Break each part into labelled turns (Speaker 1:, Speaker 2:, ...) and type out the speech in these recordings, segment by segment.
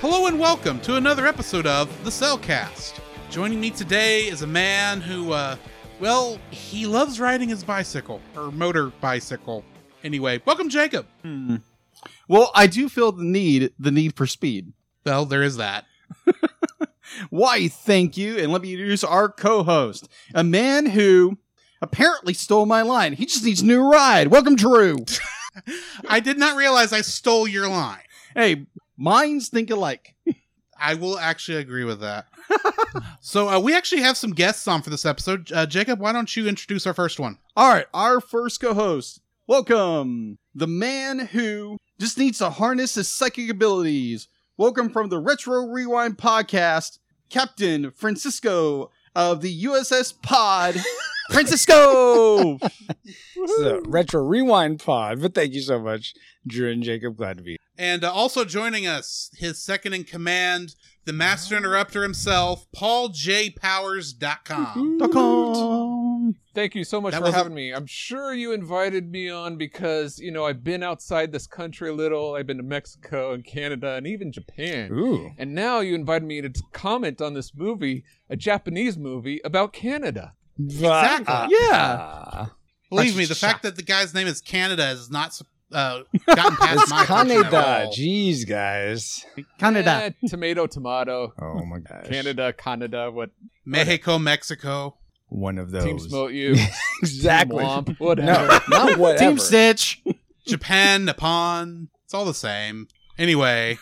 Speaker 1: Hello and welcome to another episode of The Cellcast. Joining me today is a man who, uh, well, he loves riding his bicycle or motor bicycle. Anyway, welcome, Jacob.
Speaker 2: Hmm. Well, I do feel the need the need for speed.
Speaker 1: Well, there is that.
Speaker 2: Why, thank you, and let me introduce our co-host, a man who apparently stole my line. He just needs a new ride. Welcome, Drew.
Speaker 1: I did not realize I stole your line.
Speaker 2: hey, minds think alike.
Speaker 1: I will actually agree with that. so uh, we actually have some guests on for this episode. Uh, Jacob, why don't you introduce our first one?
Speaker 2: All right, our first co-host. Welcome, the man who just needs to harness his psychic abilities. Welcome from the Retro Rewind podcast, Captain Francisco of the USS Pod. Francisco.
Speaker 3: This is a retro rewind pod, but thank you so much, Drew and Jacob. Glad to be.
Speaker 1: And uh, also joining us, his second in command, the master interrupter himself, pauljpowers.com.
Speaker 2: com.
Speaker 4: Thank you so much
Speaker 1: That
Speaker 4: for
Speaker 1: wasn't-
Speaker 4: having me. I'm sure you invited me on because, you know, I've been outside this country a little. I've been to Mexico and Canada and even Japan.
Speaker 3: Ooh,
Speaker 4: And now you invited me to t- comment on this movie, a Japanese movie about Canada.
Speaker 1: Exactly.
Speaker 3: uh,
Speaker 2: Yeah.
Speaker 1: Believe me, the fact that the guy's name is Canada is not uh, gotten past
Speaker 3: It's
Speaker 1: my attention at
Speaker 3: Canada.
Speaker 1: all.
Speaker 3: Jeez, guys.
Speaker 2: Canada.
Speaker 4: Eh, tomato, tomato.
Speaker 3: Oh my gosh.
Speaker 4: Canada, Canada, what
Speaker 1: Mexico, Mexico.
Speaker 3: One of those.
Speaker 4: team smote you?
Speaker 3: exactly.
Speaker 4: Womp,
Speaker 3: No,
Speaker 4: whatever.
Speaker 3: not whatever.
Speaker 2: Team Stitch.
Speaker 1: Japan, Nippon. It's all the same. Anyway,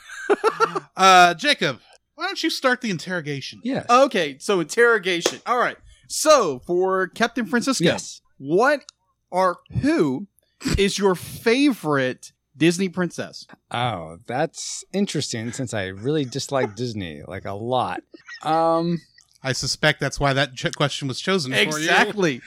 Speaker 1: uh, Jacob, why don't you start the interrogation?
Speaker 3: Yes.
Speaker 2: Okay, so interrogation. All right. So for Captain Francisco,
Speaker 3: Yes.
Speaker 2: what or who is your favorite Disney princess?
Speaker 3: Oh, that's interesting. Since I really dislike Disney like a lot. Um,
Speaker 1: I suspect that's why that ch- question was chosen for you.
Speaker 2: Exactly.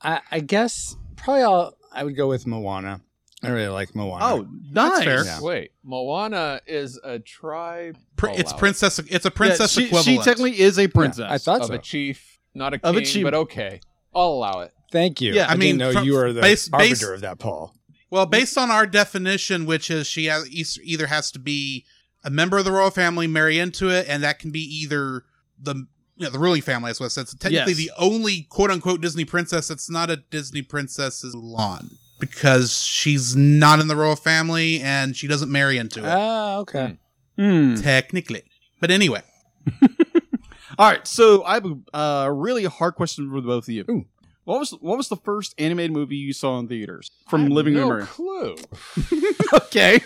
Speaker 3: I, I guess probably I'll, I would go with Moana. I really like Moana.
Speaker 2: Oh, nice.
Speaker 1: fair.
Speaker 3: Yeah.
Speaker 4: Wait, Moana is a tribe
Speaker 1: Pr-
Speaker 4: I'll
Speaker 1: it's
Speaker 4: allow it.
Speaker 1: princess. It's a princess
Speaker 2: Yeah, she,
Speaker 1: equivalent.
Speaker 2: she technically is a princess.
Speaker 3: Yeah, I thought
Speaker 4: of
Speaker 3: so.
Speaker 4: a chief, not a king,
Speaker 2: Of a chief.
Speaker 4: but okay. I'll allow it.
Speaker 3: Thank you.
Speaker 2: Yeah, I
Speaker 3: I,
Speaker 1: mean,
Speaker 3: didn't know
Speaker 1: from-
Speaker 3: you were the
Speaker 1: base-
Speaker 3: arbiter
Speaker 1: base-
Speaker 3: of that, Paul.
Speaker 1: well, based on our definition, which is she has, eas- either has to be a member of the royal family, marry into it, and that can be either the you know, the ruling family, as well. So it's technically
Speaker 2: Yes.
Speaker 1: the only quote unquote Disney princess that's not a Disney princess is Mulan because she's not in the royal family and she doesn't marry into it.
Speaker 3: Ah, Hmm. okay.
Speaker 2: Hmm.
Speaker 1: Technically. But anyway,
Speaker 2: All right. So I have a uh, really hard question for the both of you.
Speaker 3: Ooh.
Speaker 2: What was what was the first animated movie you saw in theaters from living
Speaker 4: no
Speaker 2: memory?
Speaker 4: clue.
Speaker 2: okay.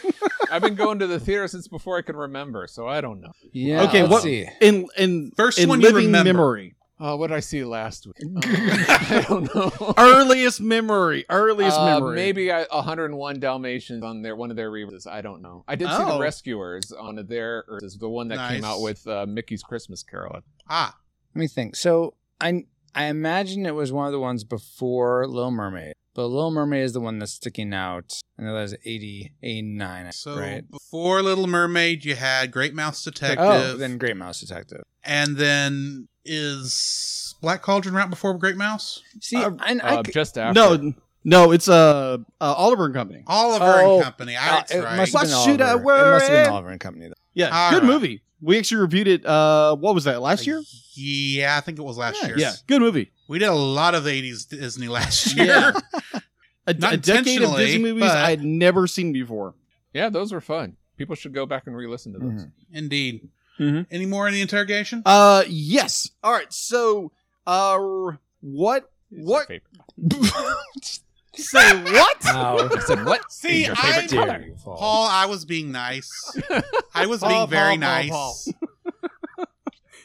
Speaker 4: I've been going to the theater since before I can remember, so I don't know.
Speaker 3: Yeah.
Speaker 2: Okay,
Speaker 3: Let's
Speaker 2: what-
Speaker 3: see.
Speaker 2: In in
Speaker 1: First
Speaker 2: in
Speaker 1: one you
Speaker 2: living
Speaker 1: remember.
Speaker 2: memory,
Speaker 4: Uh, what did I see last week? Uh, I don't know.
Speaker 2: earliest memory, earliest
Speaker 4: Uh,
Speaker 2: memory.
Speaker 4: Maybe I, 101 Dalmatians on their one of their reruns. I don't know. I did see
Speaker 2: Oh.
Speaker 4: the Rescuers on their or is the one that came
Speaker 1: Nice.
Speaker 4: out with uh, Mickey's Christmas Carol.
Speaker 1: ah,
Speaker 3: Let me think. So I I imagine it was one of the ones before Little Mermaid, but Little Mermaid is the one that's sticking out. I know that was 80, 89,
Speaker 1: so
Speaker 3: right?
Speaker 1: before Little Mermaid, you had Great Mouse Detective.
Speaker 3: Oh, then Great Mouse Detective.
Speaker 1: and then is Black Cauldron right before Great Mouse?
Speaker 3: See,
Speaker 2: Uh,
Speaker 3: I, I,
Speaker 4: Uh,
Speaker 3: c-
Speaker 4: just after.
Speaker 2: No, no, it's uh, uh Oliver and Company.
Speaker 1: Oliver
Speaker 3: Oh,
Speaker 1: and Company.
Speaker 2: uh,
Speaker 1: I, that's
Speaker 3: it
Speaker 1: right.
Speaker 3: must have been
Speaker 2: What should I
Speaker 3: Oliver. It must have
Speaker 2: worry?
Speaker 3: been Oliver and Company. Though.
Speaker 2: Yeah,
Speaker 1: All
Speaker 2: good
Speaker 1: right.
Speaker 2: movie. We actually reviewed it. Uh, what was that last year?
Speaker 1: Yeah, I think it was last year.
Speaker 2: Yeah, good movie.
Speaker 1: We did a lot of 80s Disney last year.
Speaker 2: Yeah. A,
Speaker 1: Not
Speaker 2: a decade of
Speaker 1: intentionally,
Speaker 2: Disney movies
Speaker 1: but-
Speaker 2: I had never seen before.
Speaker 4: Yeah, those were fun. People should go back and re-listen to those.
Speaker 1: Mm-hmm.
Speaker 3: Mhm.
Speaker 1: Indeed.
Speaker 2: Mhm.
Speaker 1: Any more in the interrogation?
Speaker 2: Uh, yes. All right. So, uh, what?
Speaker 4: It's
Speaker 2: What?
Speaker 4: my favorite.
Speaker 2: Say what?
Speaker 3: Wow.
Speaker 4: I said what?
Speaker 1: See,
Speaker 4: is your
Speaker 1: I-
Speaker 4: favorite
Speaker 1: Dude.
Speaker 4: color?
Speaker 1: Paul, I was being nice. I was being
Speaker 2: Paul,
Speaker 1: very
Speaker 2: Paul, Paul,
Speaker 1: nice.
Speaker 2: Paul.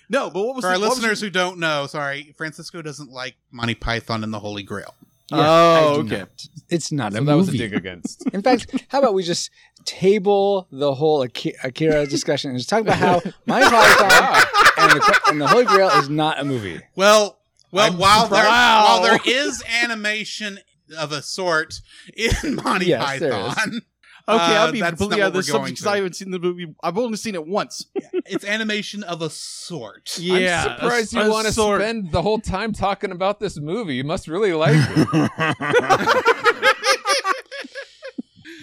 Speaker 2: No, but what was
Speaker 5: For our
Speaker 2: the, what was
Speaker 5: listeners who don't know, sorry, Francisco doesn't like Monty Python and the Holy Grail.
Speaker 3: Yeah,
Speaker 2: Oh,
Speaker 3: I do
Speaker 2: okay.
Speaker 3: not. It's not
Speaker 4: So
Speaker 3: a
Speaker 4: that was a
Speaker 3: movie.
Speaker 4: dig against.
Speaker 3: In fact, how about we just table the whole Aki- Akira discussion and just talk about how Monty Python and, the, and the Holy Grail is not a movie.
Speaker 5: Well, well,
Speaker 4: I'm
Speaker 5: while there
Speaker 4: proud.
Speaker 5: while there is animation of a sort in Monty
Speaker 3: Yes, there is.
Speaker 5: Python,
Speaker 2: Okay, I'll
Speaker 5: Uh,
Speaker 2: be
Speaker 5: that's not
Speaker 2: completely out
Speaker 5: what
Speaker 2: of this
Speaker 5: we're
Speaker 2: subject
Speaker 5: going
Speaker 2: because I
Speaker 5: to.
Speaker 2: haven't seen the movie. I've only seen it once.
Speaker 5: it's animation of a sort.
Speaker 4: I'm surprised you want to spend the whole time talking about this movie. You must really like it.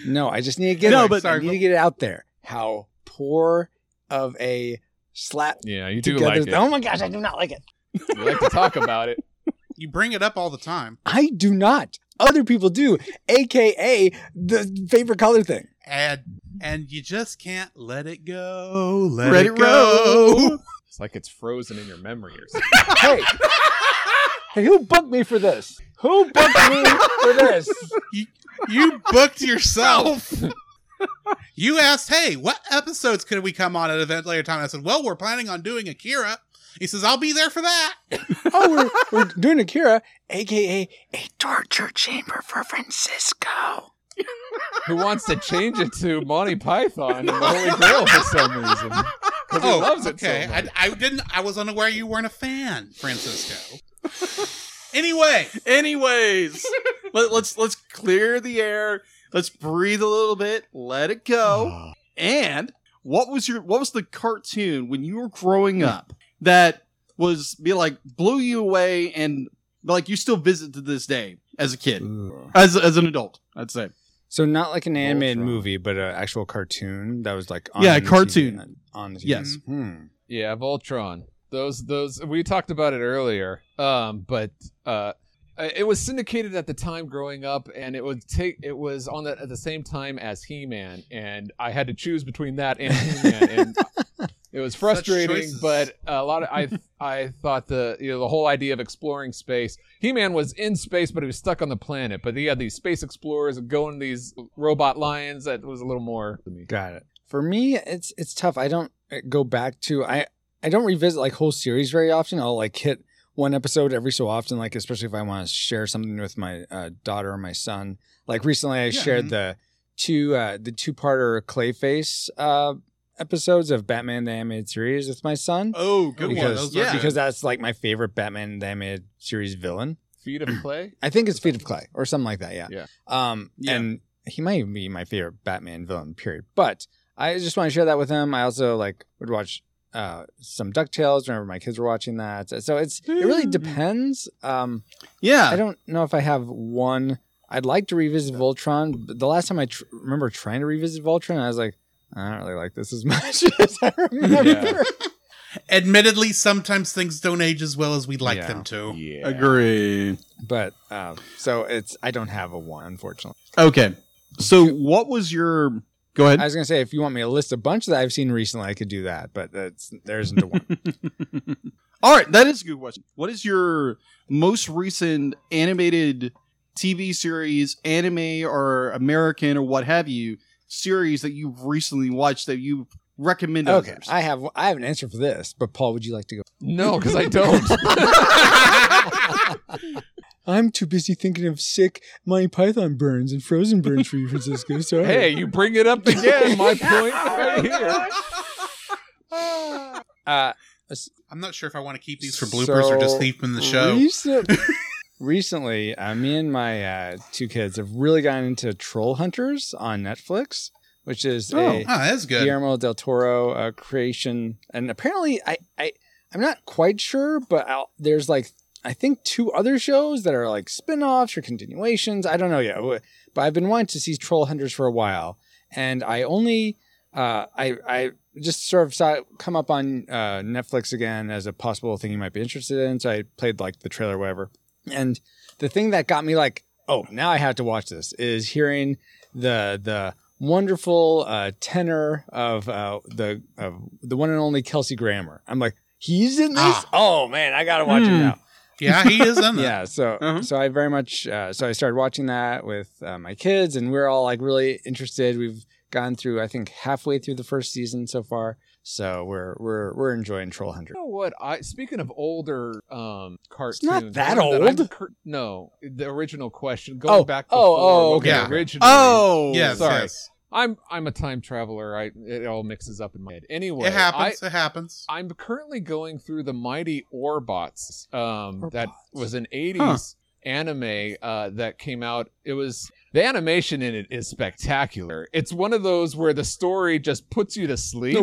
Speaker 3: No, I just need to get
Speaker 2: No,
Speaker 3: it.
Speaker 2: but-
Speaker 3: I need to get it out there. How poor of a slap
Speaker 4: Yeah, you do
Speaker 3: together.
Speaker 4: like it.
Speaker 3: Oh my gosh, I do not like it.
Speaker 4: You like to talk about it.
Speaker 5: You bring it up all the time.
Speaker 3: I do not. Other people do, aka the favorite color thing.
Speaker 5: And and you just can't let it go. Let,
Speaker 2: Let
Speaker 5: it
Speaker 2: it roll.
Speaker 5: go.
Speaker 4: It's like it's frozen in your memory or something.
Speaker 3: Hey, hey, who booked me for this? Who booked me for this?
Speaker 5: You booked yourself. you asked, "Hey, what episodes could we come on at a later time?" I said, "Well, we're planning on doing Akira." He says, "I'll be there for that."
Speaker 3: Oh, we're, we're doing Akira, aka a torture chamber for Francisco.
Speaker 4: Who wants to change it to Monty Python and the Holy Grail for some reason? Because he loves it
Speaker 5: Oh, okay.
Speaker 4: so much.
Speaker 5: I, I didn't. I was unaware you weren't a fan, Francisco. anyway,
Speaker 2: Anyways, let, let's let's clear the air. Let's breathe a little bit. Let it go. And what was your what was the cartoon when you were growing up that was be like blew you away and like you still visit to this day as a kid as as an adult I'd say
Speaker 3: So not like an animated
Speaker 4: Voltron.
Speaker 3: movie, but an actual cartoon that was like on
Speaker 2: Yeah, a
Speaker 3: the
Speaker 2: cartoon.
Speaker 3: TV, on the TV.
Speaker 2: Yes.
Speaker 3: Hmm.
Speaker 4: Yeah, Voltron. Those those we talked about it earlier. Um, but uh, it was syndicated at the time growing up, and it would take it was on the, at the same time as He Man, and I had to choose between that and He Man, and it was frustrating.
Speaker 5: choices.
Speaker 4: But a lot of I I thought the you know the whole idea of exploring space. He Man was in space, but he was stuck on the planet. But he had these space explorers going these robot lions. That was a little more to me.
Speaker 3: Got it. For me, it's it's tough. I don't uh, go back to I I don't revisit like whole series very often. I'll like hit one episode every so often, like especially if I want to share something with my uh, daughter or my son. Like recently, I
Speaker 5: Yeah.
Speaker 3: shared the two uh, the two parter Clayface uh, episodes of Batman the Animated Series with my son
Speaker 2: oh
Speaker 5: good one.
Speaker 3: because
Speaker 5: Those are
Speaker 2: yeah
Speaker 5: good.
Speaker 3: because that's like my favorite Batman the Animated Series villain.
Speaker 4: Feet of clay.
Speaker 3: I think it's Feet of Clay or something like that. Yeah.
Speaker 4: Yeah.
Speaker 3: Um,
Speaker 2: Yeah.
Speaker 3: and he might even be my favorite Batman villain. Period. But I just want to share that with him. I also like would watch uh some Ducktales whenever my kids were watching that. So it's it really depends. Um,
Speaker 2: yeah
Speaker 3: I don't know if I have one. I'd like to revisit Voltron. But the last time I tr- remember trying to revisit Voltron, I was like, I don't really like this as much as I remember.
Speaker 5: admittedly, sometimes things don't age as well as we'd like
Speaker 3: Yeah.
Speaker 5: them to.
Speaker 4: Yeah.
Speaker 2: agree
Speaker 3: But uh, so it's I don't have a one, unfortunately.
Speaker 2: okay so what was your go ahead
Speaker 3: I was gonna say if you want me to list a bunch that I've seen recently, I could do that, but that's, there isn't a one.
Speaker 2: All right, that is a good question. What is your most recent animated TV series, anime or American or what have you, series that you've recently watched that you recommend
Speaker 3: okay,
Speaker 2: others?
Speaker 3: I have I have an answer for this, but Paul, would you like to go?
Speaker 4: No, because I don't.
Speaker 3: I'm too busy thinking of sick Monty Python burns and Frozen burns for you, Francisco. Sorry.
Speaker 4: hey, you bring it up again. My point right here.
Speaker 3: uh,
Speaker 5: I'm not sure if I want to keep these for bloopers or just
Speaker 3: So,
Speaker 5: leave them in the show.
Speaker 3: recent- recently, uh, me and my uh, two kids have really gotten into Troll Hunters on Netflix, which is
Speaker 2: Oh,
Speaker 5: Oh,
Speaker 3: a
Speaker 5: that's good.
Speaker 3: Guillermo del Toro uh, creation, and apparently, I, I I'm not quite sure, but I'll, there's like I think two other shows that are like spin-offs or continuations. I don't know yet, wh- but I've been wanting to see Troll Hunters for a while, and I only uh, I I just sort of saw it come up on uh, Netflix again as a possible thing you might be interested in. So I played like the trailer, or whatever, and the thing that got me like, oh, now I have to watch this is hearing the the wonderful uh, tenor of uh, the of the one and only Kelsey Grammer. I'm like, he's in this.
Speaker 5: Ah.
Speaker 3: Oh man, I gotta watch it
Speaker 2: Hmm.
Speaker 3: now.
Speaker 5: Yeah, he is in that.
Speaker 3: Yeah, so
Speaker 2: Uh-huh.
Speaker 3: so I very much uh, so I started watching that with uh, my kids, and we're all like really interested. We've gone through I think halfway through the first season so far, So we're we're we're enjoying Troll Hunter.
Speaker 4: You know what? I speaking of older um cartoons.
Speaker 3: not
Speaker 4: the
Speaker 3: that
Speaker 4: one I'm
Speaker 3: old.
Speaker 4: cur- no, the original question going
Speaker 3: Oh,
Speaker 4: back.
Speaker 3: oh,
Speaker 4: Before,
Speaker 3: oh,
Speaker 4: what we
Speaker 2: okay.
Speaker 4: Originally,
Speaker 2: Oh, yes,
Speaker 4: sorry.
Speaker 2: yes.
Speaker 4: I'm I'm a time traveler. I it all mixes up in my head. Anyway,
Speaker 2: it happens. it happens.
Speaker 4: I, I'm currently going through the Mighty Orbots. Um, that
Speaker 3: Orbots.
Speaker 4: was an '80s anime uh, that came out. It was the animation in it is spectacular. It's one of those where the story just puts you to sleep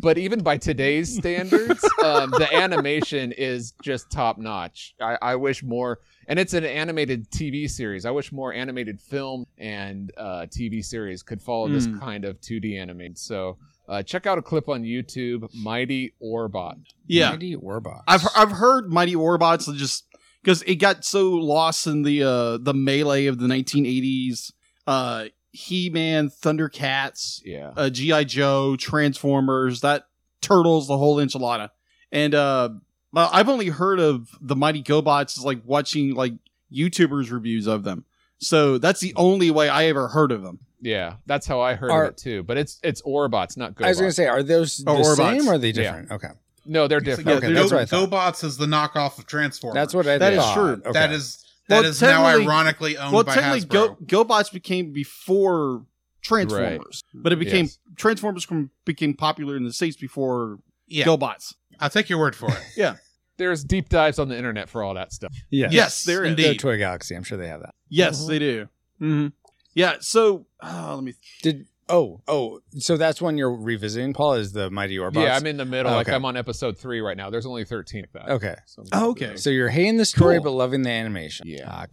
Speaker 4: but even by today's standards, um, the animation is just top notch. I, I wish more, and it's an animated TV series. I wish more animated film and uh, TV series could follow this
Speaker 3: Hmm.
Speaker 2: Mm.
Speaker 4: kind of 2D animation. So uh, check out a clip on YouTube, Mighty Orbot.
Speaker 2: yeah,
Speaker 3: Mighty Warbox.
Speaker 2: I've I've heard Mighty Warbots just because it got so lost in the uh, the melee of the 1980s. Uh, he Man, Thundercats,
Speaker 4: Yeah,
Speaker 2: uh, GI Joe, Transformers, that Turtles, the whole enchilada. And uh, well, I've only heard of the Mighty GoBots is like watching like YouTubers reviews of them. So that's the only way I ever heard of them.
Speaker 4: yeah, that's how I heard
Speaker 3: Are-
Speaker 4: of it too. But it's it's Orbots, not
Speaker 3: I was gonna
Speaker 4: GoBots.
Speaker 3: say, are those
Speaker 2: Oh,
Speaker 3: the
Speaker 2: Warbox.
Speaker 3: same or are they
Speaker 4: Yeah.
Speaker 3: different? Okay,
Speaker 4: No, they're
Speaker 2: It's like,
Speaker 4: different.
Speaker 2: yeah, Okay, that's
Speaker 3: what I thought.
Speaker 1: GoBots is the knockoff of Transformers.
Speaker 3: that's what I
Speaker 2: That is
Speaker 3: thought.
Speaker 2: true.
Speaker 3: Okay.
Speaker 1: That is that
Speaker 2: Well,
Speaker 1: is now
Speaker 2: technically-
Speaker 1: ironically owned
Speaker 2: well,
Speaker 1: by
Speaker 2: technically,
Speaker 1: Hasbro.
Speaker 2: Go, GoBots became before Transformers, but it became
Speaker 4: Yes.
Speaker 2: Transformers com- became popular in the states before
Speaker 1: yeah,
Speaker 2: GoBots.
Speaker 1: I'll take your word for it.
Speaker 4: There's deep dives on the internet for all that stuff.
Speaker 3: yes,
Speaker 2: Yes, there is.
Speaker 3: Go Toy Galaxy. I'm sure they have that.
Speaker 2: Yes, they do. Mm-hmm. Yeah. So oh, let me.
Speaker 3: Did oh oh so that's one you're revisiting, Paul? Is the Mighty Orbots?
Speaker 4: Yeah, I'm in the middle. Like
Speaker 3: Okay.
Speaker 4: I'm on episode three right now. There's only 13 of that.
Speaker 3: okay.
Speaker 4: So
Speaker 2: Oh, okay.
Speaker 3: So you're hating the story
Speaker 2: Cool.
Speaker 3: but loving the animation.
Speaker 4: Yeah.
Speaker 3: Ah,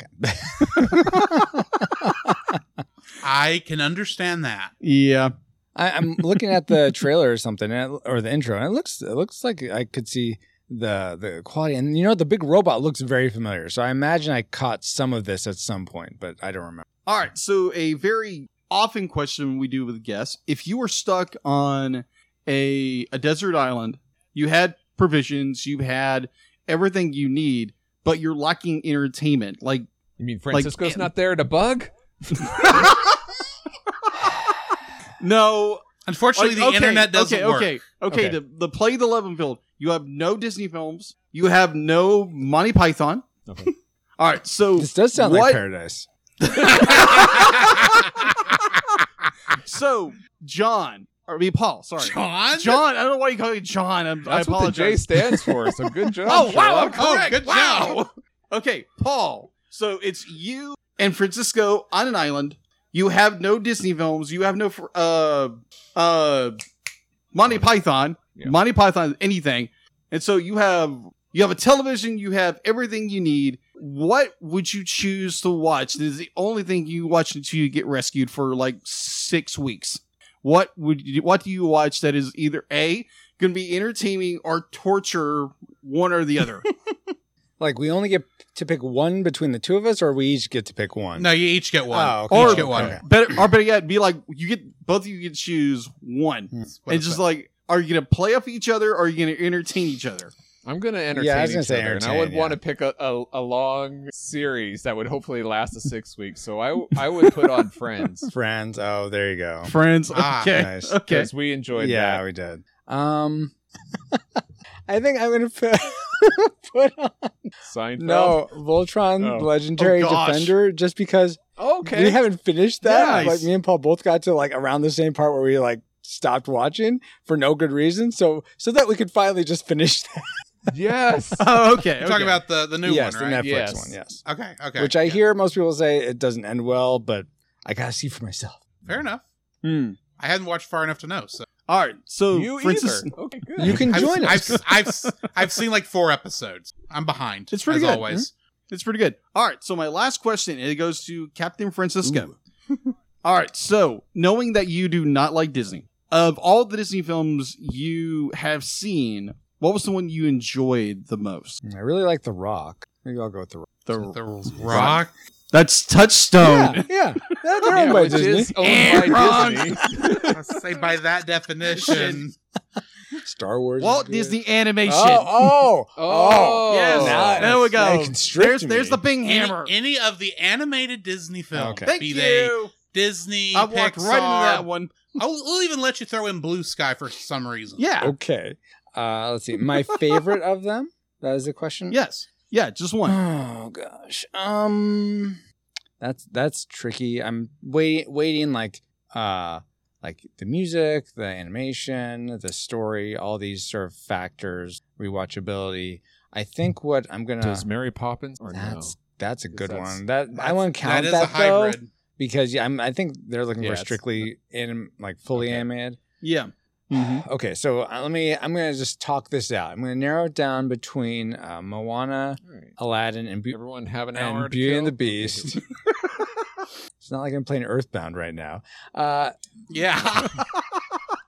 Speaker 3: Okay.
Speaker 1: I can understand that.
Speaker 2: Yeah.
Speaker 3: I, I'm looking at the trailer or something, and it, or the intro, and it looks it looks like I could see the the quality. And you know, the big robot looks very familiar, so I imagine I caught some of this at some point, but I don't remember.
Speaker 2: All right. So a very often question we do with guests: If you were stuck on a a desert island, you had provisions, you had everything you need, but you're lacking entertainment, like
Speaker 4: You mean
Speaker 2: Like,
Speaker 4: Francisco's
Speaker 2: and-
Speaker 4: not there to bug?
Speaker 2: no
Speaker 1: Unfortunately,
Speaker 2: Like,
Speaker 1: the internet doesn't
Speaker 2: okay,
Speaker 1: work.
Speaker 2: Okay, okay,
Speaker 4: Okay.
Speaker 2: The, the play the love and build. You have no Disney films. You have no Monty Python.
Speaker 4: Okay.
Speaker 2: All right, so
Speaker 3: This does sound
Speaker 2: What?
Speaker 3: like paradise.
Speaker 2: so John, or I mean Paul. Sorry,
Speaker 1: John.
Speaker 2: John. I don't know why you call me John. I'm, I
Speaker 4: That's what the J
Speaker 2: apologize.
Speaker 4: stands for. So good job.
Speaker 2: oh wow, I'm
Speaker 4: Sherlock.
Speaker 1: Oh,
Speaker 2: correct.
Speaker 1: good
Speaker 2: wow. Okay, Paul. So it's you and Francisco on an island. You have no Disney films. You have no fr- uh uh Monty Python,
Speaker 4: Yeah.
Speaker 2: Monty Python, anything. And so you have you have a television. You have everything you need. What would you choose to watch? This is the only thing you watch until you get rescued for like six weeks. What would you, what do you watch that is either a going to be entertaining or torture? One or the other.
Speaker 3: Like we only get to pick one between the two of us, or we each get to pick one.
Speaker 1: No, you each get one.
Speaker 3: Oh, okay.
Speaker 1: each
Speaker 2: Or-
Speaker 1: get one.
Speaker 3: okay.
Speaker 2: better or better yet, be like you get both of you get choose one.
Speaker 1: That's what
Speaker 2: And just like, are you gonna play off each other or are you gonna entertain each other?
Speaker 4: I'm gonna entertain
Speaker 3: Yeah, I was gonna
Speaker 4: each
Speaker 3: say
Speaker 4: other, and I
Speaker 3: entertain,
Speaker 4: would
Speaker 3: yeah.
Speaker 4: want to pick a, a, a long series that would hopefully last the six weeks. So I I would put on Friends
Speaker 3: Friends. Oh, there you go.
Speaker 2: Friends.
Speaker 1: Ah,
Speaker 2: okay.
Speaker 3: nice.
Speaker 2: Okay.
Speaker 4: because we enjoyed
Speaker 3: yeah,
Speaker 4: that.
Speaker 3: we did. Um, I think I'm gonna put, put on
Speaker 4: Seinfeld.
Speaker 3: no Voltron
Speaker 4: Oh.
Speaker 3: Legendary
Speaker 2: Oh, gosh.
Speaker 3: Defender just because
Speaker 4: Okay.
Speaker 3: we haven't finished that.
Speaker 2: Nice.
Speaker 3: Like me and Paul both got to like around the same part where we like stopped watching for no good reason. So so that we could finally just finish that.
Speaker 4: yes.
Speaker 2: Oh, okay.
Speaker 1: You're talking about the the new
Speaker 3: yes,
Speaker 1: one, right?
Speaker 3: the Netflix
Speaker 4: Yes.
Speaker 3: one. Yes,
Speaker 1: Okay. Okay.
Speaker 3: which I hear most people say it doesn't end well, but I gotta see for myself.
Speaker 1: Fair enough.
Speaker 2: Hmm.
Speaker 1: I hadn't watched far enough to know. So
Speaker 2: All right. So
Speaker 4: you
Speaker 2: Francis,
Speaker 4: either. Okay. Good.
Speaker 3: Oh, You can
Speaker 1: I've,
Speaker 3: join
Speaker 1: I've,
Speaker 3: us.
Speaker 1: I've, I've seen like four episodes. I'm behind.
Speaker 2: It's pretty
Speaker 1: as
Speaker 2: good.
Speaker 1: always.
Speaker 2: it's pretty good. All right. So my last question, and it goes to Captain Francisco. all right. So knowing that you do not like Disney, of all the Disney films you have seen, what was the one you enjoyed the most?
Speaker 3: I really like The Rock. Maybe I'll go with The Rock.
Speaker 1: The Rock.
Speaker 2: That's Touchstone.
Speaker 3: Yeah, yeah. They're they're
Speaker 4: Yeah,
Speaker 3: owned by
Speaker 4: which
Speaker 3: Disney.
Speaker 4: is owned by
Speaker 2: Wrong.
Speaker 4: Disney.
Speaker 1: I say by that definition.
Speaker 3: Star Wars.
Speaker 2: Walt
Speaker 3: is good.
Speaker 2: Disney Animation.
Speaker 3: Oh, oh, oh,
Speaker 4: Oh.
Speaker 2: Yes. there
Speaker 3: Now-
Speaker 2: we
Speaker 3: now you
Speaker 2: go.
Speaker 3: can strip
Speaker 2: There's
Speaker 3: me.
Speaker 2: there's the Bing
Speaker 1: any,
Speaker 2: Hammer.
Speaker 1: any of the animated Disney films,
Speaker 3: Okay.
Speaker 2: Thank
Speaker 1: be
Speaker 2: you.
Speaker 1: they Disney,
Speaker 2: I
Speaker 1: Pixar,
Speaker 2: walked right into that one.
Speaker 1: I'll, we'll even let you throw in Blue Sky for some reason.
Speaker 2: Yeah.
Speaker 3: Okay. Uh, let's see. My favorite of them. That is the question.
Speaker 2: Yes. Yeah. Just one.
Speaker 3: Oh gosh. Um that's that's tricky. I'm waiting waiting like uh like the music, the animation, the story, all these sort of factors, rewatchability. I think what I'm gonna
Speaker 4: Does Mary Poppins or
Speaker 3: that's
Speaker 4: no?
Speaker 3: that's a good
Speaker 4: That's-
Speaker 3: one. That I
Speaker 1: That's-
Speaker 3: won't count
Speaker 1: That
Speaker 3: that,
Speaker 1: is a
Speaker 3: though
Speaker 1: hybrid.
Speaker 3: because yeah, I'm, I think they're looking
Speaker 4: Yeah,
Speaker 3: for
Speaker 4: it's-
Speaker 3: strictly in like fully
Speaker 4: Okay.
Speaker 3: animated.
Speaker 2: Yeah. Mm-hmm.
Speaker 3: Okay, so uh, let me. I'm gonna just talk this out. I'm gonna narrow it down between uh, Moana,
Speaker 4: All right.
Speaker 3: Aladdin, and Be-
Speaker 4: Everyone have an hour.
Speaker 3: and
Speaker 4: to
Speaker 3: Beauty and the
Speaker 4: kill?
Speaker 3: Beast. it's not like I'm playing Earthbound right now. Uh,
Speaker 1: Yeah.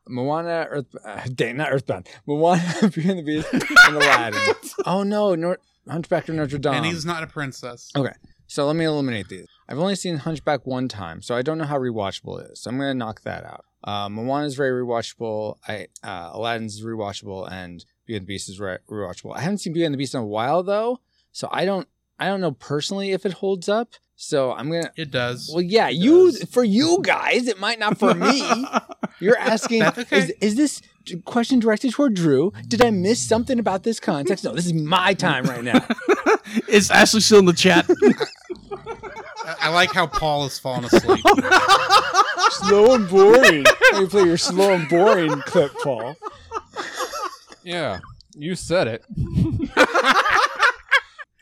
Speaker 3: Moana, Earth, uh, dang, not Earthbound. Moana, Beauty and the Beast, and Aladdin. oh no, Nor- Hunchback of Notre Dame.
Speaker 1: and he's not a princess.
Speaker 3: Oh. so let me eliminate these. I've only seen Hunchback one time, so I don't know how rewatchable it is. So I'm gonna knock that out. Uh, Moana is very rewatchable. I uh, Aladdin's rewatchable, and Beauty and the Beast is re- rewatchable. I haven't seen Beauty and the Beast in a while though, so I don't. I don't know personally if it holds up. So I'm gonna
Speaker 1: It does.
Speaker 3: Well, yeah, you
Speaker 1: does.
Speaker 3: for you guys, it might not for me. You're asking
Speaker 1: That's okay.
Speaker 3: is, is this d- question directed toward Drew? Did I miss something about this context? No, this is my time right now.
Speaker 2: Is Ashley still in the chat?
Speaker 1: I, I like how Paul has fallen asleep.
Speaker 3: slow and boring. Let me play your slow and boring clip, Paul.
Speaker 4: Yeah, you said it.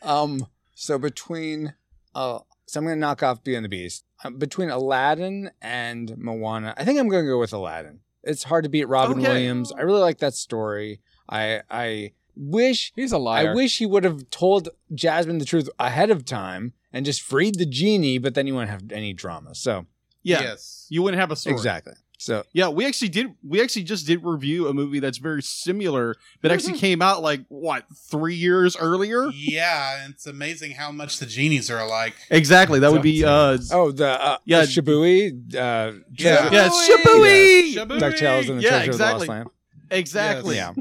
Speaker 3: Um, so between uh, so I'm gonna knock off Beauty and the Beast. Uh, between Aladdin and Moana, I think I'm gonna go with Aladdin. It's hard to beat Robin
Speaker 2: Okay.
Speaker 3: Williams. I really like that story. I I wish
Speaker 4: He's a liar.
Speaker 3: I wish he would have told Jasmine the truth ahead of time and just freed the genie, but then you wouldn't have any drama. So
Speaker 2: yeah.
Speaker 1: Yes.
Speaker 2: You wouldn't have a story.
Speaker 3: exactly. So
Speaker 2: Yeah, we actually did. We actually just did review a movie that's very similar, that actually came out like what three years earlier.
Speaker 1: Yeah, and it's amazing how much the genies are alike.
Speaker 2: Exactly. That would be. uh
Speaker 3: oh the uh,
Speaker 2: Yeah.
Speaker 3: yeah Shibui uh,
Speaker 1: Yeah.
Speaker 2: Yeah,
Speaker 3: Shibui!
Speaker 2: Shibui.
Speaker 3: Ducktales and the
Speaker 2: Yeah,
Speaker 3: Treasure
Speaker 2: exactly.
Speaker 3: of the Lost Lamp.
Speaker 2: Exactly.
Speaker 3: Yeah.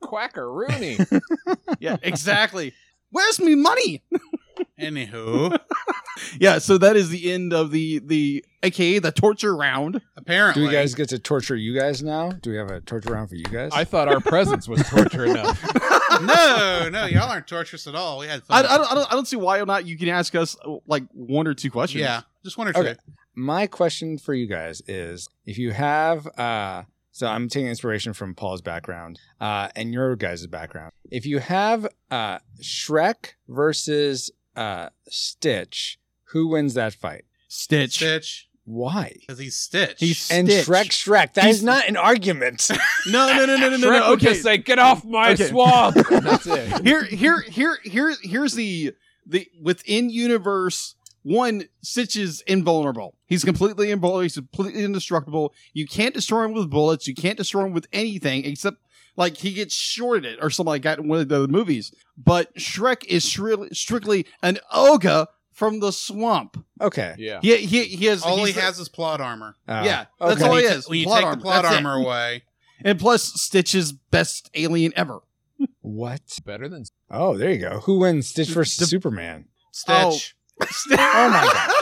Speaker 4: Quacker Rooney.
Speaker 2: yeah, exactly. Where's me money?
Speaker 1: Anywho,
Speaker 2: Yeah, so that is the end of the the aka the torture round.
Speaker 1: apparently,
Speaker 3: Do you guys get to torture you guys now? Do we have a torture round for you guys?
Speaker 4: I thought our presence was torture enough.
Speaker 1: no, no, y'all aren't torturous at all. We had
Speaker 2: I, I
Speaker 1: fun.
Speaker 2: don't I don't I don't see why or not you can ask us like one or two questions.
Speaker 1: yeah, just one or two.
Speaker 3: Okay. My question for you guys is if you have uh so I'm taking inspiration from Paul's background uh and your guys' background. If you have uh Shrek versus uh Stitch, who wins that fight?
Speaker 2: Stitch.
Speaker 1: Stitch,
Speaker 3: Why?
Speaker 1: because he's Stitch.
Speaker 2: He's
Speaker 3: And
Speaker 2: Stitch.
Speaker 3: Shrek Shrek, that is
Speaker 2: He's-
Speaker 3: not an argument.
Speaker 2: No, no, no, no, no, no.
Speaker 4: Shrek
Speaker 2: no.
Speaker 4: would
Speaker 2: Okay.
Speaker 4: just say, "Get off my
Speaker 2: Okay.
Speaker 4: swamp." That's it.
Speaker 2: Here here here here here's the the within universe one Stitch is invulnerable. He's completely invulnerable. He's completely indestructible. You can't destroy him with bullets. You can't destroy him with anything except like he gets shorted or something like that in one of the other movies. But Shrek is shri- strictly an ogre from the swamp.
Speaker 3: okay.
Speaker 4: Yeah.
Speaker 2: He he, he has
Speaker 1: all he
Speaker 2: he's the-
Speaker 1: has is plot armor.
Speaker 3: Uh,
Speaker 2: yeah,
Speaker 3: Uh,
Speaker 2: that's
Speaker 3: okay.
Speaker 2: all
Speaker 1: When
Speaker 2: he
Speaker 1: you
Speaker 2: is.
Speaker 1: ta- When you
Speaker 2: plot
Speaker 1: take
Speaker 2: armor.
Speaker 1: the plot
Speaker 2: That's it.
Speaker 1: armor away,
Speaker 2: and plus Stitch's best alien ever.
Speaker 3: What?
Speaker 4: Better than
Speaker 3: Oh, there you go. Who wins Stitch versus
Speaker 2: The-
Speaker 3: Superman?
Speaker 1: Stitch.
Speaker 2: oh
Speaker 3: my
Speaker 2: god!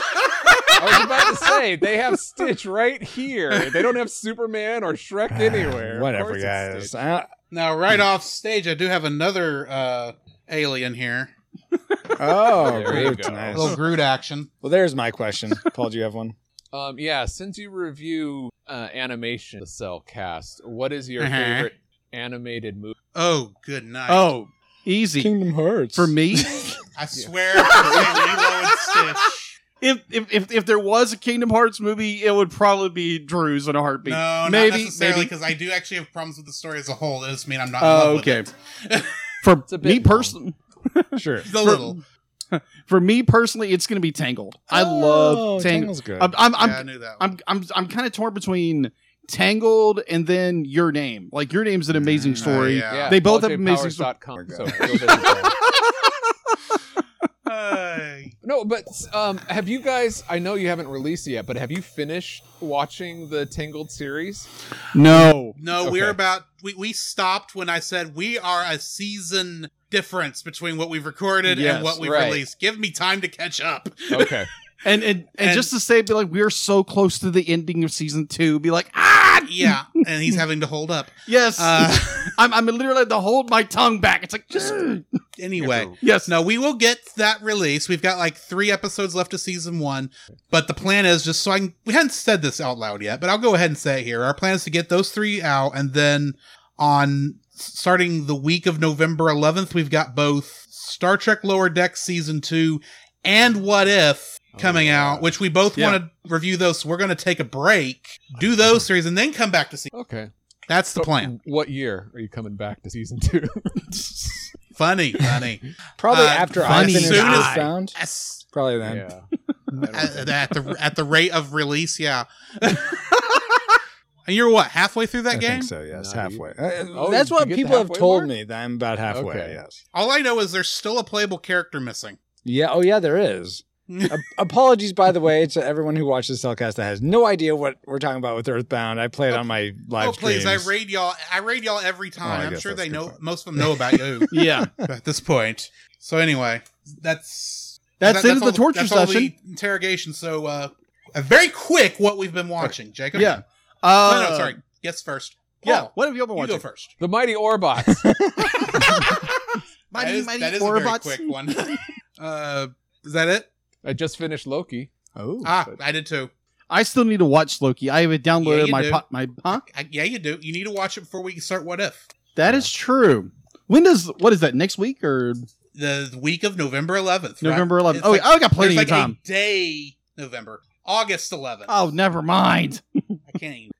Speaker 4: I was about to say they have Stitch right here. They don't have Superman or Shrek anywhere. Of
Speaker 3: Whatever,
Speaker 4: course it's
Speaker 3: guys.
Speaker 4: Stitch.
Speaker 3: I-
Speaker 1: Now, right off stage, I do have another uh, alien here.
Speaker 3: oh,
Speaker 4: There you
Speaker 3: great.
Speaker 4: go.
Speaker 1: A
Speaker 3: Nice.
Speaker 1: little Groot action.
Speaker 3: Well, there's my question. Paul, do you have one?
Speaker 4: Um, yeah, since you review uh, animation, the Cell Cast, what is your
Speaker 1: Uh-huh.
Speaker 4: favorite animated movie?
Speaker 1: Oh, good night.
Speaker 2: Oh, easy
Speaker 3: Kingdom Hearts.
Speaker 2: for me.
Speaker 1: I swear, Lilo and Stitch.
Speaker 2: If, if if if there was a Kingdom Hearts movie, it would probably be Drew's in a heartbeat.
Speaker 1: No,
Speaker 2: maybe
Speaker 1: not necessarily,
Speaker 2: maybe.
Speaker 1: because I do actually have problems with the story as a whole. That doesn't mean I'm not. in love
Speaker 2: Oh,
Speaker 1: with
Speaker 2: okay.
Speaker 1: it.
Speaker 2: For
Speaker 4: a bit
Speaker 2: me
Speaker 4: long.
Speaker 2: personally,
Speaker 3: Sure.
Speaker 1: The little.
Speaker 2: for me personally, it's going to be Tangled. I love Oh, Tangled.
Speaker 3: Tangled's good.
Speaker 2: I'm I'm I'm,
Speaker 1: yeah, I knew that. One.
Speaker 2: I'm I'm I'm kind of torn between Tangled and then Your Name. Like Your Name's an amazing
Speaker 1: Mm,
Speaker 2: story.
Speaker 1: yeah.
Speaker 2: They both have amazing
Speaker 4: amazing. So go visit them.
Speaker 1: Hey.
Speaker 4: no, but um, have you guys? I know you haven't released it yet, but have you finished watching the Tangled series?
Speaker 2: No.
Speaker 1: no,
Speaker 4: Okay.
Speaker 1: we're about. We, we stopped when I said we are a season difference between what we've recorded
Speaker 2: Yes,
Speaker 1: and what we've
Speaker 4: right.
Speaker 1: released. Give me time to catch up.
Speaker 4: Okay.
Speaker 2: And and, and,
Speaker 1: And-
Speaker 2: just to say, be like, we are so close to the ending of season two. Be like, ah,
Speaker 1: Yeah, and he's having to hold up.
Speaker 2: yes.
Speaker 1: Uh,
Speaker 2: I'm I'm literally had to hold my tongue back. It's like just
Speaker 1: anyway,
Speaker 2: yes,
Speaker 1: no, we will get that release. We've got like three episodes left of season one, but the plan is just so I can, we hadn't said this out loud yet, but I'll go ahead and say it here. Our plan is to get those three out, and then on starting the week of November 11th, we've got both Star Trek Lower Deck season two and What If coming out, which we both
Speaker 2: Oh, Yeah.
Speaker 1: want to review those. So we're going to take a break, do those series, and then come back to see.
Speaker 4: Okay.
Speaker 1: That's the
Speaker 2: Oh.
Speaker 1: plan.
Speaker 4: What year are you coming back to season two?
Speaker 1: Funny, funny.
Speaker 3: Probably
Speaker 1: Uh,
Speaker 3: after I
Speaker 1: funny
Speaker 3: finish
Speaker 1: soon
Speaker 3: this
Speaker 1: as-
Speaker 3: round.
Speaker 1: Yes.
Speaker 3: Probably then.
Speaker 4: yeah.
Speaker 1: at, at the at the rate of release, yeah. and you're what halfway through that
Speaker 3: I
Speaker 1: game?
Speaker 3: think so. Yes,
Speaker 4: No,
Speaker 3: halfway.
Speaker 4: you-
Speaker 3: Uh,
Speaker 4: Oh,
Speaker 3: That's
Speaker 4: you
Speaker 3: what
Speaker 4: get the
Speaker 3: people have
Speaker 4: halfway
Speaker 3: told
Speaker 4: mark?
Speaker 3: me. That I'm about halfway.
Speaker 4: Okay.
Speaker 3: Yes.
Speaker 1: All I know is there's still a playable character missing.
Speaker 3: Yeah. Oh, yeah. There is. A- apologies, by the way, to everyone who watches the Cellcast that has no idea what we're talking about with Earthbound. I play it
Speaker 1: Oh,
Speaker 3: on my live
Speaker 1: oh please, I
Speaker 3: streams.
Speaker 1: raid y'all. I raid y'all every
Speaker 3: Oh, I
Speaker 1: time. I'm
Speaker 3: guess
Speaker 1: sure
Speaker 3: that's
Speaker 1: they
Speaker 3: a good
Speaker 1: know.
Speaker 3: point.
Speaker 1: Most of them know about you
Speaker 2: yeah.
Speaker 1: at this point. So anyway, that's
Speaker 2: That's
Speaker 1: that-
Speaker 2: it of the
Speaker 1: all
Speaker 2: torture
Speaker 1: that's all the
Speaker 2: session.
Speaker 1: interrogation. So uh, a very quick what we've been watching, Jacob.
Speaker 2: Yeah.
Speaker 1: No,
Speaker 2: Uh,
Speaker 1: no, sorry. Yes, first.
Speaker 2: Yeah.
Speaker 1: Paul,
Speaker 2: What have you all been
Speaker 1: you
Speaker 2: watching?
Speaker 1: go first.
Speaker 4: The Mighty Orbots.
Speaker 1: that is, that is a very quick one. uh, is that it?
Speaker 4: I just finished Loki.
Speaker 3: oh,
Speaker 1: Ah, I did too.
Speaker 2: I still need to watch Loki. I have it
Speaker 1: Yeah,
Speaker 2: downloaded
Speaker 1: you
Speaker 2: my
Speaker 1: do.
Speaker 2: pot my huh?
Speaker 1: I, yeah, you do. You need to watch it before we start. What if
Speaker 2: That is true. When does what is that next week or
Speaker 1: the, the week of November 11th? right?
Speaker 2: November 11th?
Speaker 1: It's
Speaker 2: Oh,
Speaker 1: like-
Speaker 2: yeah, I got
Speaker 1: there's
Speaker 2: plenty
Speaker 1: like
Speaker 2: of time.
Speaker 1: A day November, August 11th.
Speaker 2: Oh, never mind.
Speaker 1: I can't. Even,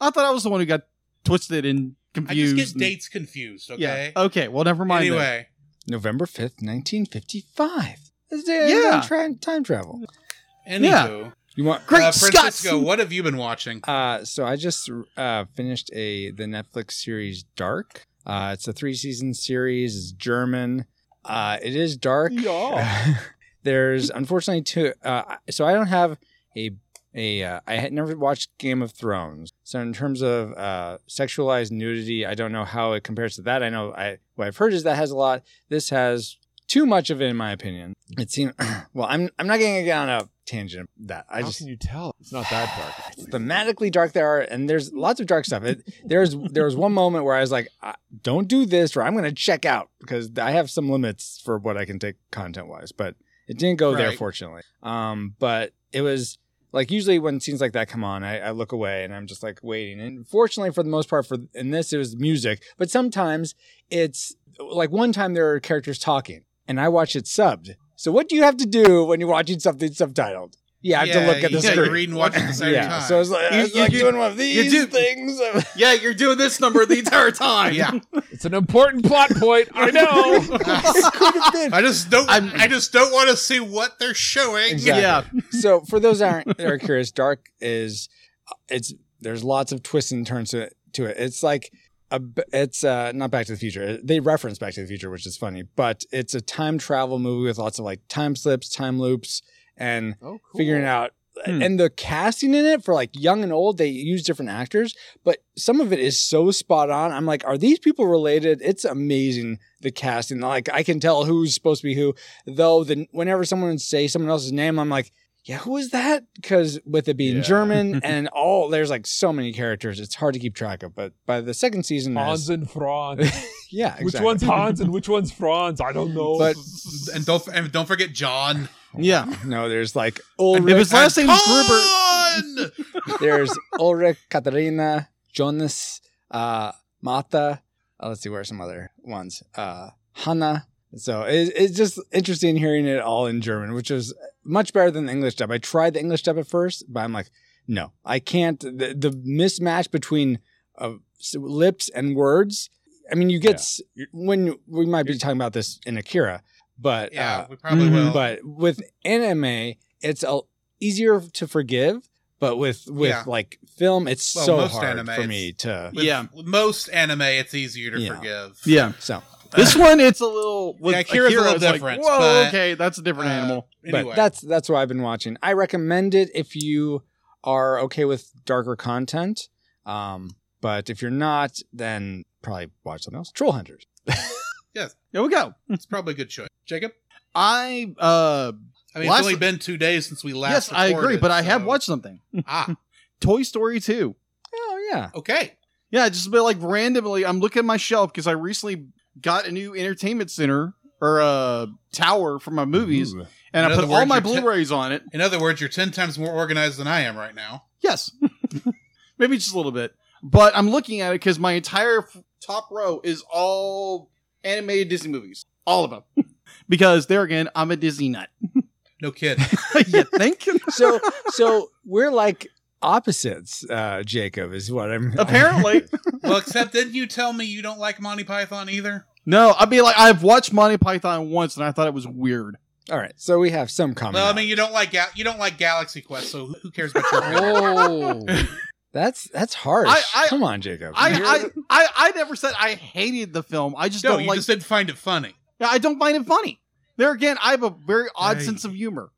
Speaker 2: I thought I was the one who got twisted and
Speaker 1: I
Speaker 2: confused.
Speaker 1: just get
Speaker 2: and-
Speaker 1: dates confused. Okay.
Speaker 2: Yeah. uh, Okay. Well, never mind. then.
Speaker 1: anyway,
Speaker 3: November fifth, nineteen fifty-five. This day
Speaker 2: Yeah.
Speaker 3: yeah, tra- time travel.
Speaker 2: Yeah.
Speaker 1: anywho,
Speaker 3: You want?
Speaker 2: Great
Speaker 1: uh,
Speaker 2: Scott!
Speaker 1: Francisco, what have you been watching?
Speaker 3: Uh, so I just uh, finished a the Netflix series Dark. Uh, it's a three season series. It's German. Uh, it is dark. There's unfortunately two. Uh, so I don't have a a. Uh, I had never watched Game of Thrones. So in terms of uh, sexualized nudity, I don't know how it compares to that. I know I what I've heard is that has a lot. This has too much of it, in my opinion. It seems. well, I'm I'm not going to get on a tangent of that. I
Speaker 4: How
Speaker 3: just
Speaker 4: can you tell? It's not that dark.
Speaker 3: it's thematically dark there are and there's lots of dark stuff it, there's there was one moment where i was like I- don't do this or i'm going to check out because i have some limits for what i can take content wise but it didn't go there
Speaker 1: Right.
Speaker 3: fortunately um but it was like usually when scenes like that come on I, I look away and i'm just like waiting and fortunately for the most part for in this it was music but sometimes it's like one time there are characters talking and i watch it subbed so what do you have to do when you're watching something subtitled you have to
Speaker 1: Yeah,
Speaker 3: look at the
Speaker 1: you gotta
Speaker 3: screen
Speaker 1: read and watch at the same
Speaker 3: yeah,
Speaker 1: time.
Speaker 3: so it's like,
Speaker 2: You-
Speaker 3: I was
Speaker 2: you-
Speaker 3: like
Speaker 2: you-
Speaker 3: doing one of these
Speaker 2: do-
Speaker 3: things.
Speaker 2: Yeah, you're doing this number the entire time.
Speaker 1: yeah,
Speaker 4: It's an important plot point. I know. Oh,
Speaker 1: I just don't.
Speaker 2: I'm-
Speaker 1: i just don't want to see what they're showing.
Speaker 3: Exactly.
Speaker 2: Yeah.
Speaker 3: so for those that aren't that are curious, Dark is it's there's lots of twists and turns to it. To it. It's like a b- it's uh, not Back to the Future. They reference Back to the Future, which is funny, but it's a time travel movie with lots of like time slips, time loops, and
Speaker 4: Oh, cool.
Speaker 3: figuring out.
Speaker 2: Hmm.
Speaker 3: And the casting in it for like young and old, they use different actors, but some of it is so spot on. I'm like, are these people related? It's amazing the casting. Like I can tell who's supposed to be who. Though the whenever someone say someone else's name, I'm like, yeah, who is that? Because with it being
Speaker 4: Yeah.
Speaker 3: German and all, there's like so many characters, it's hard to keep track of. But by the second season, I was-
Speaker 4: Hans and Franz.
Speaker 3: yeah, exactly.
Speaker 4: Which one's Hans and which one's Franz? I don't know.
Speaker 3: But
Speaker 1: and don't and don't forget John.
Speaker 2: Yeah.
Speaker 3: no, there's like
Speaker 2: If his last name's Gruber,
Speaker 1: Gruber.
Speaker 3: There's Ulrich, Katarina, Jonas, uh, Mata. Uh, let's see, where are some other ones? Uh, Hannah. So it, it's just interesting hearing it all in German, which is much better than the English dub. I tried the English dub at first, but I'm like, no, I can't. The, the mismatch between uh, s- lips and words. I mean, you get
Speaker 4: Yeah.
Speaker 3: s- when we might be talking about this in Akira, but
Speaker 1: Yeah,
Speaker 3: uh,
Speaker 1: we probably
Speaker 2: mhm,
Speaker 1: will.
Speaker 3: but with anime, it's a, easier to forgive. But with with
Speaker 1: Yeah.
Speaker 3: like film, it's
Speaker 1: Well,
Speaker 3: so
Speaker 1: most
Speaker 3: hard
Speaker 1: anime,
Speaker 3: for
Speaker 1: it's-
Speaker 3: me to.
Speaker 1: With
Speaker 2: Yeah.
Speaker 1: most anime, it's easier to
Speaker 3: Yeah.
Speaker 1: forgive.
Speaker 2: yeah.
Speaker 3: So,
Speaker 2: This one, it's a little. With
Speaker 1: Uh, Yeah, Akira's a little
Speaker 2: it's like,
Speaker 1: different,
Speaker 2: Whoa,
Speaker 1: but,
Speaker 2: okay, that's a different
Speaker 1: uh,
Speaker 2: animal.
Speaker 1: Anyway,
Speaker 3: but that's that's what I've been watching. I recommend it if you are okay with darker content. Um, but if you're not, then probably watch something else. Troll Hunters.
Speaker 2: There we go.
Speaker 1: it's probably a good choice. Jacob,
Speaker 2: I uh
Speaker 1: I mean,
Speaker 2: Well, I
Speaker 1: it's only
Speaker 2: s-
Speaker 1: been two days since we last.
Speaker 2: yes, I agree,
Speaker 1: recorded,
Speaker 2: but I have
Speaker 1: so-
Speaker 2: watched something.
Speaker 1: Ah,
Speaker 2: Toy Story 2.
Speaker 3: Oh yeah.
Speaker 1: okay.
Speaker 2: Yeah, just but like randomly, I'm looking at my shelf because I recently got a new entertainment center or uh, tower for my movies,
Speaker 3: Ooh.
Speaker 2: and
Speaker 1: In
Speaker 2: I put
Speaker 1: other
Speaker 2: all
Speaker 1: words,
Speaker 2: my
Speaker 1: you're te-
Speaker 2: Blu-rays on it.
Speaker 1: In other words, you're ten times more organized than I am right now.
Speaker 2: Yes, maybe just a little bit, but I'm looking at it because my entire f- top row is all animated Disney movies, all of them. because there again, I'm a Disney nut.
Speaker 1: No kidding.
Speaker 2: you think?
Speaker 3: So so we're like opposites, uh, Jacob, is what I'm
Speaker 2: Apparently,
Speaker 1: well, except didn't you tell me you don't like Monty Python either?
Speaker 2: no. I'd be like, I've watched Monty Python once, and I thought it was weird.
Speaker 3: All right, so we have some common.
Speaker 1: well, I mean, you don't like Ga- you don't like Galaxy Quest, so who cares about your? opinion?
Speaker 4: Oh,
Speaker 3: that's that's harsh.
Speaker 2: I- I-
Speaker 3: Come on, Jacob.
Speaker 2: I, I, I, I never said I hated the film. I just
Speaker 1: no,
Speaker 2: don't
Speaker 1: you
Speaker 2: like
Speaker 1: just didn't find it funny.
Speaker 2: Yeah, I don't find it funny. There again, I have a very odd
Speaker 1: Right.
Speaker 2: sense of humor.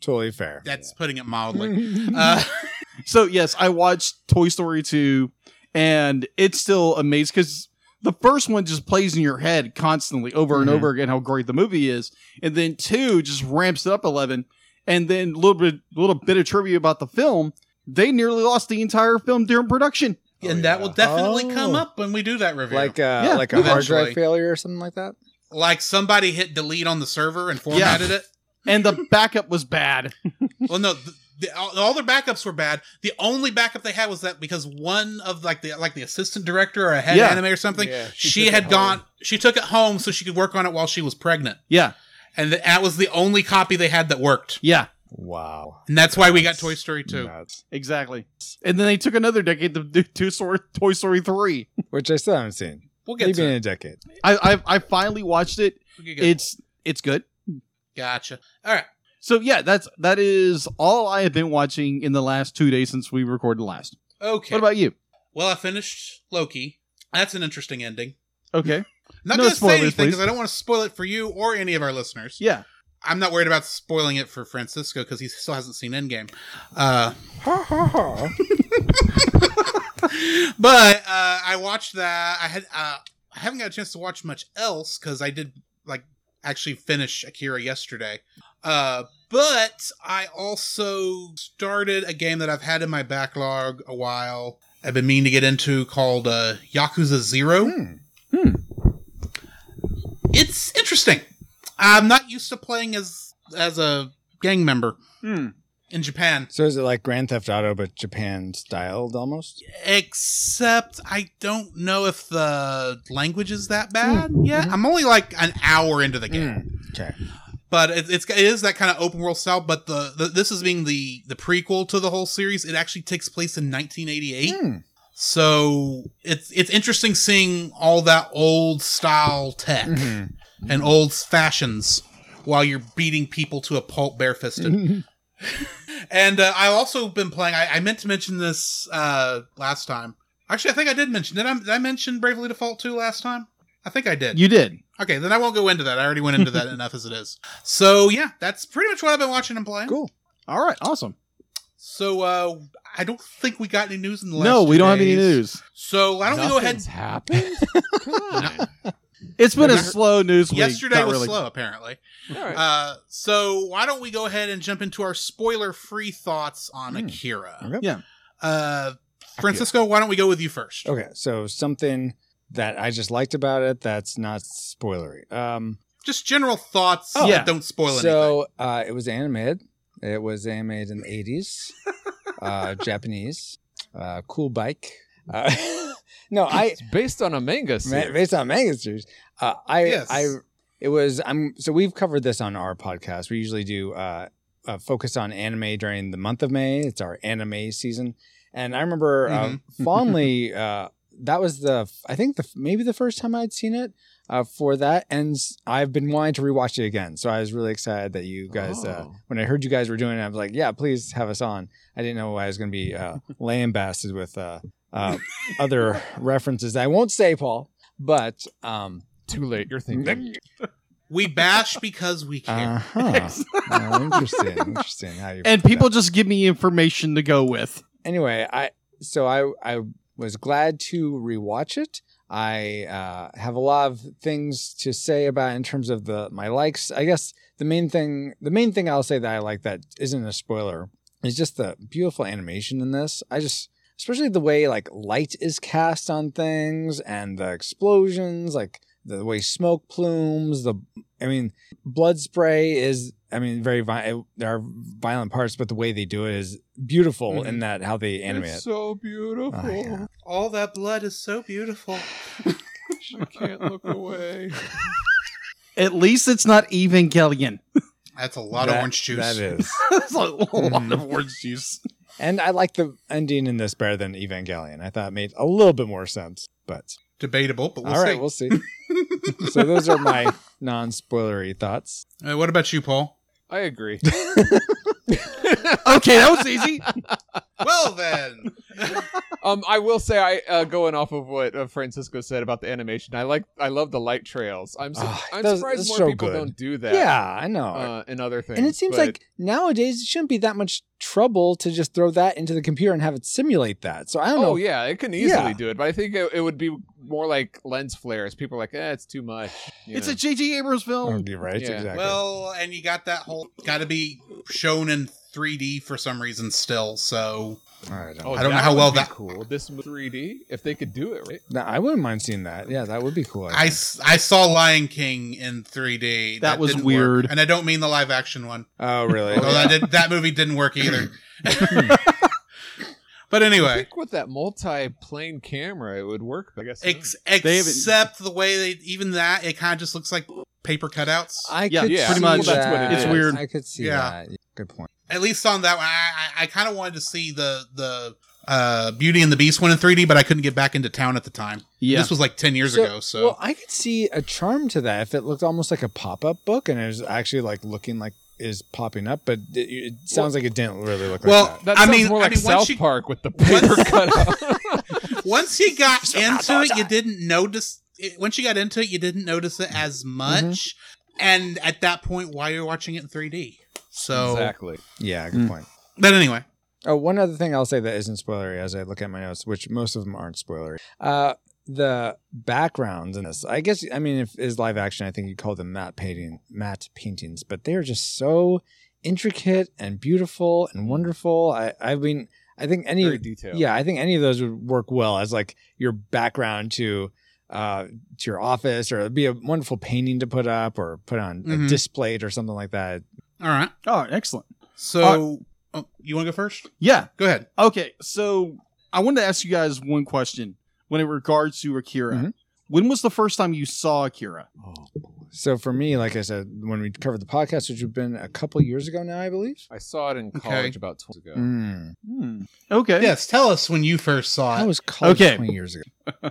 Speaker 3: totally fair.
Speaker 1: That's putting it
Speaker 2: Mm,
Speaker 1: mildly. Uh,
Speaker 2: So yes, I watched Toy Story 2 and it's still amazing because the first one just plays in your head constantly over and
Speaker 3: Mhm.
Speaker 2: over again how great the movie is. And then two just ramps it up eleven. And then a little bit little bit of trivia about the film. They nearly lost the entire film during production.
Speaker 1: and that will
Speaker 3: yeah.
Speaker 1: definitely come
Speaker 3: Oh.
Speaker 1: up when we do that review.
Speaker 3: like uh,
Speaker 2: Yeah,
Speaker 3: like a hard
Speaker 1: eventually.
Speaker 3: drive failure or something like that.
Speaker 1: like somebody hit delete on the server and formatted it.
Speaker 2: And the backup was bad.
Speaker 1: Well, no, th the, all, all their backups were bad. The only backup they had was that because one of like the like the assistant director or a head
Speaker 2: Yeah.
Speaker 1: anime or something,
Speaker 3: Yeah,
Speaker 1: she,
Speaker 3: she took
Speaker 1: had
Speaker 3: it
Speaker 1: gone.
Speaker 3: home.
Speaker 1: She took it home so she could work on it while she was pregnant,
Speaker 2: Yeah.
Speaker 1: and th- that was the only copy they had that worked.
Speaker 2: Yeah,
Speaker 3: Wow.
Speaker 1: And that's why we got
Speaker 3: That's
Speaker 1: Toy Story two.
Speaker 3: Nuts.
Speaker 2: exactly. And then they took another decade to do Toy Story, Toy Story 3.
Speaker 3: Which I still haven't seen.
Speaker 1: We'll get
Speaker 3: Maybe in
Speaker 1: to it.
Speaker 3: a decade.
Speaker 2: I, I I finally watched it.
Speaker 1: We can get-
Speaker 2: It's it's good.
Speaker 1: gotcha. All right.
Speaker 2: So yeah, that's that is all I have been watching in the last two days since we recorded last.
Speaker 1: Okay.
Speaker 2: What about you?
Speaker 1: well, I finished Loki. That's an interesting ending.
Speaker 2: Okay.
Speaker 1: I'm not
Speaker 2: No
Speaker 1: going to say
Speaker 2: spoilers,
Speaker 1: anything
Speaker 2: please.
Speaker 1: because I don't want to spoil it for you or any of our listeners.
Speaker 2: Yeah.
Speaker 1: I'm not worried about spoiling it for Francisco because he still hasn't seen Endgame. Uh,
Speaker 3: Ha ha ha.
Speaker 1: but uh, I watched that. I had uh, I haven't got a chance to watch much else because I did like actually finish Akira yesterday. Uh, but I also started a game that I've had in my backlog a while. I've been meaning to get into called uh, Yakuza Zero.
Speaker 3: Hmm.
Speaker 1: It's interesting. I'm not used to playing as as a gang member in Japan.
Speaker 3: So is it like Grand Theft Auto but Japan styled almost?
Speaker 1: except I don't know if the language is that bad yet. I'm only like an hour into the game,
Speaker 3: Hmm. Okay.
Speaker 1: but it, it's it is that kind of open world style. But the, the this is being the the prequel to the whole series. It actually takes place in 1988,
Speaker 3: Hmm.
Speaker 1: so it's it's interesting seeing all that old style tech
Speaker 3: Mhm.
Speaker 1: and old fashions while you're beating people to a pulp barefisted. And uh, I've also been playing. I, I meant to mention this uh, last time. Actually, I think I did mention. Did I, did I mention Bravely Default 2 last time? I think I did.
Speaker 2: You did.
Speaker 1: okay, then I won't go into that. I already went into that enough as it is. So yeah, that's pretty much what I've been watching and playing.
Speaker 3: Cool.
Speaker 2: All right. Awesome.
Speaker 1: So uh, I don't think we got any news in the last.
Speaker 2: No, we
Speaker 1: two
Speaker 2: don't have any
Speaker 1: days.
Speaker 2: news.
Speaker 1: So why don't we go ahead?
Speaker 4: nothing's happened. Come on.
Speaker 2: It's been a
Speaker 1: Remember-
Speaker 2: slow news week.
Speaker 1: Yesterday
Speaker 2: Not
Speaker 1: was
Speaker 2: really.
Speaker 1: slow, apparently.
Speaker 4: All right.
Speaker 1: Uh, so why don't we go ahead and jump into our spoiler-free thoughts on
Speaker 3: Hmm.
Speaker 1: Akira?
Speaker 3: Okay.
Speaker 1: Uh, Francisco, why don't we go with you first?
Speaker 3: Okay. So something that I just liked about it that's not spoilery. Um
Speaker 1: just general thoughts
Speaker 2: Oh.
Speaker 1: that
Speaker 2: Yeah.
Speaker 1: don't spoil anything.
Speaker 3: so uh, it was animated. It was animated in the 80s, uh, Japanese. Uh, cool bike. Uh, no, I
Speaker 4: it's based on a manga
Speaker 3: ma-
Speaker 4: series.
Speaker 3: based on manga series. Uh, I
Speaker 1: Yes.
Speaker 3: I it was I'm so we've covered this on our podcast. We usually do uh, uh focus on anime during the month of May. It's our anime season, and I remember
Speaker 1: Mhm.
Speaker 3: uh, fondly uh, that was the I think the maybe the first time I'd seen it. Uh, for that, and s- I've been wanting to rewatch it again, so I was really excited that you guys uh,
Speaker 4: Oh.
Speaker 3: when I heard you guys were doing it, I was like, yeah, please have us on. I didn't know I was going to be uh, lambasted with uh, uh, other references. I won't say, Paul, but um,
Speaker 4: Too late. You're thinking.
Speaker 1: we bash because we care.
Speaker 3: uh-huh. Oh, interesting, interesting. How you
Speaker 2: And
Speaker 3: put
Speaker 2: people just give me information to go with.
Speaker 3: that. Anyway, I so I I was glad to rewatch it. I uh, have a lot of things to say about in terms of the my likes. I guess the main thing the main thing I'll say that I like that isn't a spoiler is just the beautiful animation in this. I just especially the way like light is cast on things and the explosions, like the way smoke plumes, the I mean blood spray is I mean very vi- there are violent parts but the way they do it is beautiful in that how they animate
Speaker 4: It's
Speaker 3: it.
Speaker 4: so beautiful.
Speaker 3: Oh, yeah.
Speaker 1: All that blood is so beautiful.
Speaker 4: I can't look away.
Speaker 2: At least it's not Evangelion.
Speaker 1: That's a lot of
Speaker 3: That-
Speaker 1: orange juice.
Speaker 3: That is.
Speaker 2: That's a lot
Speaker 1: Hmm.
Speaker 2: of orange juice.
Speaker 3: And I like the ending in this better than Evangelion. I thought it made a little bit more sense, but
Speaker 1: Debatable, but we'll
Speaker 3: all right,
Speaker 1: see.
Speaker 3: we'll see. so those are my non-spoilery thoughts.
Speaker 1: Uh, what about you, Paul?
Speaker 4: I agree.
Speaker 2: Okay, that was easy.
Speaker 1: well then,
Speaker 4: Um, I will say, I uh, going off of what uh, Francisco said about the animation, I like, I love the light trails. I'm, su-
Speaker 3: Ah,
Speaker 4: I'm
Speaker 3: those-
Speaker 4: surprised
Speaker 3: that's
Speaker 4: more
Speaker 3: so
Speaker 4: people
Speaker 3: good.
Speaker 4: don't do that.
Speaker 3: Yeah, I know.
Speaker 4: uh, and other things.
Speaker 3: and it seems
Speaker 4: but-
Speaker 3: like nowadays it shouldn't be that much trouble to just throw that into the computer and have it simulate that. So I don't
Speaker 4: oh
Speaker 3: know.
Speaker 4: yeah, it can easily
Speaker 3: Yeah.
Speaker 4: do it, but I think it, it would be more like lens flares. People are like, eh, it's too much. you
Speaker 2: It's
Speaker 4: know.
Speaker 2: a J.J. Abrams film.
Speaker 3: You're right.
Speaker 4: Yeah.
Speaker 3: Exactly.
Speaker 1: well, and you got that whole got to be shown in 3D for some reason still. So
Speaker 3: I don't.
Speaker 4: Oh,
Speaker 1: I don't know
Speaker 4: that
Speaker 1: how
Speaker 4: would
Speaker 1: well
Speaker 4: be
Speaker 1: that-
Speaker 4: cool. This was 3D, if they could do it, right?
Speaker 3: No, I wouldn't mind seeing that. Yeah, that would be cool.
Speaker 1: I,
Speaker 3: think.
Speaker 1: s- I saw Lion King in 3D.
Speaker 2: That was
Speaker 1: didn't work.
Speaker 2: weird.
Speaker 1: and I don't mean the live action one.
Speaker 3: oh really?
Speaker 1: Although that did, that movie didn't work either.
Speaker 2: Hmm.
Speaker 1: but
Speaker 4: I
Speaker 1: anyway,
Speaker 4: think with that multi-plane camera, it would work. I guess.
Speaker 1: ex-
Speaker 2: Hmm. They haven't-
Speaker 1: except the way they even that it kind of just looks like paper cutouts.
Speaker 3: I
Speaker 2: Yeah,
Speaker 3: could
Speaker 4: yeah,
Speaker 3: see
Speaker 2: pretty much.
Speaker 4: Well, that's what
Speaker 3: that.
Speaker 4: it
Speaker 2: It's is. weird.
Speaker 3: I could see
Speaker 1: Yeah.
Speaker 3: that. Good point.
Speaker 1: At least on that one, I I, I kind of wanted to see the the uh Beauty and the Beast one in 3D, but I couldn't get back into town at the time.
Speaker 2: Yeah.
Speaker 1: This was like 10 years ago, so
Speaker 3: well, I could see a charm to that if it looked almost like a pop-up book and it was actually like looking like is popping up, but it, it sounds like it didn't really look like
Speaker 1: Well,
Speaker 3: that.
Speaker 4: that
Speaker 1: I
Speaker 4: sounds
Speaker 1: mean-
Speaker 4: more
Speaker 1: I
Speaker 4: like
Speaker 1: mean, once
Speaker 4: South
Speaker 1: you-
Speaker 4: Park with the paper
Speaker 1: once-
Speaker 4: cutout.
Speaker 1: once you got into it, you didn't notice. It, once you got into it, you didn't notice it as much. And at that point, why you're watching it in 3D? So, Hmm.
Speaker 4: exactly.
Speaker 3: Yeah, good
Speaker 2: Mm.
Speaker 3: point.
Speaker 1: but anyway,
Speaker 3: Oh, one other thing I'll say that isn't spoilery as I look at my notes, which most of them aren't spoilery. Uh, the backgrounds in this, I guess, I mean, if is live action, I think you call them matte painting, matte paintings, but they are just so intricate and beautiful and wonderful. I, I mean, I think any
Speaker 4: Very detailed.
Speaker 3: Yeah, I think any of those would work well as like your background to uh to your office or it'd be a wonderful painting to put up or put on
Speaker 1: Mhm.
Speaker 2: Mm-hmm.
Speaker 3: a display or something like that.
Speaker 1: all right.
Speaker 2: Oh, excellent.
Speaker 1: So, oh, you want to go first?
Speaker 2: Yeah.
Speaker 1: Go ahead.
Speaker 2: Okay, so I wanted to ask you guys one question when it regards to Akira.
Speaker 3: Mhm.
Speaker 2: When was the first time you saw Akira?
Speaker 3: So for me, like I said, when we covered the podcast, which have been a couple years ago now, I believe.
Speaker 4: I saw it in
Speaker 1: Okay.
Speaker 4: college about 20 ago.
Speaker 3: Mm.
Speaker 2: Hmm. Okay.
Speaker 1: Yes, tell us when you first
Speaker 3: I
Speaker 1: saw it.
Speaker 3: was college
Speaker 2: Okay.
Speaker 3: twenty years ago.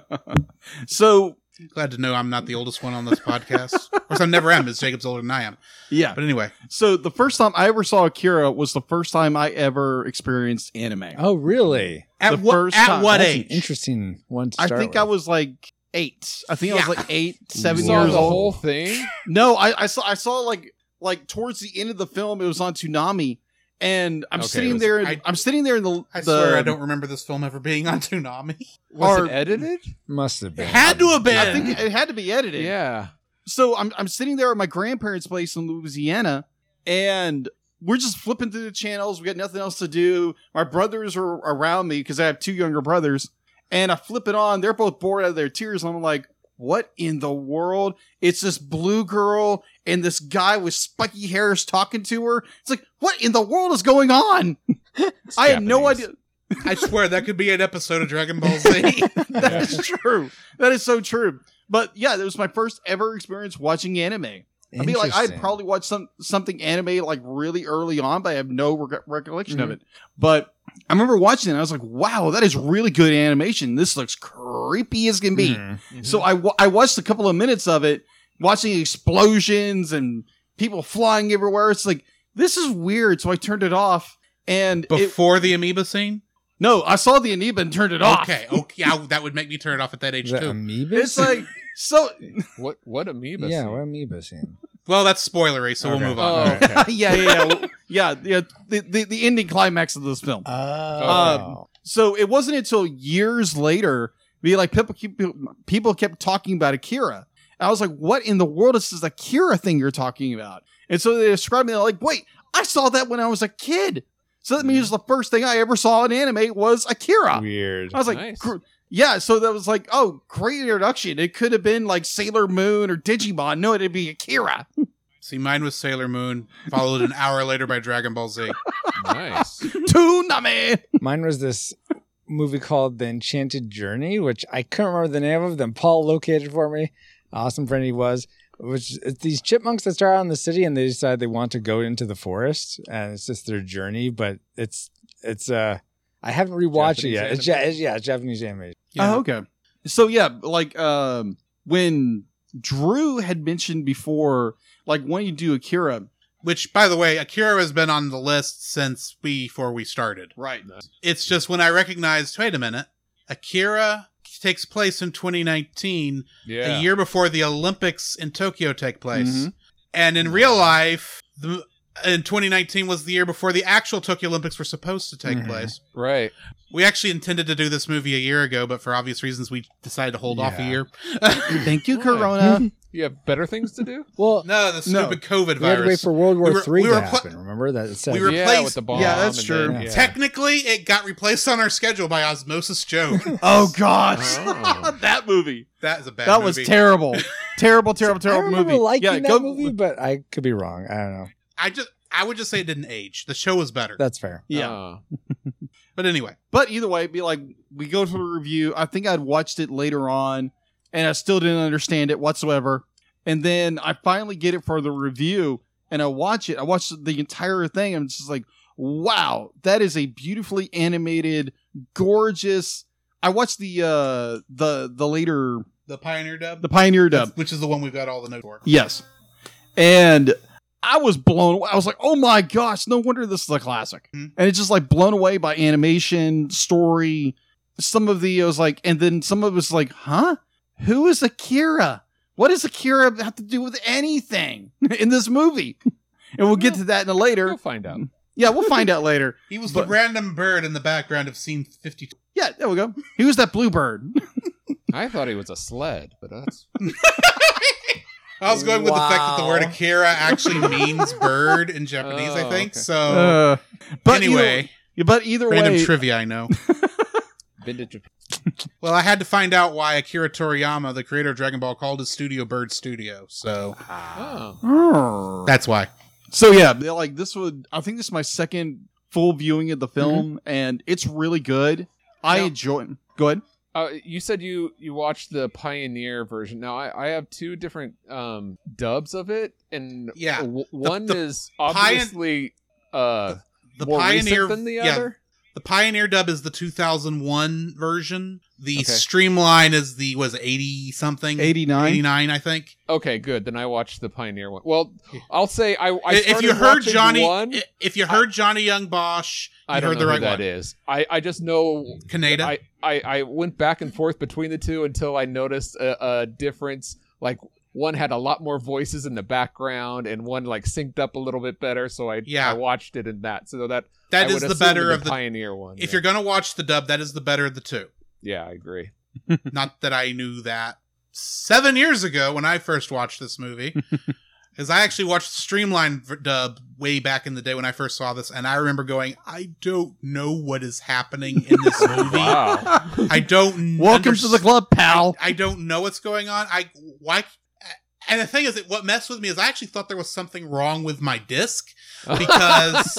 Speaker 2: So
Speaker 1: Glad to know I'm not the oldest one on this podcast. of course, I never am, as Jacob's older than I am.
Speaker 2: yeah.
Speaker 1: But anyway,
Speaker 2: So the first time I ever saw Akira was the first time I ever experienced anime.
Speaker 3: Oh, really?
Speaker 1: at
Speaker 2: The
Speaker 1: what
Speaker 2: first
Speaker 1: at
Speaker 2: time.
Speaker 1: what
Speaker 3: That's an
Speaker 1: age?
Speaker 3: interesting one to
Speaker 2: I
Speaker 3: start
Speaker 2: think
Speaker 3: with.
Speaker 2: I was like eight. I think I
Speaker 1: Yeah.
Speaker 2: was like eight, seven
Speaker 4: You
Speaker 3: Wow.
Speaker 4: saw
Speaker 2: years
Speaker 4: the
Speaker 2: old.
Speaker 4: whole thing.
Speaker 2: No, I, I saw I saw like like towards the end of the film it was on Toonami and I'm
Speaker 4: Okay, it
Speaker 2: sitting
Speaker 4: was-
Speaker 2: there
Speaker 1: I-
Speaker 2: I, am sitting there in the
Speaker 1: I
Speaker 2: the-
Speaker 1: swear I don't remember this film ever being on Toonami.
Speaker 4: Was
Speaker 2: Or-
Speaker 4: it edited?
Speaker 3: must have been
Speaker 1: had to have been.
Speaker 2: I think it had to be edited.
Speaker 4: Yeah.
Speaker 2: so I'm I'm sitting there at my grandparents' place in Louisiana, and we're just flipping through the channels. We got nothing else to do. My brothers are around me because I have two younger brothers, and I flip it on. They're both bored out of their tears. I'm like, what in the world? It's this blue girl and this guy with spiky hair is talking to her. It's like, what in the world is going on? I had no
Speaker 4: Japanese.
Speaker 2: idea.
Speaker 1: I swear that could be an episode of Dragon Ball Z.
Speaker 2: That is true. That is so true. But yeah, that was my first ever experience watching anime. I mean, like I'd
Speaker 3: Interesting.
Speaker 2: probably watched some something anime like really early on, but I have no rec- recollection of
Speaker 3: Mhm.
Speaker 2: it. But I remember watching it, and I was like, "Wow, that is really good animation. This looks creepy as can be."
Speaker 3: Mhm.
Speaker 1: Mm-hmm.
Speaker 2: So I wa- I watched a couple of minutes of it, watching explosions and people flying everywhere. It's like this is weird, so I turned it off. And it,
Speaker 1: Before the amoeba scene?
Speaker 2: no, I saw the amoeba and turned it off.
Speaker 1: Okay, okay, I, that would make me turn it off at that age
Speaker 3: The
Speaker 1: too.
Speaker 3: amoeba.
Speaker 2: it's like so.
Speaker 4: What what amoeba?
Speaker 3: yeah,
Speaker 4: scene?
Speaker 3: what amoeba scene?
Speaker 1: Well, that's spoilery, so
Speaker 3: Okay.
Speaker 1: we'll move
Speaker 4: Oh,
Speaker 1: on.
Speaker 4: okay.
Speaker 2: yeah, yeah, yeah, yeah. yeah the, the the ending climax of this film.
Speaker 3: Oh,
Speaker 2: Um, So it wasn't until years later be like people keep, people kept talking about Akira. And I was like, what in the world is this Akira thing you're talking about? And so they described me they're like, wait, I saw that when I was a kid. So that means the first thing I ever saw in anime was Akira.
Speaker 3: Weird.
Speaker 2: I was like,
Speaker 4: Nice.
Speaker 2: gr- yeah. So that was like, oh, great introduction. It could have been like Sailor Moon or Digimon. No, it'd be Akira.
Speaker 1: See, mine was Sailor Moon, followed an hour later by Dragon Ball Z.
Speaker 4: nice.
Speaker 2: Toonami.
Speaker 3: Mine was this movie called The Enchanted Journey, which I couldn't remember the name of. Then Paul located for me. Awesome friend he was. Which it's these chipmunks that start out in the city and they decide they want to go into the forest, and it's just their journey. But it's it's uh I haven't rewatched it
Speaker 4: Japanese
Speaker 3: yet. It's, ja- it's- yeah, it's Japanese anime.
Speaker 1: Yeah.
Speaker 2: Oh, okay. So yeah, like um, when Drew had mentioned before, like when you do Akira,
Speaker 1: Which, by the way, Akira has been on the list since before we started.
Speaker 2: right?
Speaker 1: It's just when I recognized, wait a minute, Akira takes place in 2019,
Speaker 4: Yeah.
Speaker 1: a year before the Olympics in Tokyo take place.
Speaker 3: Mm-hmm.
Speaker 2: Mhm.
Speaker 1: And in real life, the, in 2019 was the year before the actual Tokyo Olympics were supposed to take
Speaker 3: Mhm.
Speaker 1: place.
Speaker 4: Right.
Speaker 1: We actually intended to do this movie a year ago, but for obvious reasons, we decided to hold off a
Speaker 3: Yeah.
Speaker 1: year.
Speaker 2: Thank you,
Speaker 4: Yeah.
Speaker 2: Corona.
Speaker 4: You have better things to do?
Speaker 3: Well,
Speaker 1: no, the
Speaker 2: No.
Speaker 1: stupid COVID
Speaker 3: we had to wait
Speaker 1: virus.
Speaker 3: for World War
Speaker 1: We were-
Speaker 3: Three
Speaker 1: we
Speaker 3: to
Speaker 1: were pla-
Speaker 3: happen. remember that? It said,
Speaker 1: We were-
Speaker 4: yeah,
Speaker 1: replaced-
Speaker 4: with the bomb.
Speaker 2: Yeah, that's
Speaker 4: and
Speaker 2: true.
Speaker 4: then- yeah.
Speaker 1: Technically, it got replaced on our schedule by Osmosis Joe.
Speaker 2: oh gosh,
Speaker 4: Oh.
Speaker 2: that movie.
Speaker 1: that is a bad
Speaker 2: that
Speaker 1: movie.
Speaker 2: was terrible, terrible, terrible,
Speaker 3: I
Speaker 2: terrible
Speaker 3: remember
Speaker 2: movie.
Speaker 3: liking
Speaker 2: yeah,
Speaker 3: that
Speaker 2: go-
Speaker 3: movie, but I could be wrong. I don't know.
Speaker 1: I just I would just say it didn't age. The show was better.
Speaker 3: That's fair.
Speaker 2: Yeah,
Speaker 4: Oh.
Speaker 1: But anyway,
Speaker 2: But either way, it'd be like we go to a review. I think I'd watched it later on, and I still didn't understand it whatsoever. And then I finally get it for the review, and I watch it. I watch the entire thing. I'm just like, wow, that is a beautifully animated, gorgeous. I watched the uh the the later
Speaker 1: the Pioneer Dub,
Speaker 2: the Pioneer
Speaker 1: That's-
Speaker 2: dub.
Speaker 1: which is the one we've got all the notes for.
Speaker 2: Yes, and I was blown. away. I was like, oh my gosh, no wonder this is a classic.
Speaker 1: Mhm.
Speaker 2: And it's just like blown away by animation, story. Some of the I was like, and then some of it was like, huh? Who is Akira? What does Akira have to do with anything in this movie? And we'll get to that in a
Speaker 4: We'll
Speaker 2: later.
Speaker 4: find out.
Speaker 2: Yeah, we'll find out later.
Speaker 1: He was
Speaker 2: But-
Speaker 1: the random bird in the background of scene fifty-two.
Speaker 2: Yeah, there we go. He was that bluebird.
Speaker 4: I thought he was a sled, but that's
Speaker 1: I was going with the fact that the word
Speaker 3: Wow.
Speaker 1: Akira actually means bird in Japanese. I
Speaker 4: Oh,
Speaker 1: think
Speaker 4: okay.
Speaker 1: so.
Speaker 2: Uh, but
Speaker 1: anyway,
Speaker 2: either, but either
Speaker 1: random
Speaker 2: way,
Speaker 1: trivia. I know.
Speaker 4: been to Japan.
Speaker 1: well, I had to find out why Akira Toriyama, the creator of Dragon Ball, called his studio Bird Studio. So Ah.
Speaker 4: Oh.
Speaker 2: Oh.
Speaker 1: that's why.
Speaker 2: So yeah, they're like this would I think this is my second full viewing of the film and it's really good. I
Speaker 1: Now-
Speaker 2: enjoy it. Go ahead.
Speaker 4: Uh, you said you you watched the Pioneer version. Now I, I have two different um, dubs of it, and
Speaker 1: Yeah.
Speaker 4: w- one
Speaker 1: the
Speaker 4: is
Speaker 1: Pion-
Speaker 4: obviously uh,
Speaker 1: The
Speaker 4: more
Speaker 1: Pioneer
Speaker 4: recent than the
Speaker 1: yeah,
Speaker 4: other.
Speaker 1: The Pioneer dub is the 2001 version. The
Speaker 4: Okay.
Speaker 1: Streamline is the was 80 something
Speaker 2: 89.
Speaker 1: 89 I think.
Speaker 4: Okay, good. Then I watched the Pioneer one. Well,
Speaker 1: Yeah.
Speaker 4: I'll say I, I
Speaker 1: if
Speaker 4: started
Speaker 1: you heard
Speaker 4: watching
Speaker 1: Johnny
Speaker 4: one,
Speaker 1: i- if you heard Johnny Young Bosch, you
Speaker 4: I don't
Speaker 1: heard
Speaker 4: know
Speaker 1: the
Speaker 4: who
Speaker 1: right
Speaker 4: that
Speaker 1: one.
Speaker 4: is. I I just know
Speaker 1: Kaneda.
Speaker 4: I, I, I went back and forth between the two until I noticed a, a difference. Like one had a lot more voices in the background, and one like synced up a little bit better. So I
Speaker 1: Yeah.
Speaker 4: I watched it in that. So that I
Speaker 1: that
Speaker 4: would
Speaker 1: is the
Speaker 4: assume
Speaker 1: better
Speaker 4: in
Speaker 1: of the
Speaker 4: pioneer one.
Speaker 1: If
Speaker 4: yeah.
Speaker 1: you're going to watch the dub, that is the better of the two.
Speaker 4: yeah, I agree.
Speaker 1: Not that I knew that 7 years ago when I first watched this movie. Cuz I actually watched the Streamline v- dub way back in the day when I first saw this and I remember going, I don't know what is happening in this movie.
Speaker 4: Wow.
Speaker 1: I don't
Speaker 2: Welcome to
Speaker 1: underst-
Speaker 2: the club, pal.
Speaker 1: I don't know what's going on. I why and the thing is that what messed with me is I actually thought there was something wrong with my disc because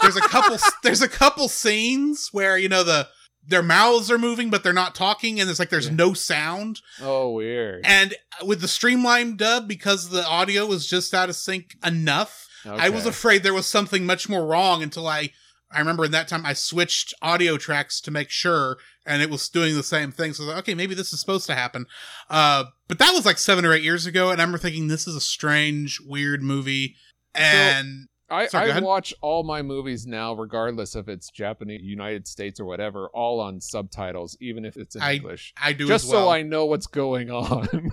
Speaker 1: there's a couple there's a couple scenes where you know the their mouths are moving but they're not talking and it's like there's
Speaker 4: Yeah.
Speaker 1: no sound
Speaker 4: oh, weird.
Speaker 1: and with the streamlined dub because the audio was just out of sync enough I was
Speaker 4: Okay.
Speaker 1: afraid there was something much more wrong until I I remember in that time I switched audio tracks to make sure and it was doing the same thing. So I was like, okay, maybe this is supposed to happen. Uh but that was like seven or eight years ago, and I remember thinking this is a strange, weird movie. And
Speaker 4: I,
Speaker 1: Sorry, go
Speaker 4: I
Speaker 1: ahead.
Speaker 4: watch all my movies now, regardless if it's Japanese, United States, or whatever, all on subtitles, even if it's in
Speaker 1: I-
Speaker 4: English.
Speaker 1: I do
Speaker 4: Just
Speaker 1: as well.
Speaker 4: so I know what's going on.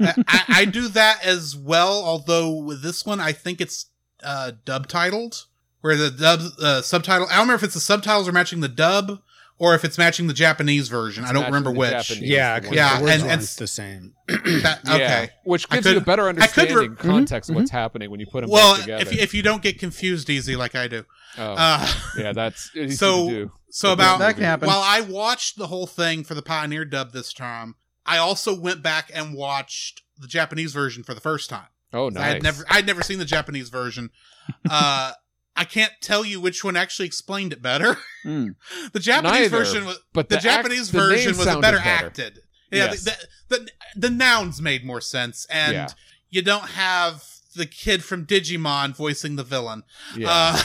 Speaker 1: I, I, I do that as well, although with this one I think it's uh dub titled. Where the dub uh, subtitle I don't remember if it's the subtitles are matching the dub or if it's matching the Japanese version. I don't
Speaker 4: matching
Speaker 1: remember
Speaker 4: the
Speaker 1: which.
Speaker 4: Japanese
Speaker 3: Yeah,
Speaker 4: one.
Speaker 3: 'cause
Speaker 1: Yeah,
Speaker 3: the words
Speaker 1: and-
Speaker 3: are
Speaker 1: and-
Speaker 3: the same.
Speaker 1: That-
Speaker 4: Yeah,
Speaker 1: okay.
Speaker 4: which
Speaker 1: I
Speaker 4: gives
Speaker 1: could-
Speaker 4: you a better
Speaker 1: I could re- mm-hmm,
Speaker 4: understanding context of what's happening when you put them
Speaker 1: Well,
Speaker 4: both together.
Speaker 1: if, if you don't get confused easy like I do.
Speaker 4: oh,
Speaker 1: Uh,
Speaker 4: yeah, that's easy
Speaker 1: so-
Speaker 4: to do.
Speaker 1: so about
Speaker 2: That can happen.
Speaker 1: While I watched the whole thing for the Pioneer dub this time, I also went back and watched the Japanese version for the first time.
Speaker 4: Oh,
Speaker 1: I
Speaker 4: nice.
Speaker 1: had never I'd never seen the Japanese version. Uh I can't tell you which one actually explained it better.
Speaker 2: Mm.
Speaker 1: The Japanese
Speaker 4: Neither,
Speaker 1: version was
Speaker 4: but
Speaker 1: the,
Speaker 4: the act-
Speaker 1: Japanese
Speaker 4: the name
Speaker 1: version was
Speaker 4: sounded
Speaker 1: better,
Speaker 4: better.
Speaker 1: acted. Yeah,
Speaker 4: Yes.
Speaker 1: the, the, the the nouns made more sense and
Speaker 4: Yeah.
Speaker 1: you don't have the kid from Digimon voicing the villain.
Speaker 4: Yeah.
Speaker 1: Uh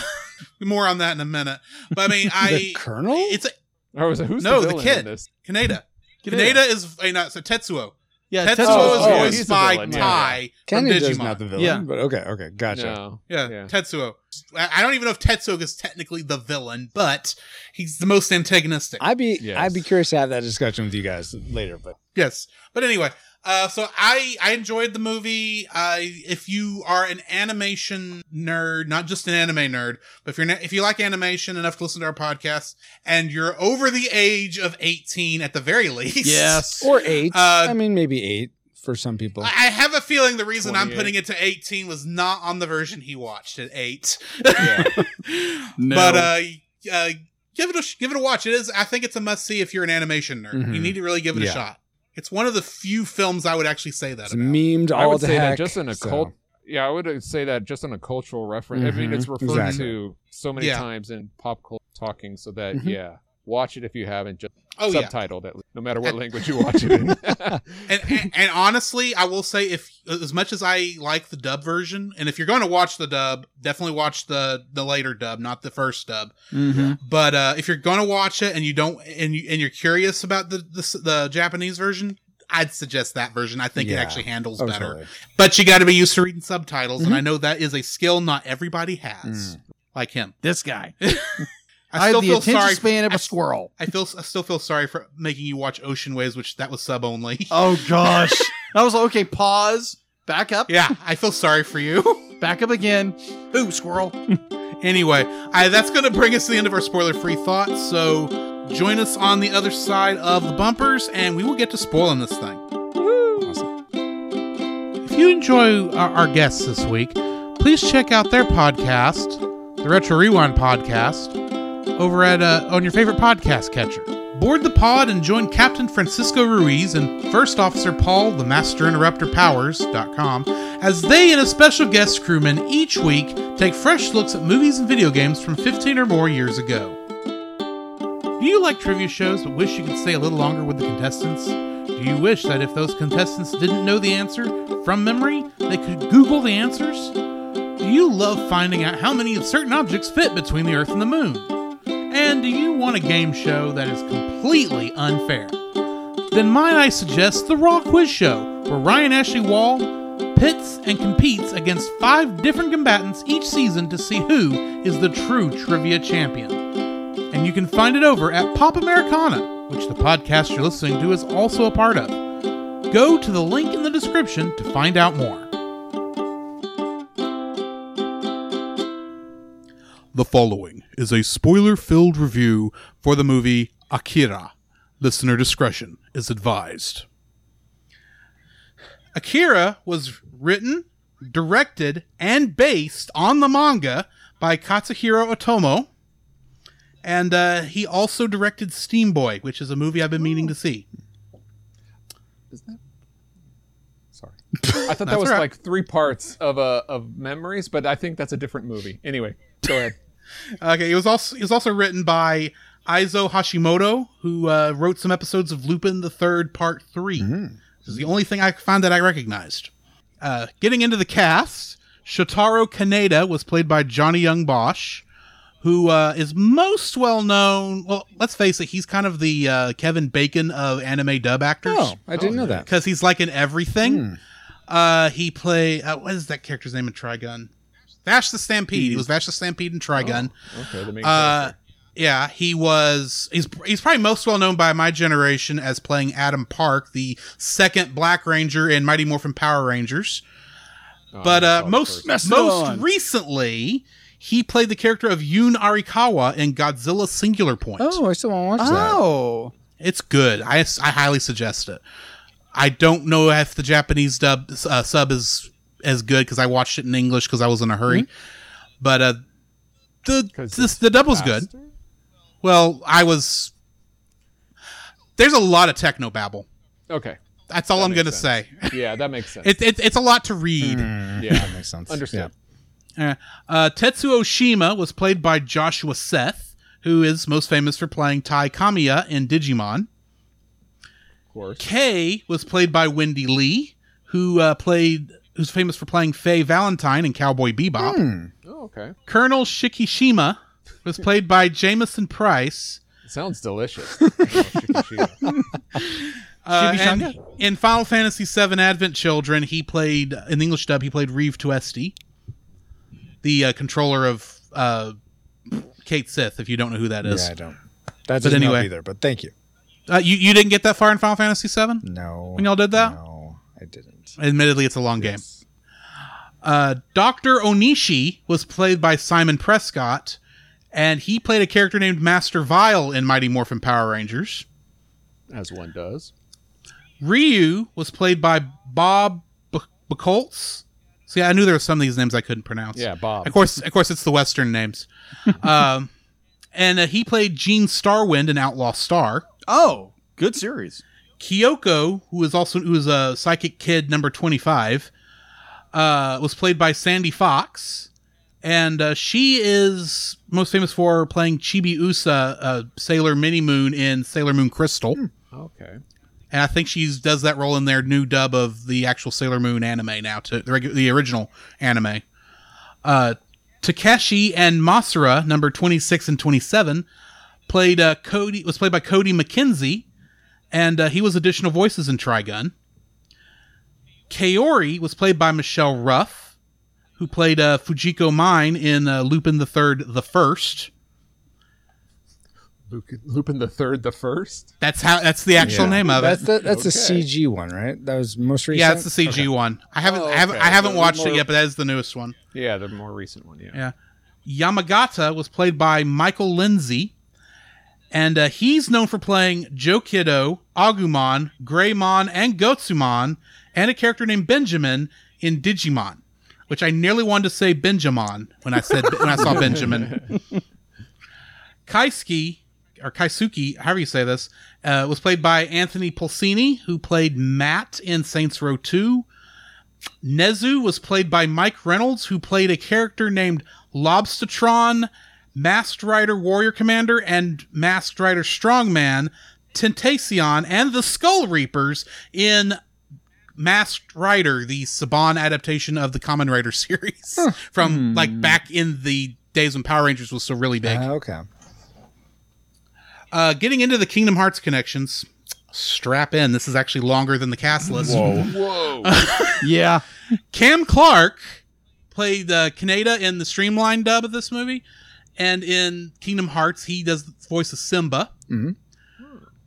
Speaker 1: more on that in a minute. But I mean, I
Speaker 3: the Colonel?
Speaker 1: it's a,
Speaker 4: or was it who's
Speaker 1: no, the
Speaker 4: the, villain
Speaker 1: kid.
Speaker 4: In this?
Speaker 1: Kaneda.
Speaker 2: Kaneda.
Speaker 1: Kaneda, is uh, not so Tetsuo.
Speaker 2: Yeah,
Speaker 1: Tetsuo
Speaker 3: Tetsuo,
Speaker 1: is
Speaker 3: oh, yeah,
Speaker 1: voiced
Speaker 4: he's the
Speaker 1: by
Speaker 4: villain, yeah.
Speaker 1: Tai from
Speaker 3: Canada's
Speaker 1: Digimon.
Speaker 3: not the villain,
Speaker 2: Yeah.
Speaker 3: but okay, okay, gotcha.
Speaker 4: No.
Speaker 1: Yeah,
Speaker 4: Yeah.
Speaker 1: Tetsuo. I I don't even know if Tetsuo is technically the villain, but he's the most antagonistic.
Speaker 3: I'd be
Speaker 4: Yes.
Speaker 3: I'd be curious to have that discussion with you guys later, but
Speaker 1: yes, but anyway, uh, so I I enjoyed the movie. Uh, if you are an animation nerd, not just an anime nerd, but if you're not, if you like animation enough to listen to our podcast, and you're over the age of eighteen at the very least,
Speaker 2: Yes.
Speaker 3: or eight.
Speaker 1: Uh,
Speaker 3: I mean, maybe eight for some people.
Speaker 1: I I have a feeling the reason I'm
Speaker 4: 28.
Speaker 1: putting it to 18 was not on the version he watched at eight.
Speaker 4: Yeah.
Speaker 2: No.
Speaker 1: But uh, uh, give it a sh- give it a watch. It is. I think it's a must see if you're an animation nerd. You
Speaker 3: Mhm.
Speaker 1: need to really give it a
Speaker 3: Yeah.
Speaker 1: shot. It's one of the few films I would actually say that
Speaker 3: it's
Speaker 1: about.
Speaker 3: memed all
Speaker 4: I would
Speaker 3: to
Speaker 4: say
Speaker 3: heck,
Speaker 4: that just in a
Speaker 3: so-
Speaker 4: cult. Yeah, I would say that just on a cultural reference. I mean,
Speaker 3: Mhm,
Speaker 4: it's referred
Speaker 3: exactly.
Speaker 4: to so many
Speaker 1: Mm-hmm. Yeah. Mm-hmm.
Speaker 4: times in pop culture talking, so that
Speaker 3: Mhm.
Speaker 4: yeah, watch it if you haven't. Just
Speaker 1: oh yeah.
Speaker 4: subtitled at least, no matter what language you watch it in.
Speaker 1: And, and and honestly, I will say if as much as I like the dub version, and if you're going to watch the dub, definitely watch the the later dub, not the first dub.
Speaker 2: mhm.
Speaker 1: But uh, if you're gonna watch it and you don't and you and you're curious about the the, s- the Japanese version, I'd suggest that version. I think it
Speaker 3: Yeah.
Speaker 1: actually handles
Speaker 3: Oh,
Speaker 1: better.
Speaker 3: totally.
Speaker 1: But you got to be used to reading subtitles, and
Speaker 2: Mm-hmm.
Speaker 3: Mhm.
Speaker 1: I know that is a skill not everybody has, like him.
Speaker 2: This guy. Mm. I,
Speaker 1: I still
Speaker 2: have the
Speaker 1: feel
Speaker 2: attention
Speaker 1: sorry.
Speaker 2: span of
Speaker 1: I-
Speaker 2: a squirrel.
Speaker 1: I feel I still feel sorry for making you watch Ocean Waves, which that was sub only.
Speaker 2: Oh gosh. I was like, okay, pause. Back up.
Speaker 1: yeah, I feel sorry for you.
Speaker 2: Back up again. Ooh, squirrel.
Speaker 1: anyway, I, that's gonna bring us to the end of our spoiler free thoughts. So join us on the other side of the bumpers, and we will get to spoiling this thing. If you enjoy our, our guests this week, please check out their podcast, the Retro Rewind Podcast, over at uh, on your favorite podcast catcher. Board the pod and join Captain Francisco Ruiz and First Officer Paul, the Master Interrupter Powers.com, as they and a special guest crewman each week take fresh looks at movies and video games from 15 or more years ago. Do you like trivia shows but wish you could stay a little longer with the contestants? Do you wish that if those contestants didn't know the answer from memory, they could Google the answers? Do you love finding out how many of certain objects fit between the Earth and the Moon? And do you want a game show that is completely unfair? Then might I suggest the Raw Quiz Show, where Ryan Ashley Wall pits and competes against five different combatants each season to see who is the true trivia champion and you can find it over at Pop Americana, which the podcast you're listening to is also a part of. Go to the link in the description to find out more. The following is a spoiler filled review for the movie Akira. Listener discretion is advised. Akira was written, directed, and based on the manga by Katsuhiro Otomo, and uh, he also directed Steamboy, which is a movie I've been meaning to see.
Speaker 4: Sorry, I thought that was like three parts of a of memories, but I think that's a different movie. Anyway, go ahead.
Speaker 1: Okay, it was also it was also written by Aizo Hashimoto, who uh, wrote some episodes of Lupin the Third Part 3 This is the only thing I could find that I recognized. Uh, getting into the cast, Shotaro Kaneda was played by Johnny Young Bosch, who uh, is most well known. Well, let's face it, he's kind of the uh, Kevin Bacon of anime dub actors.
Speaker 3: Oh, I didn't know that.
Speaker 1: because he's like in everything. Uh, he play uh, what is that character's name in Trigun? Vash the Stampede. He was Vash the Stampede in Trigun.
Speaker 4: Okay, the main
Speaker 1: uh,
Speaker 4: character.
Speaker 1: yeah, he was. He's he's probably most well known by my generation as playing Adam Park, the second Black Ranger in Mighty Morphin Power Rangers.
Speaker 4: Oh,
Speaker 1: But
Speaker 4: I
Speaker 1: uh,
Speaker 4: saw the
Speaker 1: most
Speaker 4: first.
Speaker 2: Messing
Speaker 1: most
Speaker 2: on.
Speaker 1: recently, He played the character of Yun Arikawa in Godzilla Singular Point.
Speaker 3: Oh, I still want to watch that.
Speaker 2: Oh,
Speaker 1: It's good. I, I highly suggest it. I don't know if the Japanese dub uh, sub is as good because I watched it in English because I was in a hurry. But uh, the
Speaker 4: Mm-hmm. 'Cause
Speaker 1: this,
Speaker 4: it's
Speaker 1: the dub was good.
Speaker 4: Faster?
Speaker 1: Well, I was. There's a lot of techno babble.
Speaker 4: Okay.
Speaker 1: That's all I'm
Speaker 4: makes
Speaker 1: gonna
Speaker 4: sense. Mm.
Speaker 1: say.
Speaker 4: Yeah, that makes sense.
Speaker 1: It, it, it's a lot to read.
Speaker 4: yeah.
Speaker 3: Makes sense.
Speaker 4: Understood.
Speaker 1: Uh, uh, Tetsuo Shima was played by Joshua Seth, who is most famous for playing Tai Kamiya in Digimon.
Speaker 4: Of course.
Speaker 1: Kay was played by Wendy Lee, who uh, played who's famous for playing Faye Valentine in Cowboy Bebop.
Speaker 4: Oh, okay.
Speaker 1: Colonel Shikishima was played by Jameson Price.
Speaker 4: Sounds delicious.
Speaker 1: Uh, and
Speaker 3: Shibishanga?
Speaker 1: in Final Fantasy VII Advent Children, he played in the English dub. He played Reeve Tuesti, the uh, controller of uh, Kate Sith. If you don't know who that
Speaker 3: Yeah,
Speaker 1: is,
Speaker 3: I don't. That doesn't
Speaker 1: anyway.
Speaker 3: help either. But thank you.
Speaker 1: uh, you you didn't get that far in Final Fantasy VII.
Speaker 3: No.
Speaker 1: When y'all did that?
Speaker 3: No, I didn't.
Speaker 1: Admittedly, it's a long game. Uh, Doctor Onishi was played by Simon Prescott, and he played a character named Master Vile in Mighty Morphin Power Rangers.
Speaker 4: As one does.
Speaker 1: Ryu was played by Bob B- Buchholz. See, I knew there were some of these names I couldn't pronounce.
Speaker 4: Yeah, Bob.
Speaker 1: Of course, of course, it's the Western names. um, and uh, he played Gene Starwind in Outlaw Star.
Speaker 2: oh, good series.
Speaker 1: Kyoko, who is also who is a psychic kid number twenty five, uh, was played by Sandy Fox, and uh, she is most famous for playing Chibi Usa, uh, Sailor Mini Moon in Sailor Moon Crystal,
Speaker 4: Okay.
Speaker 1: and I think she does that role in their new dub of the actual Sailor Moon anime now, to the, regu- the original anime. Uh, Takeshi and Masura, number twenty six and twenty seven, played uh, Cody was played by Cody McKenzie and uh, he was additional voices in Trigun. Kaori was played by Michelle Ruff, who played uh, Fujiko Mine in uh, Lupin the Third, the First.
Speaker 4: Luke, Lupin the Third, the First.
Speaker 1: That's how. That's the actual
Speaker 3: Yeah.
Speaker 1: name of
Speaker 3: That's
Speaker 1: it.
Speaker 3: the, that's
Speaker 4: Okay.
Speaker 3: the CG one, right? That was most recent.
Speaker 1: yeah, it's the CG one. I haven't,
Speaker 4: Oh,
Speaker 1: I haven't,
Speaker 4: okay.
Speaker 1: I haven't
Speaker 4: The
Speaker 1: watched it
Speaker 4: more-
Speaker 1: yet, but that is the newest one.
Speaker 4: Yeah, the more recent one. Yeah.
Speaker 1: Yeah. Yamagata was played by Michael Lindsay, and uh, he's known for playing Joe Kiddo, Agumon, Greymon, and Gotsumon, and a character named Benjamin in Digimon, which I nearly wanted to say Benjamin when I said when I saw Benjamin. Kaisuke or Kaisuke, however you say this, uh, was played by Anthony Pulsini, who played Matt in Saints Row 2. Nezu was played by Mike Reynolds, who played a character named Lobstatron, Masked Rider Warrior Commander, and Masked Rider Strongman, Tentacion, and the Skull Reapers in Masked Rider, the Saban adaptation of the Common Rider series from like back in the days when Power Rangers was still really big.
Speaker 3: Ah, okay.
Speaker 1: Uh, getting into the Kingdom Hearts connections, strap in. This is actually longer than the cast list.
Speaker 4: Whoa.
Speaker 2: Yeah.
Speaker 1: Cam Clark played uh, Kaneda in the Streamline dub of this movie, and in Kingdom Hearts, he does the voice of Simba.
Speaker 3: Mhm.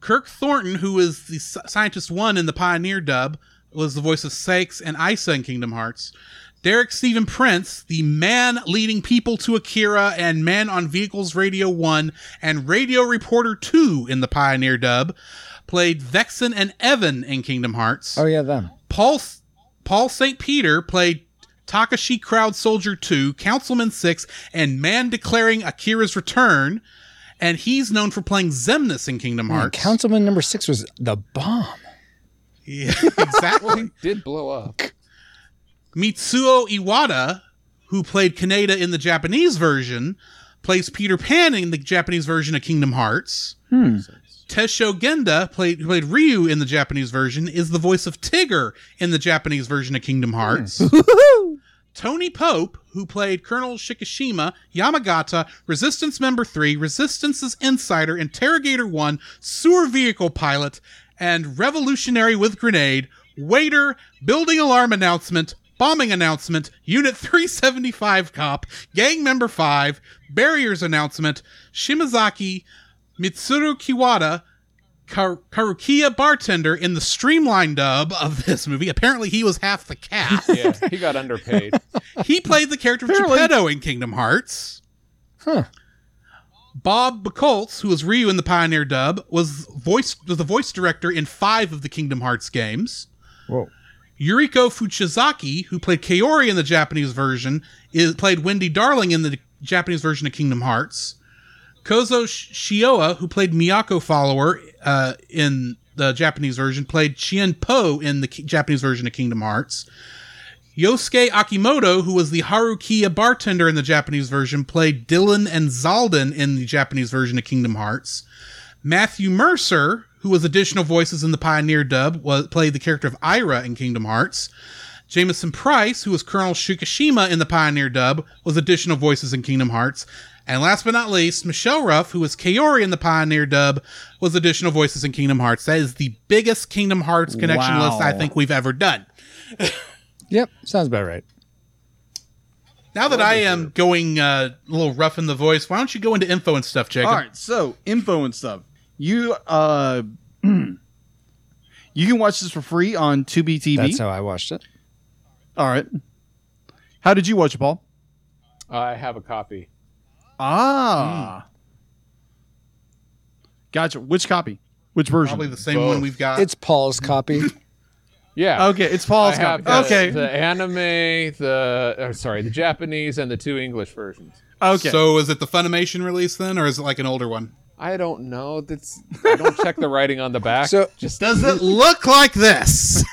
Speaker 1: Kirk Thornton, who is the sci- scientist one in the Pioneer dub, was the voice of Sakes and Isa in Kingdom Hearts. Derek Stephen Prince, the man leading people to Akira and Man on Vehicles Radio 1 and Radio Reporter 2 in the Pioneer dub, played Vexen and Evan in Kingdom Hearts.
Speaker 3: Oh yeah, them.
Speaker 1: Paul Paul St. Peter played Takashi Crowd Soldier 2, Councilman 6, and Man Declaring Akira's Return. And he's known for playing Zemnis in Kingdom
Speaker 3: Man,
Speaker 1: Hearts.
Speaker 3: Councilman number six was the bomb.
Speaker 1: Yeah, exactly.
Speaker 4: he did blow up.
Speaker 1: Mitsuo Iwata, who played Kaneda in the Japanese version, plays Peter Pan in the Japanese version of Kingdom Hearts. Tesho Genda, played, who played Ryu in the Japanese version, is the voice of Tigger in the Japanese version of Kingdom Hearts. Tony Pope, who played Colonel Shikishima, Yamagata, Resistance Member 3, Resistance's Insider, Interrogator 1, Sewer Vehicle Pilot, and Revolutionary with Grenade, Waiter, Building Alarm Announcement, Bombing Announcement, Unit 375 Cop, Gang Member 5, Barriers Announcement, Shimazaki, Mitsuru Kiwata, Kar- Karukia bartender in the streamlined dub of this movie. Apparently, he was half the cast.
Speaker 4: Yeah, he got underpaid.
Speaker 1: He played the character of
Speaker 2: Apparently.
Speaker 1: Geppetto in Kingdom Hearts.
Speaker 3: Huh.
Speaker 1: Bob Bacoltz, who was Ryu in the Pioneer dub, was voice was the voice director in five of the Kingdom Hearts games.
Speaker 3: Whoa.
Speaker 1: Yuriko Fuchizaki, who played Kaori in the Japanese version, is played Wendy Darling in the Japanese version of Kingdom Hearts. Kozo Sh- Shioa, who played Miyako Follower uh, in the Japanese version, played Chien Po in the Ki- Japanese version of Kingdom Hearts. Yosuke Akimoto, who was the Harukiya bartender in the Japanese version, played Dylan and Zaldan in the Japanese version of Kingdom Hearts. Matthew Mercer, who was additional voices in the Pioneer dub, was, played the character of Ira in Kingdom Hearts. Jameson Price, who was Colonel Shukishima in the Pioneer dub, was additional voices in Kingdom Hearts. And last but not least, Michelle Ruff, who was Kaori in the Pioneer dub, was additional voices in Kingdom Hearts. That is the biggest Kingdom Hearts connection
Speaker 2: Wow.
Speaker 1: list I think we've ever done.
Speaker 3: Yep. Sounds about right.
Speaker 1: Now that I am going uh, a little rough in the voice, why don't you go into info and stuff, Jacob?
Speaker 2: All right, so info and stuff. You uh, you can watch this for free on Tubi TV.
Speaker 3: That's how I watched it.
Speaker 2: All right. How did you watch it, Paul?
Speaker 4: Uh, I have a copy.
Speaker 2: Ah. Gotcha. Which copy? Which version?
Speaker 1: Probably the same
Speaker 4: Both.
Speaker 1: one we've got.
Speaker 3: It's Paul's copy.
Speaker 4: Yeah.
Speaker 2: okay, it's Paul's
Speaker 4: I have
Speaker 2: copy.
Speaker 4: the,
Speaker 2: okay.
Speaker 4: The anime, the oh, sorry, the Japanese and the two English versions.
Speaker 2: okay.
Speaker 1: So is it the Funimation release then, or is it like an older one?
Speaker 4: I don't know. That's I don't check the writing on the back.
Speaker 3: So
Speaker 4: just
Speaker 1: Does it look like this?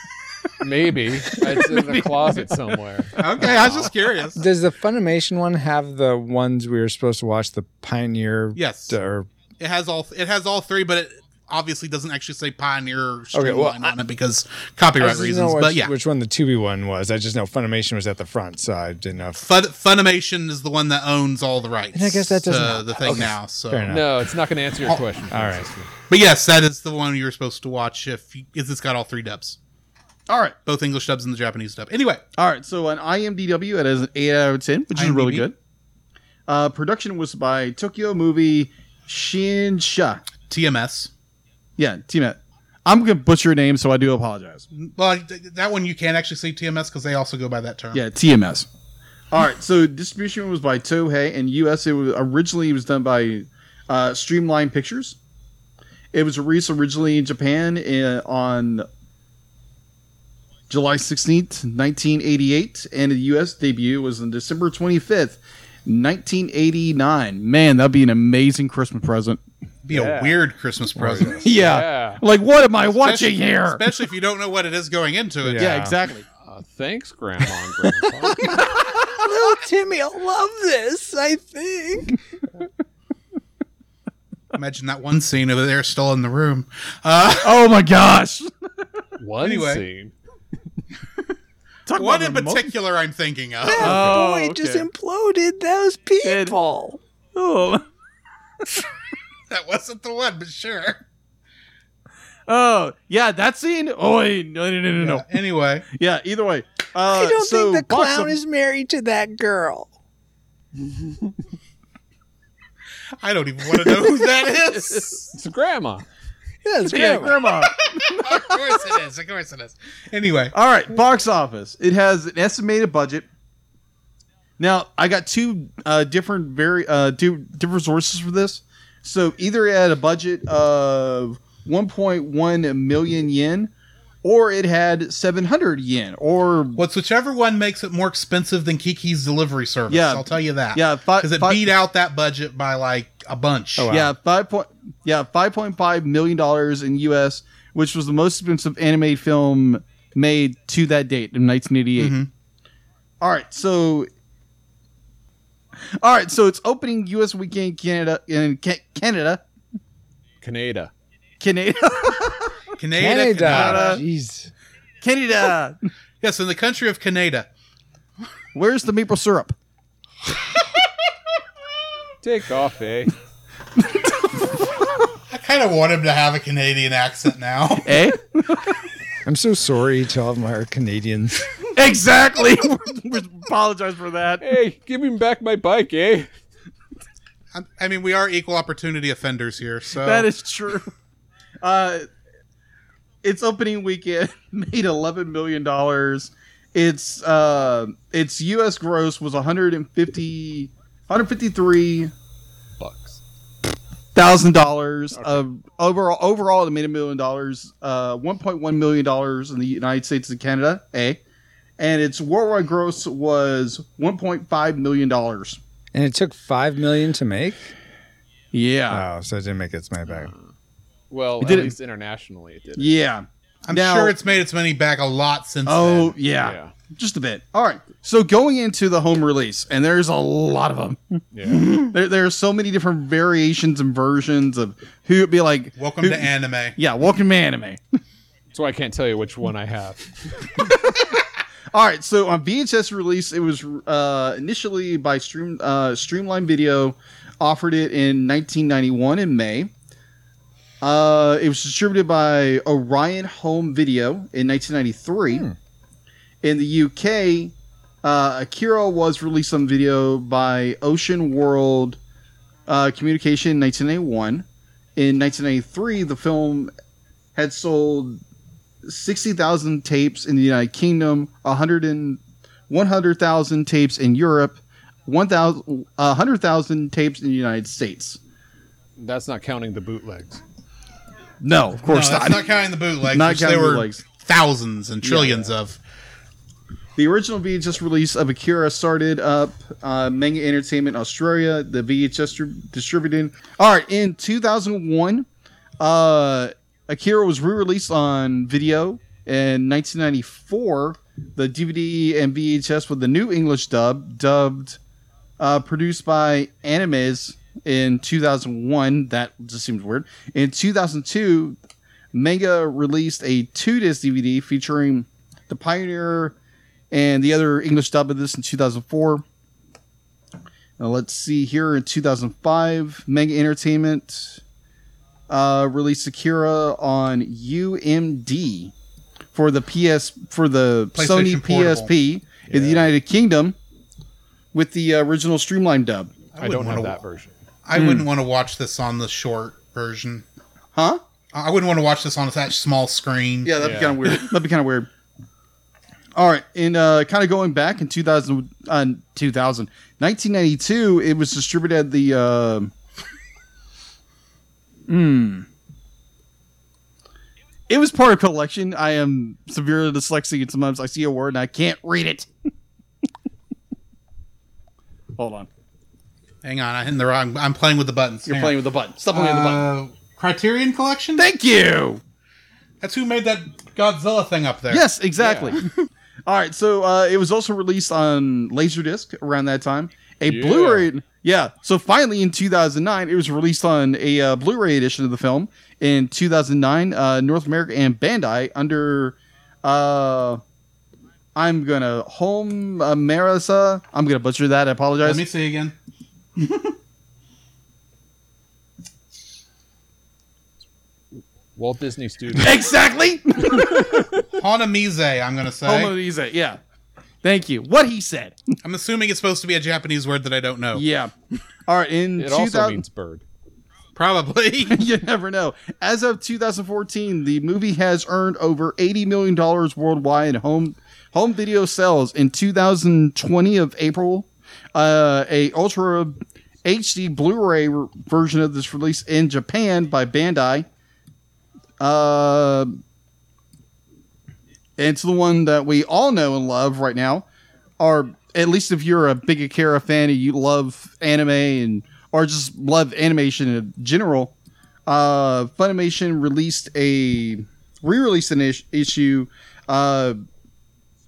Speaker 4: maybe it's in the closet somewhere.
Speaker 1: Okay, I was just curious.
Speaker 3: does the Funimation one have the ones we were supposed to watch? The Pioneer.
Speaker 1: Yes,
Speaker 3: Or
Speaker 1: it has all. It has all three, but it obviously doesn't actually say Pioneer or
Speaker 3: Okay, well,
Speaker 1: Streamline on it because
Speaker 3: I
Speaker 1: copyright
Speaker 3: just didn't know
Speaker 1: reasons.
Speaker 3: which,
Speaker 1: But yeah,
Speaker 3: which one the Tubi one was. I just know Funimation was at the front, so I didn't know. If,
Speaker 1: Fun, Funimation is the one that owns all the rights.
Speaker 3: And I guess that doesn't-
Speaker 1: to the thing
Speaker 3: okay,
Speaker 1: now. So,
Speaker 3: fair enough.
Speaker 4: No, it's not going to answer your question.
Speaker 3: all right.
Speaker 1: but yes, that is the one you were supposed to watch. If you, if it's got all three dubs,
Speaker 2: All right.
Speaker 1: both English dubs and the Japanese dub. Anyway,
Speaker 2: All right. So on IMDb, it has an 8 out of 10, which is really
Speaker 1: IMDb.
Speaker 2: good. Uh, production was by Tokyo Movie Shinsha.
Speaker 1: TMS.
Speaker 2: Yeah, team I'm going to butcher your name, so I do apologize.
Speaker 1: Well, th- that one you can't actually say TMS because they also go by that term.
Speaker 2: Yeah, TMS. All right, so distribution was by Toei, and US it was originally it was done by uh, Streamline Pictures. It was released originally in Japan uh, on July 16th, 1988, and the US debut was on December 25th, 1989. Man, that'd be an amazing Christmas present.
Speaker 1: be
Speaker 4: Yeah.
Speaker 1: a weird Christmas present.
Speaker 2: Yeah.
Speaker 4: Yeah.
Speaker 2: Like, what am I watching here?
Speaker 1: Especially if you don't know what it is going into it.
Speaker 3: Yeah.
Speaker 2: yeah, exactly.
Speaker 4: Uh, thanks, Grandma and Grandpa.
Speaker 3: Little Oh, Timmy, I love this. I think.
Speaker 1: Imagine that one scene of they're still in the room. Uh,
Speaker 2: Oh my gosh.
Speaker 4: One
Speaker 1: Anyway.
Speaker 4: scene.
Speaker 2: Talk
Speaker 1: one
Speaker 2: about
Speaker 1: in
Speaker 2: remote-
Speaker 1: particular I'm thinking of.
Speaker 2: Oh, boy, just okay.
Speaker 3: imploded those people.
Speaker 2: Oh.
Speaker 1: that wasn't the one, but sure.
Speaker 2: Oh, yeah, that scene. Oh, no, no, no, no, no.
Speaker 1: Yeah, Uh, anyway,
Speaker 2: Yeah, either way. Uh, so box of-
Speaker 3: married to that girl.
Speaker 1: I don't even want to know who that is.
Speaker 4: It's Grandma.
Speaker 3: Yeah, that's
Speaker 2: Yeah,
Speaker 3: great.
Speaker 2: grandma.
Speaker 1: of course it is. Of course it is. Anyway,
Speaker 2: All right, box office. It has an estimated budget. Now, I got two uh, different very uh, two different sources for this. So either it had a budget of 1.1 million yen, or it had 700 yen, or
Speaker 1: what's whichever one makes it more expensive than Kiki's delivery service.
Speaker 2: Yeah.
Speaker 1: I'll tell you that.
Speaker 2: yeah, five,
Speaker 1: Because it
Speaker 2: five,
Speaker 1: beat out that budget by like a bunch.
Speaker 3: Oh, wow.
Speaker 2: Yeah, five point yeah, five point five million dollars in US, which was the most expensive anime film made to that date in nineteen
Speaker 1: Mhm.
Speaker 2: Alright, so all right, so it's opening U.S. weekend, Canada, in Ca- Canada,
Speaker 4: Kaneda.
Speaker 2: Canada,
Speaker 1: Canada,
Speaker 3: Canada.
Speaker 1: Canada.
Speaker 3: Jeez.
Speaker 2: Canada.
Speaker 1: Yes, in the country of Canada.
Speaker 2: Where's the maple syrup?
Speaker 4: Take off, eh?
Speaker 1: I kind of want him to have a Canadian accent now.
Speaker 2: Eh?
Speaker 3: I'm so sorry to all of my Canadians.
Speaker 2: exactly. we apologize for that.
Speaker 4: Hey, give me back my bike, eh?
Speaker 1: I- I mean, we are equal opportunity offenders here, so
Speaker 2: That is true. Oh. Uh, its opening weekend made eleven million dollars. Its uh, its U.S. gross was 150 153
Speaker 4: Bucks.
Speaker 2: thousand dollars. Um, overall, overall, it made a million dollars. Uh, one point one million dollars in the United States and Canada. A, and its worldwide gross was one point five million dollars.
Speaker 3: And it took five million to make.
Speaker 2: Yeah,
Speaker 1: Uh,
Speaker 3: Oh, so it didn't make its money back.
Speaker 4: Well,
Speaker 2: It
Speaker 4: at
Speaker 2: didn't-
Speaker 4: least internationally it did. not
Speaker 2: yeah.
Speaker 1: I'm
Speaker 2: Now-
Speaker 1: sure it's made its money back a lot since.
Speaker 2: Oh,
Speaker 1: then.
Speaker 2: yeah,
Speaker 4: Yeah.
Speaker 2: just a bit. All right. So going into the home release, and there's a lot of them.
Speaker 4: Yeah.
Speaker 2: There, there are so many different variations and versions of who it'd be like.
Speaker 1: welcome
Speaker 2: who-
Speaker 1: to anime.
Speaker 2: Yeah, welcome to anime.
Speaker 4: That's why I can't tell you which one I have.
Speaker 2: All right, so on VHS release, it was uh, initially by Stream uh, Streamline Video, offered it in 1991 in May. Uh, it was distributed by Orion Home Video in 1993. In the UK, uh, Akira was released on video by Ocean World uh, Communication in 1991. In 1993, the film had sold 60,000 tapes in the United Kingdom, 100 and 100,000 tapes in Europe, 1,000 100,000 tapes in the United States.
Speaker 4: That's not counting the bootlegs.
Speaker 2: No, of
Speaker 1: No,
Speaker 2: course
Speaker 1: that's
Speaker 2: not.
Speaker 1: not counting the bootlegs,
Speaker 2: Not
Speaker 1: which
Speaker 2: counting
Speaker 1: there were
Speaker 2: bootlegs.
Speaker 1: thousands and trillions of.
Speaker 2: The original VHS release of Akira started up uh, Manga Entertainment Australia, the VHS dri- distributed. All right, in 2001, uh, Akira was re released on video. In 1994, the DVD and VHS with the new English dub, dubbed, uh, produced by Animes in 2001. That just seems weird. In 2002, Manga released a two disc DVD featuring the Pioneer and the other English dub of this in 2004. Now let's see here in 2005, Mega Entertainment uh, released Akira on UMD for the PS for the Sony
Speaker 1: PlayStation Portable.
Speaker 2: PSP in the United Kingdom with the uh, original Streamline dub.
Speaker 4: I, don't
Speaker 1: wouldn't
Speaker 4: have
Speaker 1: wanna-
Speaker 4: that version.
Speaker 1: I
Speaker 2: Hmm.
Speaker 1: wouldn't want to watch this on the short version.
Speaker 2: Huh?
Speaker 1: I I wouldn't want to watch this on that small screen.
Speaker 2: Yeah, that'd be
Speaker 4: Yeah.
Speaker 2: kind of weird. That'd be kind of weird. All right, and uh, kind of going back in 2000, uh, 2000, 1992, it was distributed at the. Uh, hmm. It was part of collection. I am severely dyslexic, and sometimes I see a word and I can't read it. Hold on,
Speaker 1: Hang on, I'm in the wrong. I'm playing with the buttons.
Speaker 2: you're
Speaker 1: Hang
Speaker 2: playing
Speaker 1: on.
Speaker 2: with the button. Stop playing with the button.
Speaker 1: Uh, Criterion Collection.
Speaker 2: Thank you.
Speaker 1: That's who made that Godzilla thing up there.
Speaker 2: Yes, exactly. All right, so uh, it was also released on Laserdisc around that time. A
Speaker 4: Yeah.
Speaker 2: Blu-ray, yeah. So finally, in 2009, it was released on a uh, Blu-ray edition of the film in 2009, uh, North America and Bandai under. Uh, I'm gonna home Marisa. I'm gonna butcher that. I apologize.
Speaker 1: Let me see again.
Speaker 4: Walt Disney Studios.
Speaker 2: exactly.
Speaker 1: Hanamize. I'm gonna say.
Speaker 2: Homonese, yeah. Thank you. What he said.
Speaker 1: I'm assuming it's supposed to be a Japanese word that I don't know.
Speaker 2: Yeah. All right. In
Speaker 4: It
Speaker 2: 2000-
Speaker 4: also means bird.
Speaker 1: Probably.
Speaker 2: you never know. As of 2014, the movie has earned over 80 million dollars worldwide in home home video sales. In 2020 of April, uh, a ultra HD Blu-ray re- version of this release in Japan by Bandai. Uh, it's the one that we all know and love right now. Or at least if you're a big Akira fan and you love anime and or just love animation in general, uh, Funimation released a re-released an is- issue uh,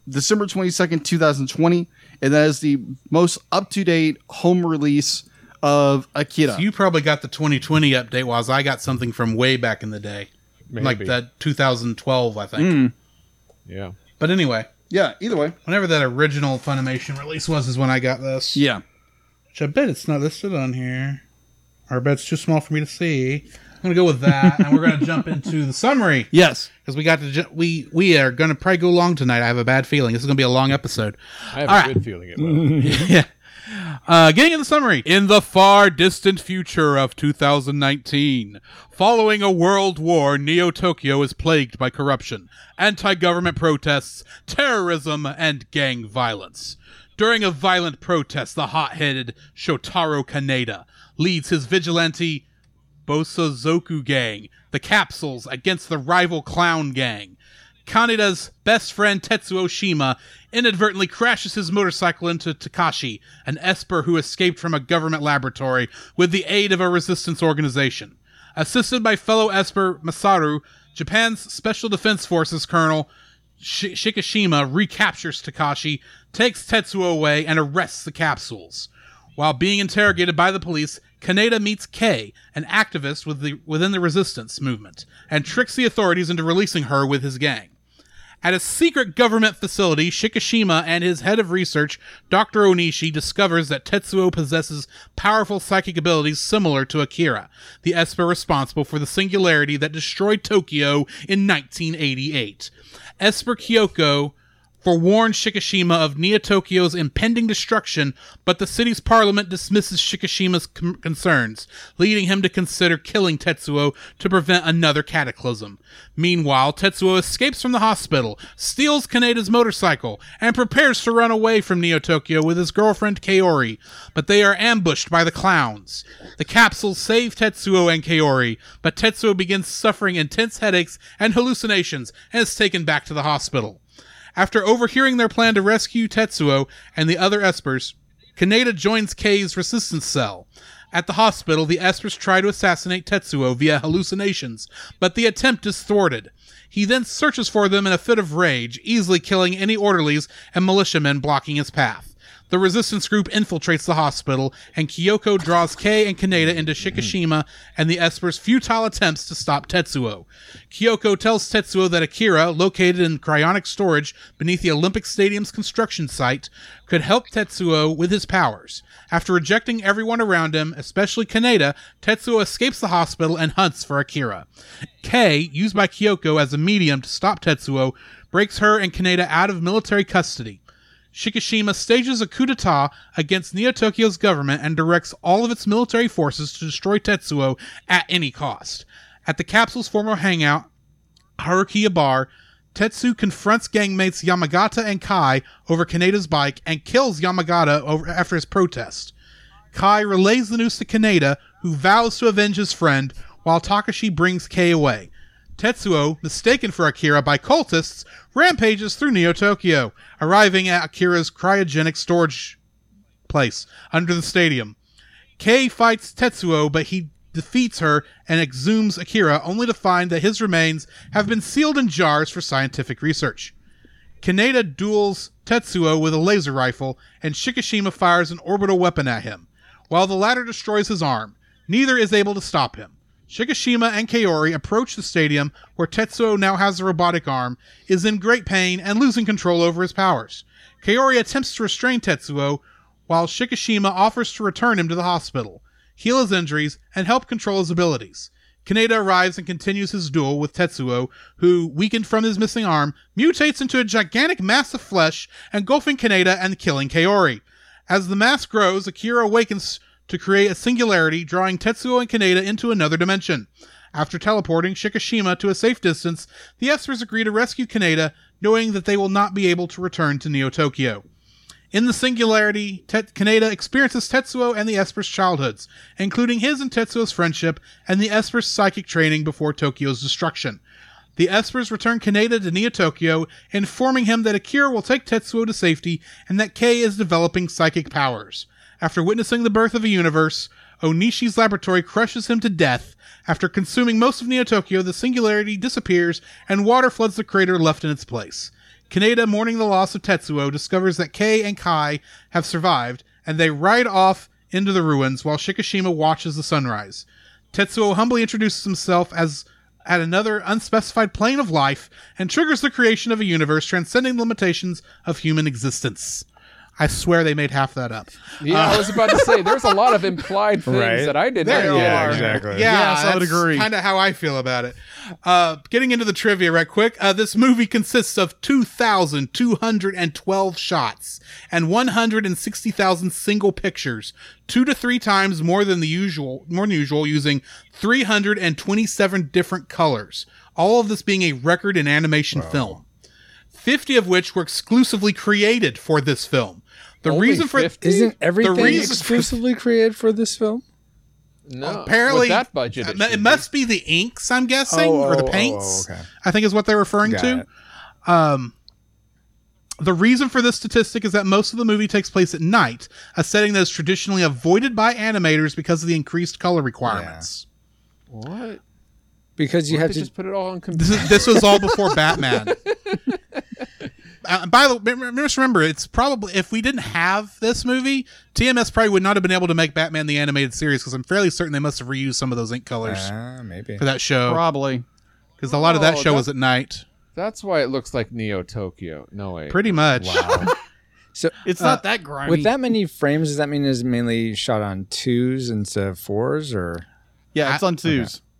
Speaker 2: December twenty second, two thousand twenty, and that is the most up to date home release of Akira.
Speaker 1: You probably got the 2020 update, while I got something from way back in the day,
Speaker 4: Maybe.
Speaker 1: like that 2012, I think.
Speaker 2: Hmm.
Speaker 4: Yeah.
Speaker 1: But anyway,
Speaker 2: yeah, either way,
Speaker 1: whenever that original Funimation release was, is when I got this.
Speaker 2: yeah.
Speaker 1: Which I bet it's not listed on here, or I bet it's too small for me to see. I'm gonna go with that, and we're gonna jump into the summary
Speaker 2: Yes.
Speaker 1: because we got to ju- we we are gonna probably go long tonight. I have a bad feeling. This is gonna be a long episode.
Speaker 4: I have
Speaker 1: All
Speaker 4: a
Speaker 1: right.
Speaker 4: good feeling it will.
Speaker 1: yeah. Uh, getting in the summary. In the far distant future of 2019, following a world war, Neo Tokyo is plagued by corruption, anti government protests, terrorism, and gang violence. During a violent protest, the hot headed Shotaro Kaneda leads his vigilante Bosozoku Gang, the Capsules, against the rival Clown Gang. Kaneda's best friend Tetsuo Shima inadvertently crashes his motorcycle into Takashi, an Esper who escaped from a government laboratory with the aid of a resistance organization. Assisted by fellow Esper Masaru, Japan's Special Defense Forces Colonel Sh- Shikishima recaptures Takashi, takes Tetsuo away, and arrests the capsules. While being interrogated by the police, Kaneda meets Kay, an activist with the, within the resistance movement, and tricks the authorities into releasing her with his gang. At a secret government facility, Shikishima and his head of research, Dr. Onishi, discovers that Tetsuo possesses powerful psychic abilities similar to Akira, the Esper responsible for the singularity that destroyed Tokyo in 1988. Esper Kyoko forewarned Shikishima of Neo Tokyo's impending destruction, but the city's parliament dismisses Shikishima's com- concerns, leading him to consider killing Tetsuo to prevent another cataclysm. Meanwhile, Tetsuo escapes from the hospital, steals Kaneda's motorcycle, and prepares to run away from Neo Tokyo with his girlfriend Kaori, but they are ambushed by the clowns. The capsules save Tetsuo and Kaori, but Tetsuo begins suffering intense headaches and hallucinations and is taken back to the hospital. After overhearing their plan to rescue Tetsuo and the other Espers, Kaneda joins Kay's resistance cell. At the hospital, the Espers try to assassinate Tetsuo via hallucinations, but the attempt is thwarted. He then searches for them in a fit of rage, easily killing any orderlies and militiamen blocking his path. The resistance group infiltrates the hospital, and Kyoko draws Kay and Kaneda into Shikishima and the Esper's futile attempts to stop Tetsuo. Kyoko tells Tetsuo that Akira, located in cryonic storage beneath the Olympic Stadium's construction site, could help Tetsuo with his powers. After rejecting everyone around him, especially Kaneda, Tetsuo escapes the hospital and hunts for Akira. Kay, used by Kyoko as a medium to stop Tetsuo, breaks her and Kaneda out of military custody. Shikishima stages a coup d'etat against Neo Tokyo's government and directs all of its military forces to destroy Tetsuo at any cost. At the capsule's former hangout, Haruki Ibar, Tetsu confronts gangmates Yamagata and Kai over Kaneda's bike and kills Yamagata over, after his protest. Kai relays the news to Kaneda, who vows to avenge his friend, while Takashi brings Kei away. Tetsuo, mistaken for Akira by cultists, rampages through Neo Tokyo, arriving at Akira's cryogenic storage place under the stadium. Kei fights Tetsuo, but he defeats her and exhumes Akira, only to find that his remains have been sealed in jars for scientific research. Kaneda duels Tetsuo with a laser rifle, and Shikishima fires an orbital weapon at him. While the latter destroys his arm, neither is able to stop him. Shikishima and Kaori approach the stadium where Tetsuo now has a robotic arm, is in great pain, and losing control over his powers. Kaori attempts to restrain Tetsuo, while Shikishima offers to return him to the hospital, heal his injuries, and help control his abilities. Kaneda arrives and continues his duel with Tetsuo, who, weakened from his missing arm, mutates into a gigantic mass of flesh, engulfing Kaneda and killing Kaori. As the mass grows, Akira awakens to create a singularity, drawing Tetsuo and Kaneda into another dimension. After teleporting Shikishima to a safe distance, the Espers agree to rescue Kaneda, knowing that they will not be able to return to Neo Tokyo. In the singularity, Tet- Kaneda experiences Tetsuo and the Esper's childhoods, including his and Tetsuo's friendship and the Esper's psychic training before Tokyo's destruction. The Espers return Kaneda to Neo Tokyo, informing him that Akira will take Tetsuo to safety and that Kei is developing psychic powers. After witnessing the birth of a universe, Onishi's laboratory crushes him to death. After consuming most of Neo Tokyo, the singularity disappears and water floods the crater left in its place. Kaneda, mourning the loss of Tetsuo, discovers that Kei and Kai have survived, and they ride off into the ruins while Shikishima watches the sunrise. Tetsuo humbly introduces himself as at another unspecified plane of life and triggers the creation of a universe transcending the limitations of human existence. I swear they made half that up.
Speaker 4: Yeah, I was about to say there's a lot of implied things
Speaker 3: Right.
Speaker 4: that I did
Speaker 1: There
Speaker 4: not
Speaker 1: you
Speaker 4: get.
Speaker 1: are.
Speaker 3: exactly.
Speaker 1: Yeah,
Speaker 2: Yes, I would agree.
Speaker 1: Kind of how I feel about it. Uh, getting into the trivia right quick. Uh, this movie consists of 2,212 shots and 160,000 single pictures, two to three times more than the usual, more than usual, using 327 different colors. All of this being a record in animation film. 50 of which were exclusively created for this film. The
Speaker 4: Only
Speaker 1: reason for
Speaker 4: 50?
Speaker 3: Isn't everything
Speaker 1: reason-
Speaker 3: exclusively created for this film?
Speaker 4: No,
Speaker 1: apparently
Speaker 4: with that budget.
Speaker 1: it,
Speaker 4: It,
Speaker 1: mu- it
Speaker 4: should
Speaker 1: must be the inks i'm guessing
Speaker 3: Oh,
Speaker 1: or the
Speaker 3: oh, oh,
Speaker 1: paints
Speaker 3: okay.
Speaker 1: i think is what they're referring
Speaker 3: Got
Speaker 1: to
Speaker 3: it.
Speaker 1: um the reason for this statistic is that most of the movie takes place at night a setting that is traditionally avoided by animators because of the increased color requirements
Speaker 4: be. What?
Speaker 3: Because you
Speaker 4: You
Speaker 3: have
Speaker 4: have
Speaker 3: to.
Speaker 4: just put it all on
Speaker 1: this,
Speaker 4: computer.
Speaker 1: is, this was all before batman Uh, by the way, rem- just remember, it's probably if we didn't have this movie, TMS probably would not have been able to make Batman the animated series because I'm fairly certain they must have reused some of those ink colors
Speaker 3: Ah, maybe.
Speaker 1: for that show
Speaker 2: Probably.
Speaker 1: because a lot of that
Speaker 4: Oh,
Speaker 1: show
Speaker 4: that-
Speaker 1: was at night.
Speaker 4: That's why it looks like Neo Tokyo. No way.
Speaker 1: Pretty much.
Speaker 2: It's
Speaker 1: Uh,
Speaker 2: not that grimy.
Speaker 3: With that many frames, does that mean it's mainly shot on twos instead of fours, or
Speaker 2: yeah, it's on twos.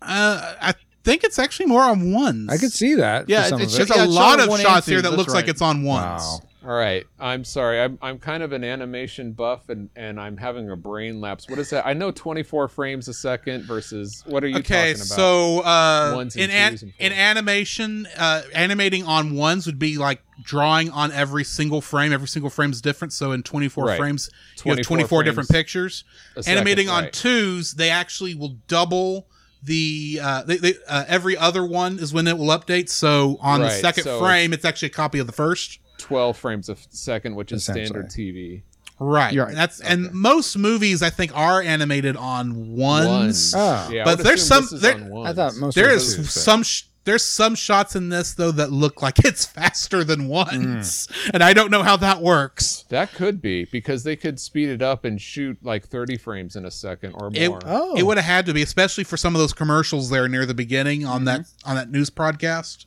Speaker 1: Uh, I think it's actually more on ones.
Speaker 3: I could see that.
Speaker 2: Yeah,
Speaker 3: for some
Speaker 2: it's
Speaker 3: of it.
Speaker 1: There's
Speaker 2: Yeah,
Speaker 1: a
Speaker 2: it's
Speaker 1: lot
Speaker 2: on
Speaker 1: of
Speaker 2: one
Speaker 1: shots
Speaker 2: and
Speaker 1: here
Speaker 2: two,
Speaker 1: that
Speaker 2: that's
Speaker 1: looks like
Speaker 2: right.
Speaker 1: it's on ones.
Speaker 3: wow.
Speaker 4: All right. I'm sorry. I'm I'm kind of an animation buff, and and I'm having a brain lapse. What is that? I know 24 frames a second versus what are you
Speaker 1: Okay,
Speaker 4: talking about?
Speaker 1: so uh,
Speaker 4: Ones and
Speaker 1: in an-
Speaker 4: twos and fours.
Speaker 1: in animation, uh, animating on ones would be like drawing on every single frame. Every single frame's different. So in 24
Speaker 4: Right.
Speaker 1: frames, you have
Speaker 4: 24
Speaker 1: 24 different
Speaker 4: frames
Speaker 1: pictures.
Speaker 4: a second,
Speaker 1: Animating on
Speaker 4: right.
Speaker 1: twos, they actually will double the uh, they, they, uh, every other one is when it will update. So on the
Speaker 4: Right,
Speaker 1: second
Speaker 4: so-
Speaker 1: frame, it's actually a copy of the first.
Speaker 4: 12 frames a f- second, which is standard TV.
Speaker 1: Right.
Speaker 2: You're right.
Speaker 1: That's and most movies I think are animated on ones.
Speaker 4: Ones.
Speaker 2: Ah.
Speaker 3: Oh.
Speaker 4: Yeah, I
Speaker 1: But
Speaker 4: would
Speaker 1: there's
Speaker 4: assume
Speaker 1: some-
Speaker 4: this is
Speaker 1: there-
Speaker 4: on
Speaker 3: I
Speaker 4: ones.
Speaker 3: thought most.
Speaker 1: There
Speaker 3: of
Speaker 1: is
Speaker 3: it was,
Speaker 1: some sh- there's some shots in this though that look like it's faster than ones,
Speaker 2: Mm.
Speaker 1: and I don't know how that works.
Speaker 4: That could be because they could speed it up and shoot like 30 frames in a second or
Speaker 1: It,
Speaker 4: more.
Speaker 3: Oh.
Speaker 1: it would have had to be, especially for some of those commercials there near the beginning on that
Speaker 2: Mm-hmm.
Speaker 1: on that news broadcast.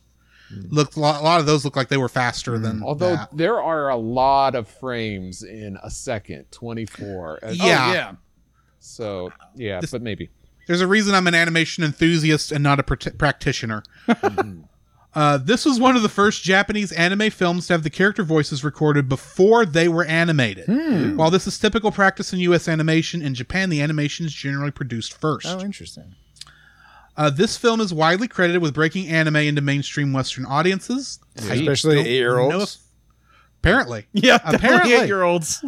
Speaker 3: Mm.
Speaker 1: Looked a lot, a lot of those look like they were faster
Speaker 2: Mm.
Speaker 1: than
Speaker 4: Although
Speaker 1: that.
Speaker 4: there are a lot of frames in a second, 24. Uh,
Speaker 1: Yeah.
Speaker 2: Oh, yeah.
Speaker 4: So, yeah,
Speaker 1: This-
Speaker 4: but maybe.
Speaker 1: There's a reason I'm an animation enthusiast and not a prat- practitioner. uh, this was one of the first Japanese anime films to have the character voices recorded before they were animated. While this is typical practice in U.S. animation, in Japan the animation is generally produced first.
Speaker 3: Oh, interesting.
Speaker 1: Uh, this film is widely credited with breaking anime into mainstream Western audiences, I
Speaker 3: Especially
Speaker 1: don't
Speaker 3: eight-year-olds.
Speaker 1: know if- Apparently,
Speaker 2: Yeah, apparently
Speaker 1: Apparently.
Speaker 2: eight year olds.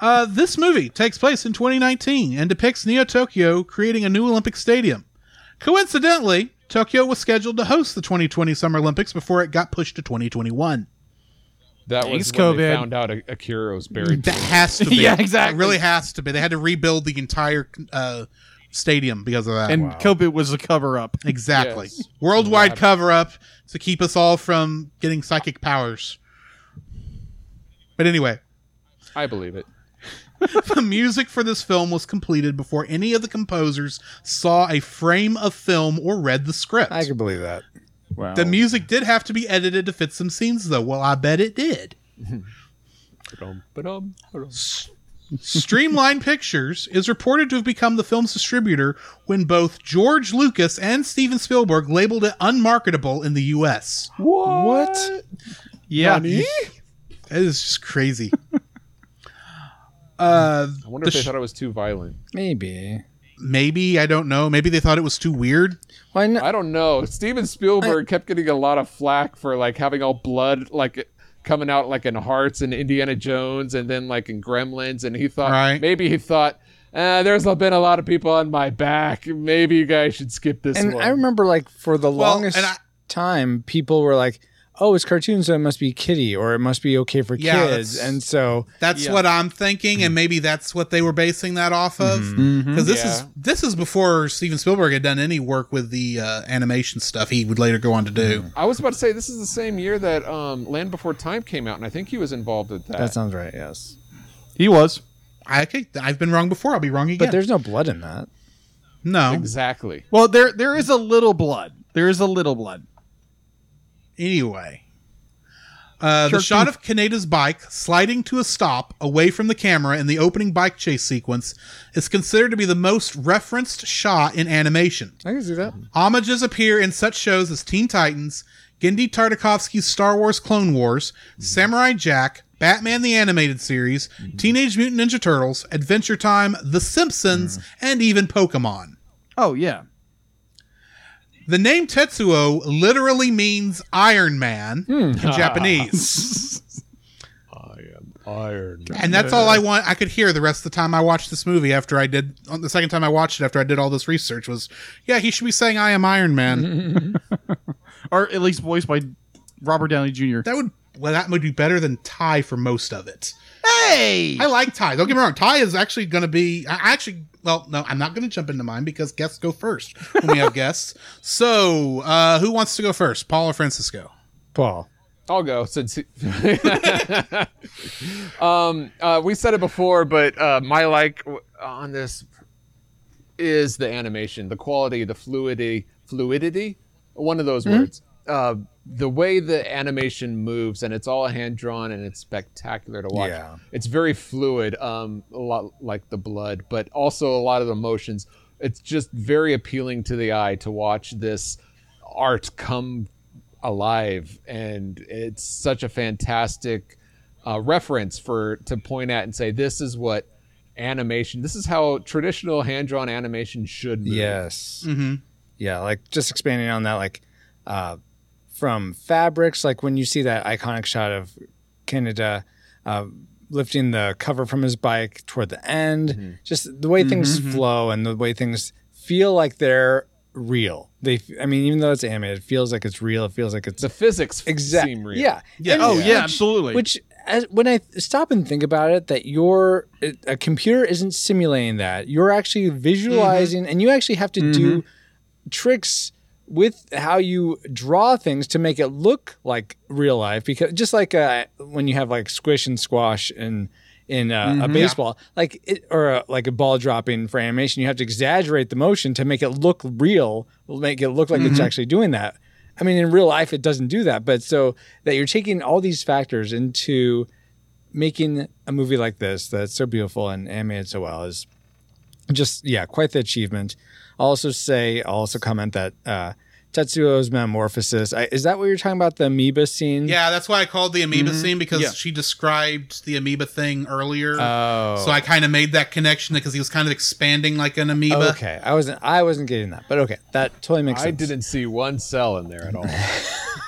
Speaker 1: uh, this movie takes place in 2019 and depicts Neo Tokyo creating a new Olympic stadium. Coincidentally, Tokyo was scheduled to host the 2020 Summer Olympics before it got pushed to 2021.
Speaker 4: That
Speaker 2: Thanks,
Speaker 4: was when they
Speaker 2: COVID.
Speaker 4: found out A- Akira's buried.
Speaker 1: That has to be.
Speaker 2: Yeah, exactly.
Speaker 1: It really has to be. They had to rebuild the entire uh, stadium because of that.
Speaker 2: And COVID was a cover up.
Speaker 1: exactly.
Speaker 4: Yes.
Speaker 1: Worldwide
Speaker 4: Wow.
Speaker 1: cover up to keep us all from getting psychic powers. But anyway,
Speaker 4: I believe it.
Speaker 1: the music for this film was completed before any of the composers saw a frame of film or read the script.
Speaker 3: I could believe that. Wow.
Speaker 1: the music did have to be edited to fit some scenes, though. Well, I bet it did.
Speaker 4: Ba-dum, ba-dum, ba-dum.
Speaker 1: Streamline Pictures is reported to have become the film's distributor when both George Lucas and Steven Spielberg labeled it unmarketable in the U.S.
Speaker 3: What?
Speaker 2: Yeah.
Speaker 1: That is just crazy. uh,
Speaker 4: I wonder
Speaker 1: The
Speaker 4: if they
Speaker 1: sh-
Speaker 4: thought it was too violent.
Speaker 3: Maybe.
Speaker 1: maybe I don't know. Maybe they thought it was too weird.
Speaker 3: Why not?
Speaker 4: I don't know. Steven Spielberg kept getting a lot of flack for like having all blood like coming out like in Hearts and Indiana Jones and then like in Gremlins and he thought
Speaker 1: Right.
Speaker 4: maybe he thought uh, there's been a lot of people on my back. Maybe you guys should skip this
Speaker 3: and
Speaker 4: one.
Speaker 3: I remember, like, for the
Speaker 1: Well,
Speaker 3: longest
Speaker 1: and I-
Speaker 3: time, people were like, "Oh, it's cartoons, so it must be kitty, or it must be okay for
Speaker 1: Yeah,
Speaker 3: kids."
Speaker 1: that's-
Speaker 3: And so,
Speaker 1: That's
Speaker 2: Yeah.
Speaker 1: what I'm thinking, and maybe that's what they were basing that off of. Because
Speaker 3: Mm-hmm.
Speaker 1: this is
Speaker 4: Yeah.
Speaker 1: this is before Steven Spielberg had done any work with the uh, animation stuff he would later go on to
Speaker 3: Mm-hmm.
Speaker 1: do.
Speaker 4: I was about to say this is the same year that um, Land Before Time came out and I think he was involved with that.
Speaker 3: that sounds right. Yes,
Speaker 2: He was.
Speaker 1: I, okay, I've been wrong before. I'll be wrong
Speaker 3: but
Speaker 1: again.
Speaker 3: there's no blood in that.
Speaker 1: no,
Speaker 4: exactly.
Speaker 2: Well, there there is a little blood. There is a little blood.
Speaker 1: anyway. Uh, the shot
Speaker 2: Shark
Speaker 1: of Kaneda's bike sliding to a stop away from the camera in the opening bike chase sequence is considered to be the most referenced shot in animation.
Speaker 3: I can see that.
Speaker 1: Homages appear in such shows as Teen Titans, Gendy Tartakovsky's Star Wars Clone Wars, Samurai Jack, Batman the Animated Series, Teenage Mutant Ninja Turtles, Adventure Time, The Simpsons, and even Pokemon.
Speaker 2: Oh yeah.
Speaker 1: The name Tetsuo literally means Iron Man in Japanese.
Speaker 4: I am Iron.
Speaker 1: and that's all I want. I could hear the rest of the time I watched this movie after I did, on the second time I watched it after I did all this research was, yeah, he should be saying I am Iron Man.
Speaker 2: or at least voiced by Robert Downey Jr.
Speaker 1: That would, well, that would be better than Ty for most of it.
Speaker 2: Hey,
Speaker 1: I like Ty. Don't get me wrong. Ty is actually going to be. I I actually. Well, no, I'm not going to jump into mine because guests go first when we have guests. So, uh, who wants to go first, Paul or Francisco?
Speaker 3: Paul.
Speaker 4: I'll go since. he- um, uh, we said it before, but uh, my like w- on this is the animation, the quality, the fluidity, fluidity. One of those words. Uh, the way the animation moves, and it's all hand drawn, and it's spectacular to watch.
Speaker 3: Yeah.
Speaker 4: It's very fluid, um, a lot like the blood, but also a lot of the emotions. It's just very appealing to the eye to watch this art come alive and it's such a fantastic uh, reference for to point at and say this is what animation this is how traditional hand-drawn animation should move.
Speaker 3: Yes.
Speaker 1: Mm-hmm.
Speaker 3: yeah like just expanding on that like uh from fabrics like when you see that iconic shot of canada uh lifting the cover from his bike toward the end just the way things
Speaker 6: Mm-hmm,
Speaker 2: Mm-hmm.
Speaker 3: flow and the way things feel like they're real they i mean even though it's animated it feels like it's real it feels like it's
Speaker 4: the physics
Speaker 3: exact-
Speaker 4: seem real
Speaker 3: yeah
Speaker 1: Yeah.
Speaker 3: And-
Speaker 2: Oh yeah,
Speaker 3: which-
Speaker 2: absolutely.
Speaker 3: which, as, when I th- stop and think about it, that your a computer isn't simulating that. You're actually visualizing, and you actually have to
Speaker 6: Mm-hmm.
Speaker 3: do tricks with how you draw things to make it look like real life. Because just like uh, when you have like squish and squash and in uh, a baseball, like it, or uh, like a ball dropping for animation, you have to exaggerate the motion to make it look real, make it look like it's actually doing that. I mean, in real life, it doesn't do that. But so that you're taking all these factors into making a movie like this that's so beautiful and animated so well is just, yeah, quite the achievement. I'll also say, I'll also comment that uh, Tetsuo's metamorphosis I, is that what you're talking about? The amoeba scene?
Speaker 1: Yeah, that's why I called the amoeba
Speaker 3: Mm-hmm.
Speaker 1: scene because
Speaker 2: Yeah.
Speaker 1: she described the amoeba thing earlier.
Speaker 3: Oh.
Speaker 1: So I kind of made that connection because he was kind of expanding like an amoeba.
Speaker 3: Okay, I wasn't. I wasn't getting that, but okay, that totally makes
Speaker 4: i
Speaker 3: sense.
Speaker 4: didn't see one cell in there at all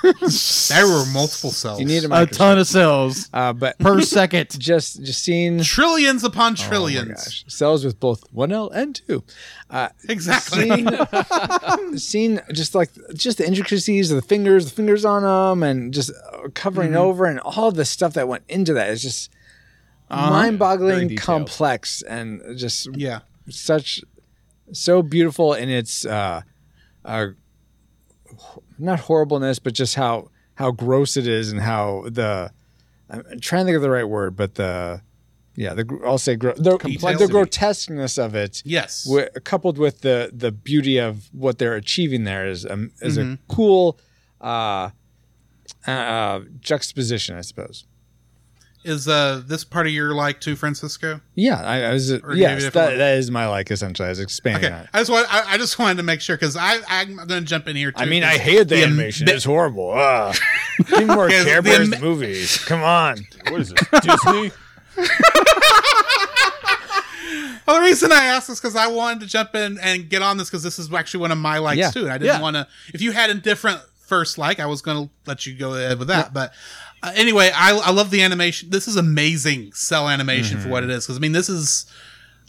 Speaker 1: There were multiple cells.
Speaker 3: You need a
Speaker 2: a
Speaker 3: microscope.
Speaker 2: ton of cells
Speaker 3: Uh, but
Speaker 2: per second.
Speaker 3: just just seeing
Speaker 1: trillions upon
Speaker 3: Oh my
Speaker 1: trillions.
Speaker 3: gosh. cells with both one L and two.
Speaker 1: exactly.
Speaker 3: seeing, seeing just like
Speaker 2: Mm-hmm.
Speaker 3: just the intricacies of the fingers, the fingers on them, and just uh, covering
Speaker 2: Mm-hmm.
Speaker 3: over, and all the stuff that went into that is just
Speaker 2: Uh-huh.
Speaker 4: Very
Speaker 3: mind-boggling,
Speaker 4: detailed.
Speaker 3: complex, and just
Speaker 1: yeah.
Speaker 3: such so beautiful in its uh, uh, ho- not horribleness, but just how how gross it is, and how the I'm trying to think of the right word, but the yeah, the gr- I'll say gro- the, the
Speaker 1: Complexity.
Speaker 3: grotesqueness of it
Speaker 1: Yes.
Speaker 3: wi- coupled with the the beauty of what they're achieving there is um, is
Speaker 1: Mm-hmm.
Speaker 3: a cool uh, uh, juxtaposition, I suppose.
Speaker 1: Is uh this part of your like too, Francisco?
Speaker 3: Yeah, I, I was.
Speaker 1: Or do you have a
Speaker 3: yes,
Speaker 1: different
Speaker 3: that,
Speaker 1: one?
Speaker 3: that is my like essentially. I was expanding on
Speaker 1: Okay,
Speaker 3: it.
Speaker 1: I just want I, I just wanted to make sure because I I'm gonna jump in here. Too,
Speaker 3: I mean, I
Speaker 1: 'cause
Speaker 3: hated the
Speaker 1: am-
Speaker 3: animation. It was horrible. Ugh. Give me more
Speaker 1: Because
Speaker 3: Care
Speaker 1: the
Speaker 3: Bears
Speaker 1: am-
Speaker 3: movies. Come on.
Speaker 4: what is this disney
Speaker 1: Well, the reason I asked is because I wanted to jump in and get on this because this is actually one of my likes
Speaker 3: Yeah.
Speaker 1: too. And I didn't
Speaker 2: Yeah.
Speaker 1: want to. If you had a different first like, I was going to let you go ahead with that. But uh, anyway, I, I love the animation. This is amazing cell animation for what it is. Because I mean, this is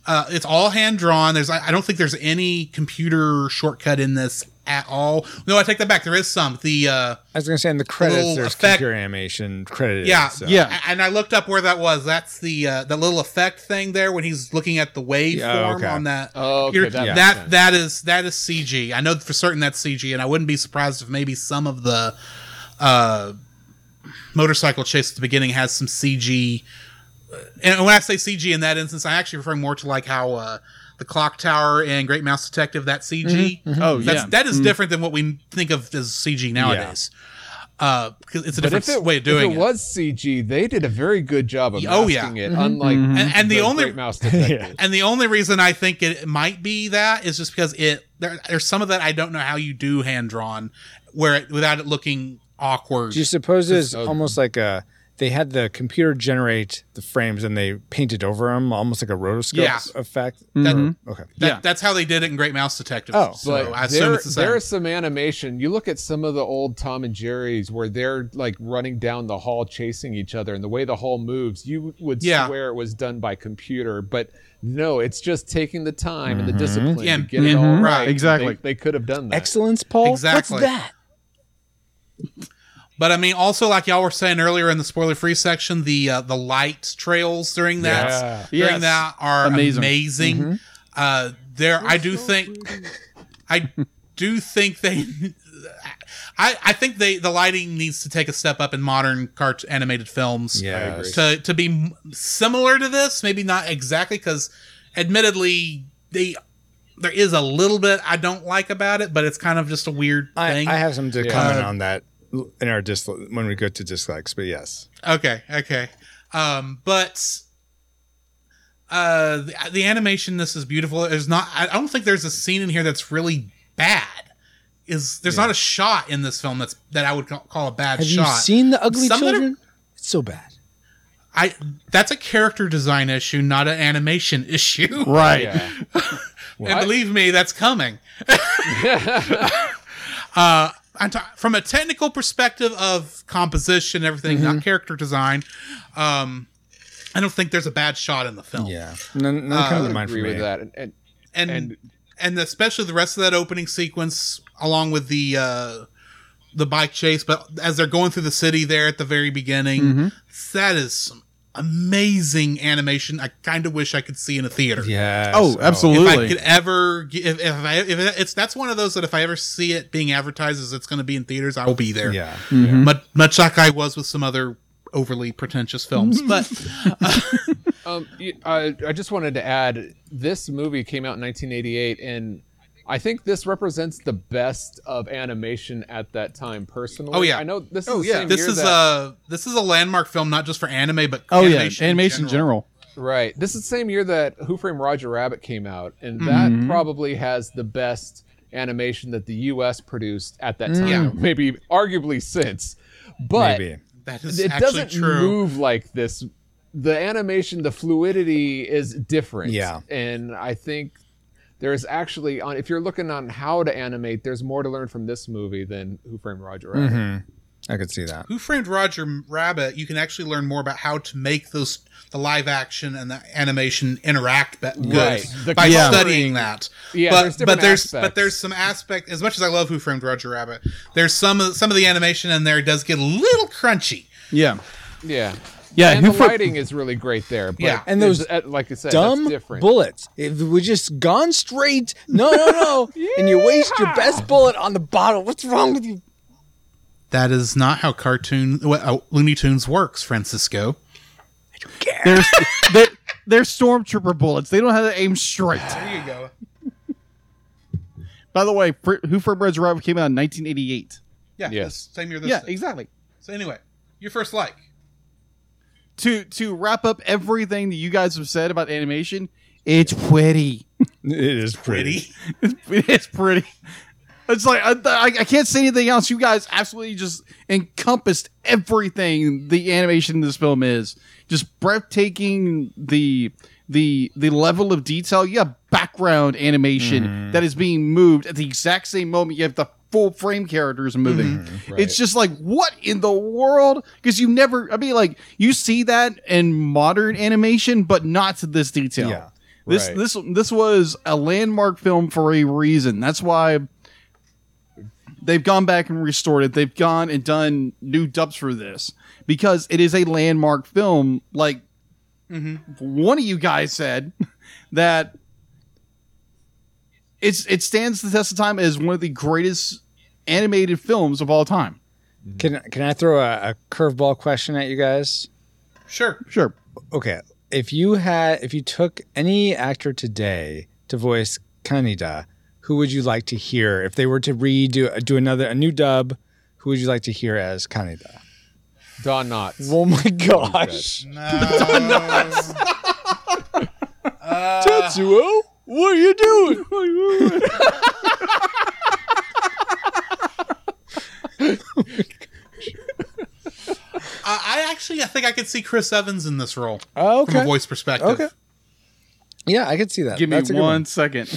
Speaker 1: uh, it's all hand drawn. There's I I don't think there's any computer shortcut in this at all. No, I take that back. There is some. The uh,
Speaker 3: I was gonna say in the credits,
Speaker 1: Little
Speaker 3: there's
Speaker 1: effect-
Speaker 3: computer animation credited.
Speaker 1: Yeah,
Speaker 3: so.
Speaker 2: Yeah.
Speaker 1: A- and I looked up where that was. That's the uh, the little effect thing there when he's looking at the waveform
Speaker 3: Yeah, okay.
Speaker 1: on that.
Speaker 4: Oh, okay,
Speaker 1: computer.
Speaker 4: that makes
Speaker 1: that
Speaker 4: sense.
Speaker 1: that is that is CG. I know for certain that's CG, and I wouldn't be surprised if maybe some of the uh, motorcycle chase at the beginning has some CG. And when I say CG in that instance, I actually referring more to like how uh, the clock tower and Great Mouse Detective that CG.
Speaker 2: Oh
Speaker 1: That's,
Speaker 2: yeah.
Speaker 1: That is different than what we think of as CG nowadays. Uh, because it's a
Speaker 4: But
Speaker 1: different
Speaker 4: if
Speaker 1: s-
Speaker 4: it,
Speaker 1: way of doing
Speaker 4: if
Speaker 1: it.
Speaker 4: it was CG, they did a very good job of
Speaker 1: Oh, yeah. Mm-hmm.
Speaker 4: masking it.
Speaker 3: Mhm.
Speaker 4: Unlike
Speaker 3: Mhm.
Speaker 1: And- and the only-
Speaker 4: Great mouse detective.
Speaker 3: Yeah.
Speaker 1: And the only reason I think it might be that is just because it there, there's some of that I don't know how you do hand drawn where it, without it looking awkward.
Speaker 3: Do you suppose it's
Speaker 4: So-
Speaker 3: almost like a they had the computer generate the frames and they painted over them, almost like a rotoscope
Speaker 1: Yeah.
Speaker 3: effect?
Speaker 2: Mhm.
Speaker 3: Or- okay.
Speaker 1: that,
Speaker 2: yeah.
Speaker 1: That's how they did it in Great Mouse Detective.
Speaker 3: Oh,
Speaker 1: so
Speaker 4: But
Speaker 1: I assume
Speaker 4: there,
Speaker 1: it's the same.
Speaker 4: there is some animation. You look at some of the old Tom and Jerry's where they're like running down the hall chasing each other, and the way the hall moves, you would
Speaker 1: Yeah.
Speaker 4: swear it was done by computer. But no, it's just taking the time and the discipline
Speaker 1: Yeah,
Speaker 4: to get it all
Speaker 2: mhm,
Speaker 4: right.
Speaker 2: exactly.
Speaker 4: They, they could have done that.
Speaker 3: Excellence, Paul.
Speaker 1: Exactly.
Speaker 3: What's that?
Speaker 1: But I mean, also like y'all were saying earlier in the spoiler free section, the uh, the light trails during that
Speaker 4: Yeah.
Speaker 1: during
Speaker 2: Yes.
Speaker 1: that are
Speaker 2: Amazing.
Speaker 1: amazing.
Speaker 3: Mm-hmm.
Speaker 1: Uh, there, I do think, I do think they, I I think they the lighting needs to take a step up in modern cart animated films.
Speaker 3: Yes.
Speaker 1: to to be m- similar to this, maybe not exactly, because admittedly they. There is a little bit I don't like about it, but it's kind of just a weird
Speaker 3: I,
Speaker 1: thing.
Speaker 3: I have some to
Speaker 4: Yeah.
Speaker 3: comment on that in our dis- when we go to dislikes, but yes.
Speaker 1: Okay, okay. Um, but uh, the, the animation this is beautiful. There's not. I I don't think there's a scene in here that's really bad. Is there's not a shot in this film that's that I would ca- call a bad
Speaker 3: Have
Speaker 1: shot.
Speaker 3: you seen the ugly
Speaker 1: Some that are-
Speaker 3: children? It's so bad.
Speaker 1: I that's a character design issue, not an animation issue.
Speaker 2: Right.
Speaker 4: Yeah.
Speaker 1: and believe me, that's coming. uh, I'm ta- from a technical perspective of composition, and everything, not character design. Um, I don't think there's a bad shot in the film.
Speaker 3: Yeah. None, none
Speaker 1: Uh,
Speaker 3: come
Speaker 4: I
Speaker 3: to
Speaker 4: would
Speaker 3: mind for
Speaker 4: agree
Speaker 3: me.
Speaker 4: with that. And, and
Speaker 1: and and,
Speaker 4: And-
Speaker 1: especially the rest of that opening sequence along with the uh the bike chase but as they're going through the city there at the very beginning
Speaker 2: Mm-hmm.
Speaker 1: that is some amazing animation i kind of wish i could see in a theater
Speaker 3: Yes.
Speaker 2: Oh,
Speaker 1: if
Speaker 2: absolutely.
Speaker 1: i could ever g- if, if i if it- it's that's one of those that if i ever see it being advertised as it's going to be in theaters i will be there
Speaker 3: Yeah.
Speaker 2: Mm-hmm.
Speaker 1: much, much like i was with some other overly pretentious films but
Speaker 4: Um, y- I, I just wanted to add this movie came out in 1988, and I think this represents the best of animation at that time. Personally,
Speaker 1: Oh, yeah.
Speaker 4: I know this
Speaker 2: Oh,
Speaker 4: is the
Speaker 2: yeah.
Speaker 4: same
Speaker 1: this
Speaker 4: year
Speaker 1: is uh,
Speaker 4: that-
Speaker 1: a this is a landmark film not just for anime but
Speaker 2: oh
Speaker 1: animation
Speaker 2: yeah,
Speaker 1: in
Speaker 2: animation in
Speaker 1: general.
Speaker 2: general.
Speaker 4: Right. This is the same year that Who Framed Roger Rabbit came out, and that probably has the best animation that the U.S. produced at that time.
Speaker 1: Yeah.
Speaker 4: Maybe arguably since, but
Speaker 3: Maybe.
Speaker 1: That is
Speaker 4: it
Speaker 1: actually
Speaker 4: doesn't
Speaker 1: true.
Speaker 4: move like this. The animation, the fluidity is different.
Speaker 3: Yeah.
Speaker 4: and I think there's actually on if you're looking on how to animate, there's more to learn from this movie than Who Framed Roger Rabbit.
Speaker 1: Mm-hmm.
Speaker 3: I could see that.
Speaker 1: Who Framed Roger Rabbit? You can actually learn more about how to make those the live action and the animation interact be- good
Speaker 4: Right. The
Speaker 1: by
Speaker 4: coloring.
Speaker 1: studying that.
Speaker 4: Yeah,
Speaker 1: but
Speaker 4: there's
Speaker 1: but
Speaker 4: different
Speaker 1: there's but
Speaker 4: aspects.
Speaker 1: there's some aspect. As much as I love Who Framed Roger Rabbit, there's some of- some of the animation in there does get a little crunchy.
Speaker 2: Yeah.
Speaker 4: Yeah,
Speaker 2: Yeah.
Speaker 4: and
Speaker 2: who
Speaker 4: the
Speaker 2: fra-
Speaker 4: lighting is really great there. But
Speaker 1: Yeah.
Speaker 3: And those
Speaker 4: it's- like I said,
Speaker 3: Dumb
Speaker 4: that's different.
Speaker 3: bullets. If we just gone straight, no, no, no, and you waste your best bullet on the bottle. What's wrong with you?
Speaker 1: That is not how cartoon what, uh, Looney Tunes works, Francisco.
Speaker 2: They're, they're, they're stormtrooper bullets. They don't have to aim straight.
Speaker 1: There you go.
Speaker 2: By the way, Fr- Who Framed Roger Rabbit came out in 1988.
Speaker 1: Yeah.
Speaker 4: Yes.
Speaker 1: Yes. Same year. This
Speaker 2: Yeah,
Speaker 1: thing.
Speaker 2: exactly.
Speaker 1: So anyway, your first like.
Speaker 2: To to wrap up everything that you guys have said about animation, it's pretty.
Speaker 3: It is
Speaker 1: Pretty.
Speaker 2: it's pretty. It's like I, I, I can't say anything else. You guys absolutely just encompassed everything the animation in this film is. Just breathtaking the the the level of detail. You have background animation that is being moved at the exact same moment. You have the full frame characters moving. It's just like what in the world? Because you never. I mean, like you see that in modern animation, but not to this detail.
Speaker 3: Yeah.
Speaker 2: This
Speaker 4: Right.
Speaker 2: this this was a landmark film for a reason. That's why they've gone back and restored it. They've gone and done new dubs for this because it is a landmark film. Like one of you guys said that it's it stands the test of time as one of the greatest animated films of all time.
Speaker 3: Can can I throw a, a curveball question at you guys?
Speaker 1: Sure.
Speaker 2: Sure.
Speaker 3: Okay, if you had if you took any actor today to voice Kaneda, who would you like to hear if they were to redo do another a new dub? Who would you like to hear as Kaneda?
Speaker 4: Don Knotts.
Speaker 3: Oh my gosh.
Speaker 1: No. Uh,
Speaker 3: Tetsuo, what are you doing?
Speaker 1: I I actually I think I could see Chris Evans in this role
Speaker 3: Oh,
Speaker 1: from a
Speaker 3: okay.
Speaker 1: voice perspective.
Speaker 3: Okay. Yeah, I could see that.
Speaker 2: Give me
Speaker 3: That's a good
Speaker 2: one second.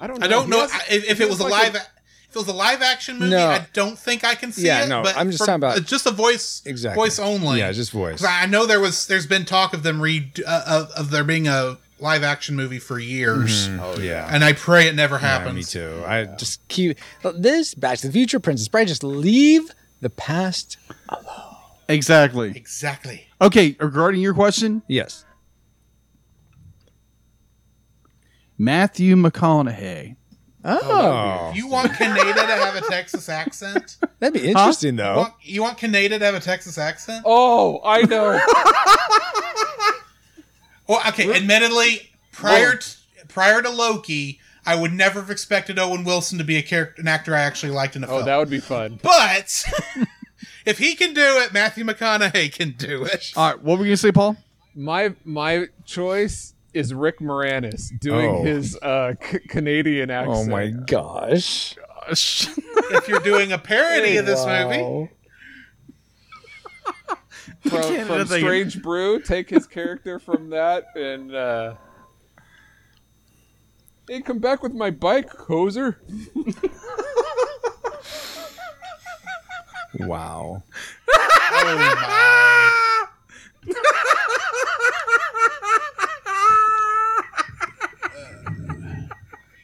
Speaker 4: don't.
Speaker 1: I don't
Speaker 4: He
Speaker 1: know
Speaker 4: has-
Speaker 1: I- if, if
Speaker 4: he
Speaker 1: it
Speaker 4: has
Speaker 1: was a
Speaker 4: like
Speaker 1: live if it was a live action movie.
Speaker 3: No.
Speaker 1: I don't think I can see
Speaker 3: Yeah,
Speaker 1: it.
Speaker 3: no,
Speaker 1: but
Speaker 3: I'm just
Speaker 1: from-
Speaker 3: talking about-
Speaker 1: uh, just a voice
Speaker 3: Exactly.
Speaker 1: voice only.
Speaker 3: Yeah, just voice.
Speaker 1: 'Cause I I know there was there's been talk of them read uh, of, of there being a live action movie for years,
Speaker 3: Oh yeah.
Speaker 1: and I pray it never
Speaker 3: Yeah,
Speaker 1: happens.
Speaker 3: me too. I just keep this Back to the Future, Princess Bride. Just leave the past.
Speaker 2: Exactly.
Speaker 1: Exactly.
Speaker 2: Okay, regarding your question,
Speaker 3: Yes.
Speaker 2: Matthew McConaughey.
Speaker 3: Oh,
Speaker 1: You want Kaneda to have a Texas accent?
Speaker 3: that'd be interesting
Speaker 1: You
Speaker 3: though.
Speaker 1: want, you want Kaneda to have a Texas accent?
Speaker 4: Oh, I know.
Speaker 1: Well, okay. Admittedly, prior to, prior to Loki, I would never have expected Owen Wilson to be a character, an actor I actually liked in a
Speaker 4: oh,
Speaker 1: film.
Speaker 4: that would be fun.
Speaker 1: but if he can do it, Matthew McConaughey can do it.
Speaker 2: All right, what were you gonna say, Paul?
Speaker 4: My my choice is Rick Moranis doing
Speaker 3: Oh.
Speaker 4: his uh, c- Canadian accent.
Speaker 3: Oh my gosh.
Speaker 1: if you're doing a parody of this movie,
Speaker 3: Wow.
Speaker 4: From,
Speaker 2: Canada
Speaker 4: from
Speaker 2: thing.
Speaker 4: Strange Brew, take his character from that and. Uh, Hey, come back with my bike, hoser.
Speaker 3: Wow.
Speaker 1: oh my.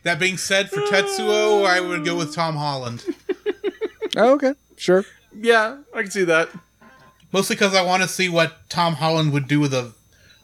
Speaker 1: That being said, for Tetsuo, I would go with Tom Holland.
Speaker 3: Oh, okay. Sure.
Speaker 2: Yeah, I can see that.
Speaker 1: Mostly because I want to see what Tom Holland would do with a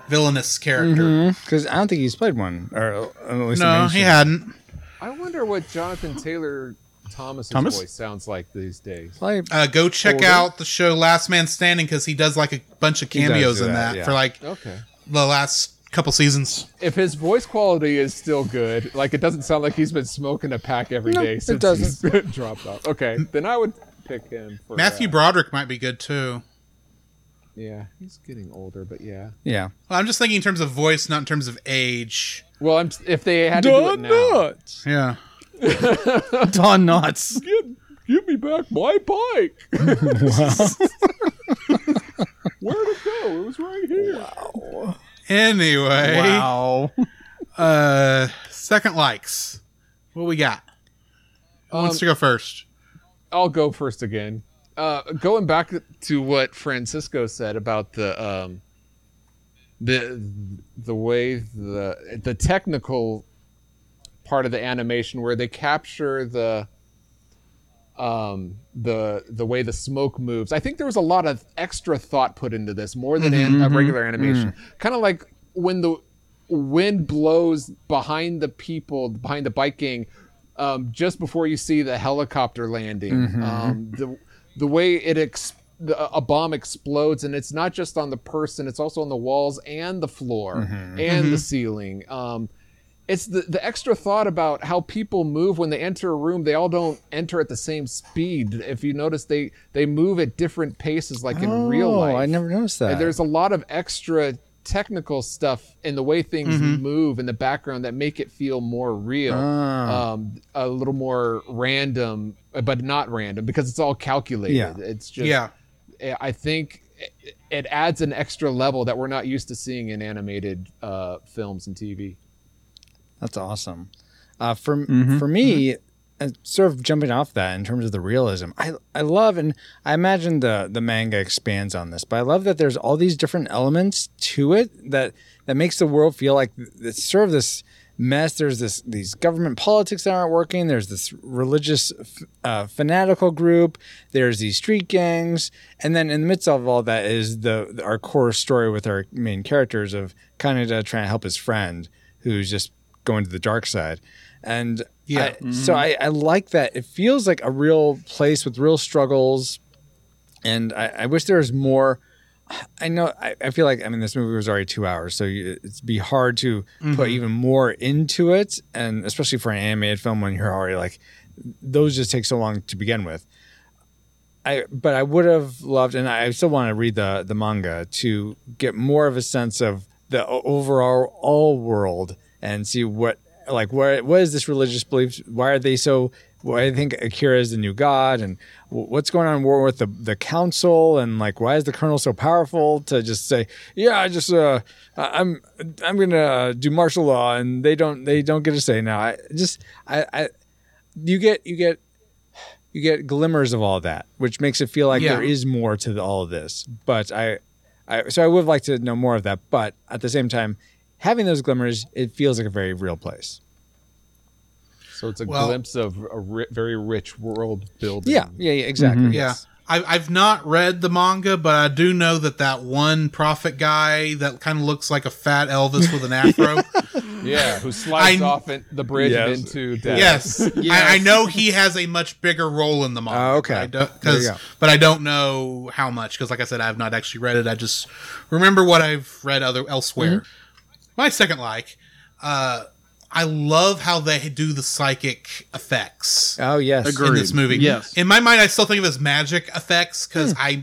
Speaker 1: villainous character.
Speaker 3: Because I don't think he's played one, or at least
Speaker 1: No, he hadn't.
Speaker 4: I wonder what Jonathan Taylor Thomas's
Speaker 2: Thomas?
Speaker 4: voice sounds like these days.
Speaker 3: Play.
Speaker 1: Uh, go check
Speaker 3: Older.
Speaker 1: out the show Last Man Standing because he does like a bunch of
Speaker 3: does do
Speaker 1: cameos in
Speaker 3: that,
Speaker 1: that,
Speaker 3: yeah.
Speaker 1: for like
Speaker 4: Okay.
Speaker 1: the last couple seasons.
Speaker 4: If his voice quality is still good, like it doesn't sound like he's been smoking a pack every day
Speaker 3: No, it
Speaker 4: since
Speaker 3: doesn't.
Speaker 4: he's dropped off. Okay, then I would pick him for
Speaker 1: Matthew
Speaker 4: uh,
Speaker 1: Broderick might be good too.
Speaker 4: yeah, he's getting older, but yeah.
Speaker 3: Yeah.
Speaker 1: Well, I'm just thinking in terms of voice, not in terms of age.
Speaker 4: Well, I'm if they had to do it
Speaker 3: Don
Speaker 4: now.
Speaker 3: Knotts.
Speaker 1: Yeah.
Speaker 2: Don Knotts.
Speaker 4: Give, give me back my bike. Where'd it go? It was right here.
Speaker 1: Anyway,
Speaker 2: Wow.
Speaker 1: uh, second likes. What we got? Who wants
Speaker 3: Um,
Speaker 1: to go first?
Speaker 4: I'll go first again. Uh, going back to what Francisco said about the um, the the way the the technical part of the animation where they capture the um, the the way the smoke moves. I think there was a lot of extra thought put into this, more than an, a regular animation. Kind of like when the wind blows behind the people, behind the bike gang, um, just before you see the helicopter landing. Um, the the way it ex- the, a bomb explodes, and it's not just on the person; it's also on the walls and the floor and the ceiling. Um, it's the, the extra thought about how people move when they enter a room they all don't enter at the same speed if you notice they they move at different paces like in real
Speaker 3: Oh,
Speaker 4: life
Speaker 3: I never noticed that.
Speaker 4: and there's a lot of extra technical stuff in the way things
Speaker 3: Mm-hmm.
Speaker 4: move in the background that make it feel more real,
Speaker 3: Ah.
Speaker 4: um, a little more random, but not random because it's all calculated.
Speaker 3: Yeah.
Speaker 4: It's just, eh,
Speaker 1: Yeah.
Speaker 4: I think it, it adds an extra level that we're not used to seeing in animated uh, films and TV.
Speaker 3: That's awesome. Uh, for for me, and sort of jumping off that in terms of the realism, I I love and I imagine the the manga expands on this, but I love that there's all these different elements to it that that makes the world feel like it's sort of this mess. There's this these government politics that aren't working. There's this religious f- uh, fanatical group. There's these street gangs, and then in the midst of all that is the our core story with our main characters of Kaneda trying to help his friend who's just going to the dark side. And yeah,
Speaker 1: Yeah.
Speaker 6: mm-hmm.
Speaker 3: so I, I like that. It feels like a real place with real struggles. And I, I wish there was more. I know. I, I feel like I mean this movie was already two hours, so you, it'd be hard to put even more into it, and especially for an animated film when you're already like those just take so long to begin with. I but I would have loved, and I still want to read the the manga to get more of a sense of the o- overall all world and see what like where what is this religious belief? Why are they so? Why do they think Akira is the new god, and wh- what's going on war with the the council, and like why is the colonel so powerful to just say, yeah, I just uh, I- I'm I'm gonna do martial law, and they don't they don't get a say now. I just I, I you get you get you get glimmers of all that, which makes it feel like
Speaker 1: Yeah.
Speaker 3: there is more to the, all of this. But I, I, so I would like to know more of that. But at the same time, having those glimmers, it feels like a very real place.
Speaker 4: So it's a
Speaker 1: Well-
Speaker 4: glimpse of a ri- very rich world building.
Speaker 3: Yeah, yeah, yeah exactly.
Speaker 1: Yeah.
Speaker 3: yes.
Speaker 1: I, I've not read the manga, but I do know that that one prophet guy that kind of looks like a fat Elvis with an afro.
Speaker 4: yeah. Who slides
Speaker 1: I-
Speaker 4: off in the bridge
Speaker 3: Yes.
Speaker 4: into death?
Speaker 1: Yes, I, I know he has a much bigger role in the manga.
Speaker 3: Oh, okay.
Speaker 1: I don't,
Speaker 3: There you
Speaker 1: 'cause-
Speaker 3: go.
Speaker 1: but I don't know how much because, like I said, I've not actually read it. I just remember what I've read other elsewhere. My second like, uh, I love how they do the psychic effects
Speaker 3: Oh yes.
Speaker 2: Agreed.
Speaker 1: in this movie.
Speaker 2: Yes. Hmm.
Speaker 1: In my mind, I still think of it as magic effects because I,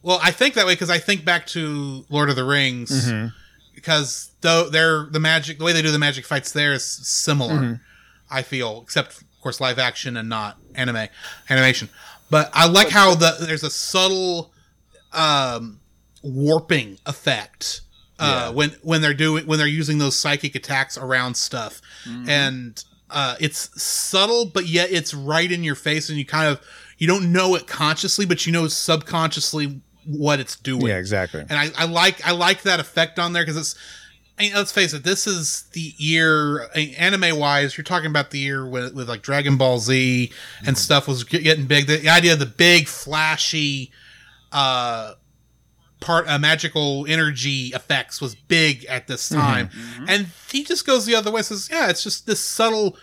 Speaker 1: well, I think that way because I think back to Lord of the Rings
Speaker 2: Mm-hmm.
Speaker 1: because though they're the magic, the way they do the magic fights there is similar.
Speaker 2: Mm-hmm.
Speaker 1: I feel, except of course live action and not anime animation. But I like how the there's a subtle um, warping effect uh, when when they're doing when they're using those psychic attacks around stuff, and uh, it's subtle, but yet it's right in your face, and you kind of you don't know it consciously, but you know subconsciously what it's doing
Speaker 3: Yeah, exactly.
Speaker 1: and I, I like I like that effect on there because it's. I mean, let's face it. This is the year, anime wise. You're talking about the year with, with like Dragon Ball Z and stuff was get- getting big. The, the idea of the big flashy, uh, part uh, magical energy effects was big at this time, and he just goes the other way. Says, yeah, it's just this subtle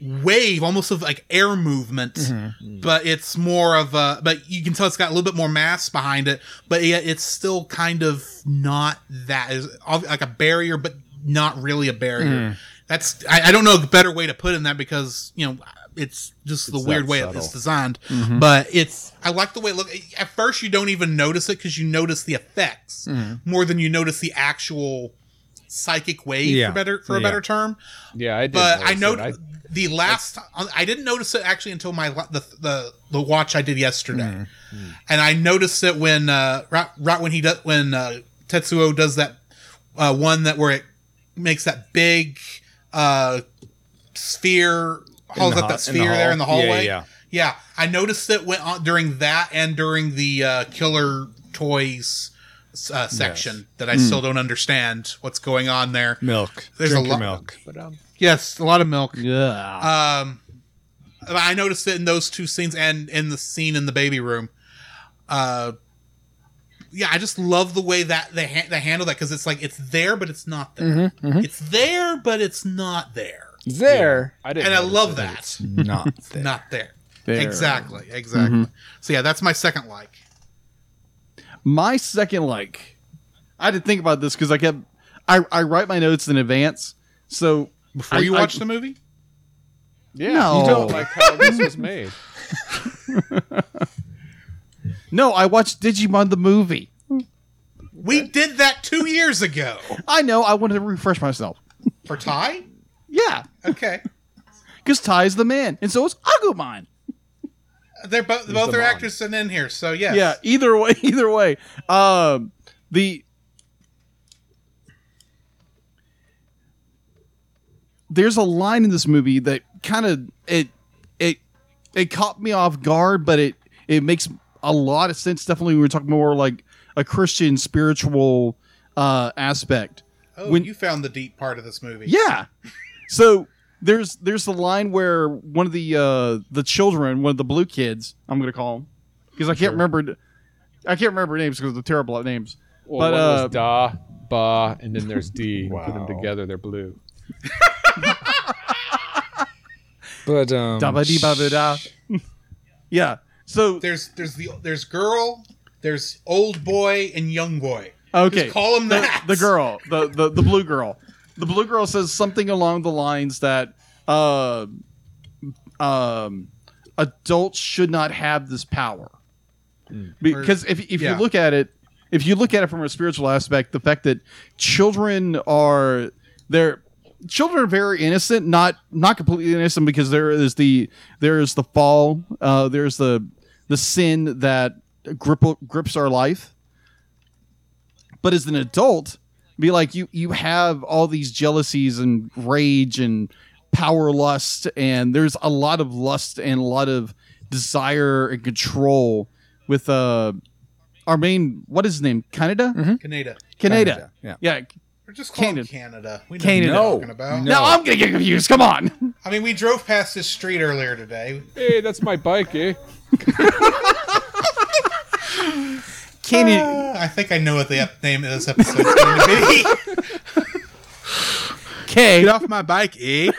Speaker 1: wave, almost of like air movement
Speaker 3: Mm-hmm.
Speaker 1: but it's more of a but you can tell it's got a little bit more mass behind it but yeah it's still kind of not that is like a barrier but not really a barrier
Speaker 3: Mm-hmm.
Speaker 1: that's I, I don't know a better way to put it in that because you know it's just the
Speaker 4: It's
Speaker 1: weird
Speaker 4: that
Speaker 1: way
Speaker 4: subtle.
Speaker 1: it's designed
Speaker 3: Mm-hmm.
Speaker 1: but it's i like the way it look at first you don't even notice it because you notice the effects
Speaker 3: Mm-hmm.
Speaker 1: more than you notice the actual psychic wave
Speaker 3: Yeah.
Speaker 1: for better for a
Speaker 3: Yeah.
Speaker 1: better term
Speaker 4: Yeah, I did.
Speaker 1: but I
Speaker 4: notice
Speaker 1: know
Speaker 4: it.
Speaker 1: the last I, didn't notice it actually until my la- the the, the watch I did yesterday,
Speaker 3: Hmm.
Speaker 1: and I noticed it when uh, right, right when he does when uh, Tetsuo does that uh, one that where it makes that big uh, sphere holds
Speaker 3: the
Speaker 1: up
Speaker 3: hall-
Speaker 1: that
Speaker 3: in the
Speaker 1: sphere there in the
Speaker 3: hall? Yeah,
Speaker 1: hallway.
Speaker 3: yeah, yeah.
Speaker 1: Yeah, I noticed it went on during that and during the uh, killer toys uh, section that
Speaker 3: Hmm.
Speaker 1: I still don't understand what's going on there.
Speaker 3: Milk.
Speaker 1: There's
Speaker 3: Drink
Speaker 1: a
Speaker 3: your
Speaker 1: lot-
Speaker 3: milk.
Speaker 4: But, um,
Speaker 1: Yes, a lot of milk.
Speaker 2: Yeah.
Speaker 1: Um, I noticed it in those two scenes and in the scene in the baby room. Uh, yeah, I just love the way that they ha- they handle that because it's like it's there but it's not there.
Speaker 2: Mm-hmm,
Speaker 1: It's there but it's not there,
Speaker 3: There.
Speaker 4: I didn't.
Speaker 1: and I
Speaker 4: notice
Speaker 1: love
Speaker 4: it.
Speaker 1: that.
Speaker 3: Not there.
Speaker 1: Not there.
Speaker 2: There.
Speaker 1: Exactly.
Speaker 4: Mm-hmm.
Speaker 1: Exactly. So yeah, that's my second like.
Speaker 2: My second like, I had to think about this because I kept, I, I write my notes in advance. So
Speaker 1: Before
Speaker 2: I-
Speaker 1: you
Speaker 2: I-
Speaker 1: watch the movie,
Speaker 4: Yeah,
Speaker 2: No.
Speaker 4: you don't like how this was made.
Speaker 2: no, I watched Digimon the movie.
Speaker 1: we did that two years ago
Speaker 2: I know I wanted to refresh myself.
Speaker 1: for Ty.
Speaker 2: Yeah,
Speaker 1: Okay,
Speaker 2: because Ty's the man, and so is Agumon.
Speaker 1: they're both both
Speaker 4: the
Speaker 1: are
Speaker 4: mom.
Speaker 1: actors and in here. So yes.
Speaker 2: Yeah, either way, either way. Um, the there's a line in this movie that kind of it it it caught me off guard, but it it makes a lot of sense. Definitely, we were talking more like a Christian spiritual uh, aspect.
Speaker 1: Oh,
Speaker 2: When-
Speaker 1: you found the deep part of this movie.
Speaker 2: Yeah. So there's there's the line where one of the uh, the children, one of the blue kids, I'm gonna call him because I can't remember, I can't remember names because they're terrible at names.
Speaker 4: Well,
Speaker 2: But,
Speaker 4: one
Speaker 2: uh,
Speaker 4: was da, ba, and then there's d. Put them together, they're blue.
Speaker 3: But um.
Speaker 2: Da-ba-dee-ba-ba-da. yeah. So
Speaker 1: there's there's the there's girl, there's old boy and young boy.
Speaker 2: okay,
Speaker 1: Just call him
Speaker 2: the,
Speaker 1: that.
Speaker 2: the girl, the, the the blue girl, the blue girl says something along the lines that uh, um, adults should not have this power. Because if, if
Speaker 1: yeah.
Speaker 2: you look at it, if you look at it from a spiritual aspect, the fact that children are they're children are very innocent, not not completely innocent, because there is the there is the fall, uh, there's the the sin that grip, grips our life but as an adult be like you you have all these jealousies and rage and power lust and there's a lot of lust and a lot of desire and control with uh our main what is his name canada
Speaker 1: Canada.
Speaker 2: canada
Speaker 3: Mm-hmm. Yeah.
Speaker 2: yeah
Speaker 1: Or just call Canada.
Speaker 2: Canada.
Speaker 1: Canada. We know what
Speaker 2: Canada.
Speaker 1: you're
Speaker 3: No.
Speaker 1: talking about.
Speaker 3: No.
Speaker 2: now i'm gonna get confused come on
Speaker 1: I mean, we drove past this street earlier today.
Speaker 4: Hey, that's my bike, eh?
Speaker 2: canada
Speaker 1: Uh, I think I know what the ep- name of this episode's going to be.
Speaker 2: k
Speaker 1: off my bike, eh?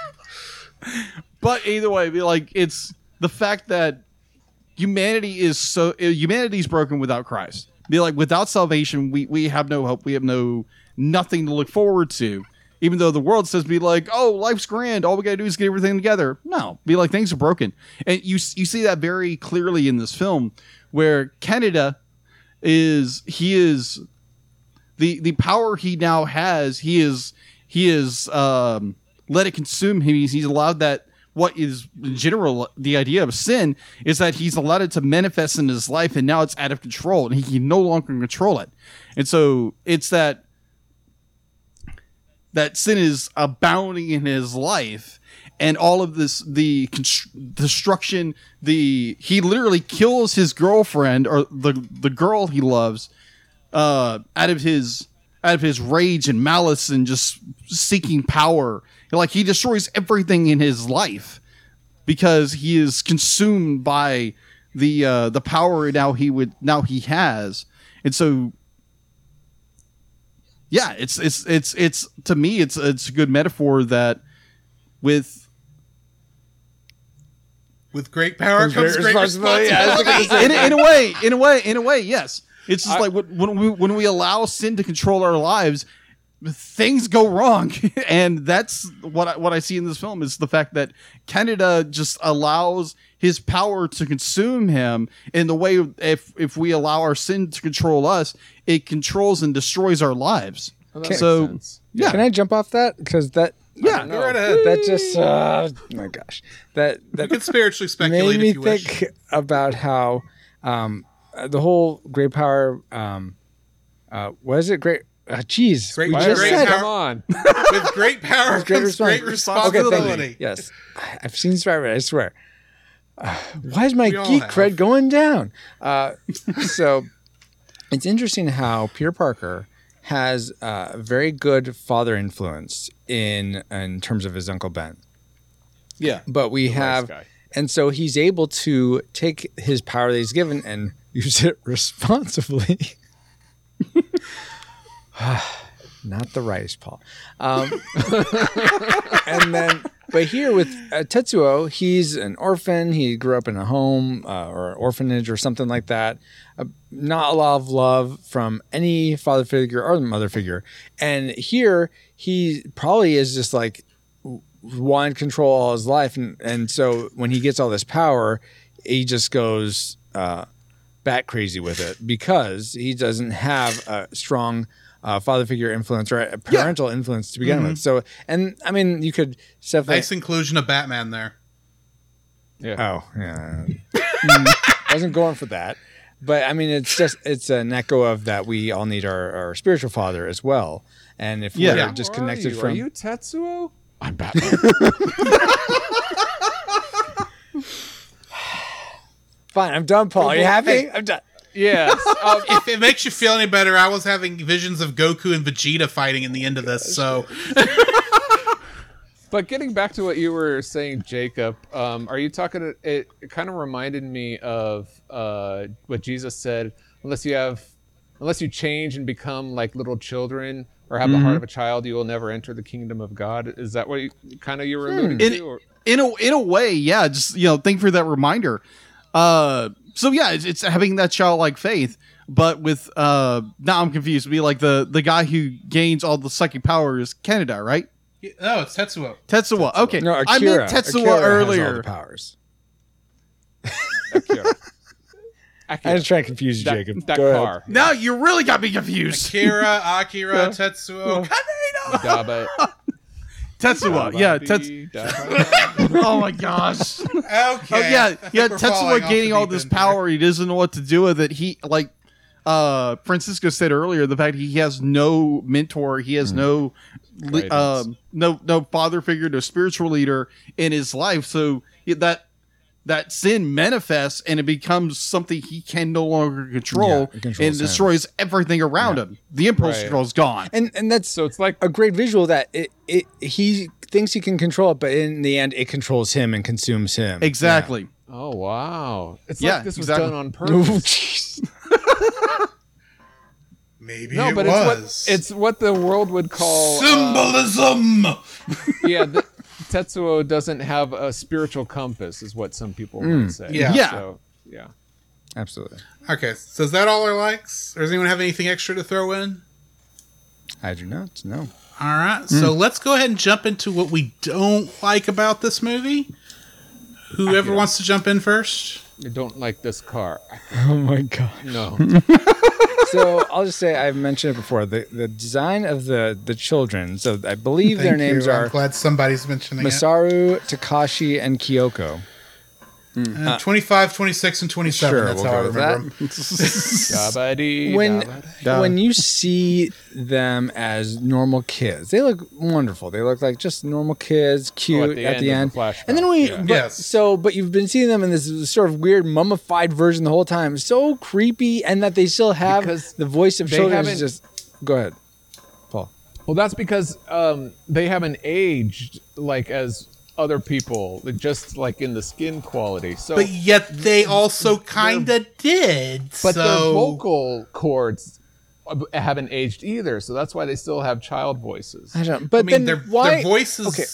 Speaker 2: but either way be like it's the fact that humanity is so humanity's broken without christ be like without salvation we we have no hope we have no nothing to look forward to even though the world says be like oh life's grand all we gotta do is get everything together no be like things are broken and you you see that very clearly in this film where canada is he is the the power he now has he is he is um let it consume him he's, he's allowed that what is in general the idea of sin is that he's allowed it to manifest in his life and now it's out of control and he can no longer control it and so it's that that sin is abounding in his life and all of this the constr- destruction the he literally kills his girlfriend or the the girl he loves uh, out of his out of his rage and malice and just seeking power. Like he destroys everything in his life because he is consumed by the uh, the power now he would now he has, and so yeah, it's it's it's it's to me it's it's a good metaphor that with
Speaker 1: With great power
Speaker 3: Comes
Speaker 1: comes
Speaker 3: great
Speaker 1: great
Speaker 3: responsibility.
Speaker 1: responsibility.
Speaker 3: Yeah, I was
Speaker 2: in, in a way, in a way, in a way, yes. It's just like when- when we when we allow sin to control our lives, things go wrong, and that's what I, what I see in this film is the fact that Canada just allows his power to consume him in the way if if we allow our sin to control us, it controls and destroys our lives.
Speaker 4: Well, that
Speaker 2: So-
Speaker 4: makes sense.
Speaker 2: Yeah.
Speaker 3: Can I jump off that? Because that.
Speaker 2: Yeah,
Speaker 1: Go right ahead.
Speaker 3: That just. Uh, oh my gosh. That
Speaker 1: You
Speaker 3: that
Speaker 1: can spiritually
Speaker 3: made
Speaker 1: speculate
Speaker 3: me
Speaker 1: if you
Speaker 3: think
Speaker 1: wish.
Speaker 3: about how um, uh, the whole great power. Um, uh, what is it? Great. Uh, geez,
Speaker 1: Great
Speaker 3: we
Speaker 1: power,
Speaker 3: just
Speaker 1: great
Speaker 3: said.
Speaker 1: power.
Speaker 4: Come on.
Speaker 1: With great power
Speaker 3: Great
Speaker 1: comes great
Speaker 3: response. Okay, thank you.
Speaker 1: responsibility.
Speaker 3: Yes, I- I've seen Survivor. I swear. Uh, why is my
Speaker 1: all
Speaker 3: geek
Speaker 1: have.
Speaker 3: cred going down? Uh, so it's interesting how Peter Parker has uh, very good father influence in in terms of his uncle Ben.
Speaker 2: Yeah.
Speaker 3: but we have,
Speaker 4: guy.
Speaker 3: and so he's able to take his power that he's given and use it responsibly. Not the rice, Paul. Um, and then, but here with uh, Tetsuo, he's an orphan. He grew up in a home uh, or orphanage or something like that. Uh, not a lot of love from any father figure or mother figure. And here, he probably is just like w- wanted control all his life. And, and so when he gets all this power, he just goes uh, bat crazy with it because he doesn't have a strong uh, father figure influence or a parental influence to begin with. So, and I mean, you could definitely.
Speaker 1: Nice inclusion of Batman there.
Speaker 3: Oh, yeah. Mm, wasn't going for that. But I mean, it's just it's an echo of that we all need our, our spiritual father as well. And if
Speaker 2: Yeah.
Speaker 3: we're
Speaker 1: Yeah.
Speaker 4: Where
Speaker 3: disconnected
Speaker 4: are you?
Speaker 3: from
Speaker 4: Are you Tetsuo?
Speaker 2: I'm Batman.
Speaker 3: fine, I'm done, Paul. Are you happy? I'm done.
Speaker 4: Yes. Um,
Speaker 1: If it makes you feel any better, I was having visions of Goku and Vegeta fighting in the end of this. So
Speaker 4: But getting back to what you were saying, Jacob, um, are you talking? It, it kind of reminded me of uh, what Jesus said: "Unless you have, unless you change and become like little children or have the heart of a child, you will never enter the kingdom of God." Is that what you, kind of you were alluding
Speaker 2: It-
Speaker 4: to? or-
Speaker 2: in a in a way, yeah. Just you know, thank you for that reminder. Uh, so yeah, it's, it's having that childlike faith, but with uh, now I'm confused. Be like the the guy who gains all the psychic powers, Canada, right?
Speaker 1: Yeah, No, oh, it's Tetsuo.
Speaker 2: Tetsuo. Okay,
Speaker 6: No, Akira.
Speaker 2: I meant Tetsuo
Speaker 6: Akira has all
Speaker 2: earlier.
Speaker 6: the powers.
Speaker 4: Akira.
Speaker 6: I
Speaker 4: Akira.
Speaker 6: was trying to confuse you,
Speaker 4: that,
Speaker 6: Jacob.
Speaker 4: that
Speaker 6: Go ahead.
Speaker 4: car.
Speaker 2: Now you really got me confused.
Speaker 1: Akira, Akira, Tetsuo.
Speaker 4: Daba-
Speaker 2: Tetsuo.
Speaker 4: daba-
Speaker 2: Yeah, Tetsuo.
Speaker 4: dee, daba-
Speaker 2: Oh my gosh.
Speaker 1: Okay.
Speaker 2: Oh yeah,
Speaker 1: I
Speaker 2: yeah.
Speaker 1: think we're falling
Speaker 2: Tetsuo
Speaker 1: off
Speaker 2: gaining
Speaker 1: the
Speaker 2: all
Speaker 1: deep
Speaker 2: this
Speaker 1: end here.
Speaker 2: power, he doesn't know what to do with it. He like uh Francisco said earlier, the fact he has no mentor, he
Speaker 1: Hmm.
Speaker 2: has no li-
Speaker 4: Guidance.
Speaker 2: um no no father figure, no spiritual leader in his life. So yeah, that that sin manifests and it becomes something he can no longer control
Speaker 6: it controls
Speaker 2: and
Speaker 6: him.
Speaker 2: destroys everything around him. The impulse
Speaker 4: Right.
Speaker 2: control's gone.
Speaker 6: And and that's
Speaker 4: So it's like
Speaker 6: a great visual that it, it he thinks he can control it, but in the end, it controls him and consumes him.
Speaker 2: Exactly.
Speaker 4: Oh wow! It's
Speaker 2: Yeah,
Speaker 4: like this was
Speaker 2: exactly.
Speaker 4: done on
Speaker 6: Yeah. Ooh,
Speaker 4: purpose.
Speaker 6: jeez.
Speaker 1: Maybe
Speaker 4: no,
Speaker 1: it
Speaker 4: but
Speaker 1: was.
Speaker 4: it's what it's what the world would
Speaker 1: Oh,
Speaker 4: call uh,
Speaker 1: symbolism.
Speaker 4: yeah, the, Tetsuo doesn't have a spiritual compass, is what some people
Speaker 6: Mm.
Speaker 4: would say.
Speaker 1: Yeah.
Speaker 2: Yeah.
Speaker 4: So, yeah.
Speaker 6: Absolutely.
Speaker 1: okay, so is that all our likes? Or does anyone have anything extra to throw in?
Speaker 6: I do not know.
Speaker 1: All right, so let's go ahead and jump into what we don't like about this movie. Whoever wants to jump in first.
Speaker 4: I don't like this car. I-
Speaker 6: Oh my god.
Speaker 4: No.
Speaker 6: so I'll just say I've mentioned it before. The the design of the the children. So I believe their
Speaker 1: Thank
Speaker 6: names
Speaker 1: you. I'm
Speaker 6: are
Speaker 1: glad somebody's mentioning
Speaker 6: Masaru, Takashi, and Kyoko.
Speaker 1: it. Uh, 25, 26, and 27.
Speaker 6: Sure,
Speaker 1: that's
Speaker 6: we'll
Speaker 1: how I
Speaker 6: go with
Speaker 1: remember them.
Speaker 4: Dabadi,
Speaker 6: When
Speaker 4: dabadi.
Speaker 6: when you see them as normal kids, they look wonderful. They look like just normal kids, cute at the end.
Speaker 4: of Oh, the flashback,
Speaker 6: and then we
Speaker 4: yeah.
Speaker 6: but,
Speaker 1: Yes.
Speaker 6: so but you've been seeing them in this sort of weird mummified version the whole time. So creepy, and that they still have
Speaker 4: Because
Speaker 6: the voice of
Speaker 4: they
Speaker 6: children.
Speaker 4: haven't-
Speaker 6: Is just go ahead, Paul.
Speaker 4: Well, that's because um, they haven't aged like as other people, They're just like in the skin quality. So,
Speaker 1: But yet they also kind of did.
Speaker 4: but
Speaker 1: so.
Speaker 4: their vocal cords haven't aged either. So that's why they still have child voices.
Speaker 6: I don't.
Speaker 1: I
Speaker 6: But
Speaker 1: mean,
Speaker 6: then
Speaker 1: their,
Speaker 6: why?
Speaker 1: their voices.
Speaker 6: Okay,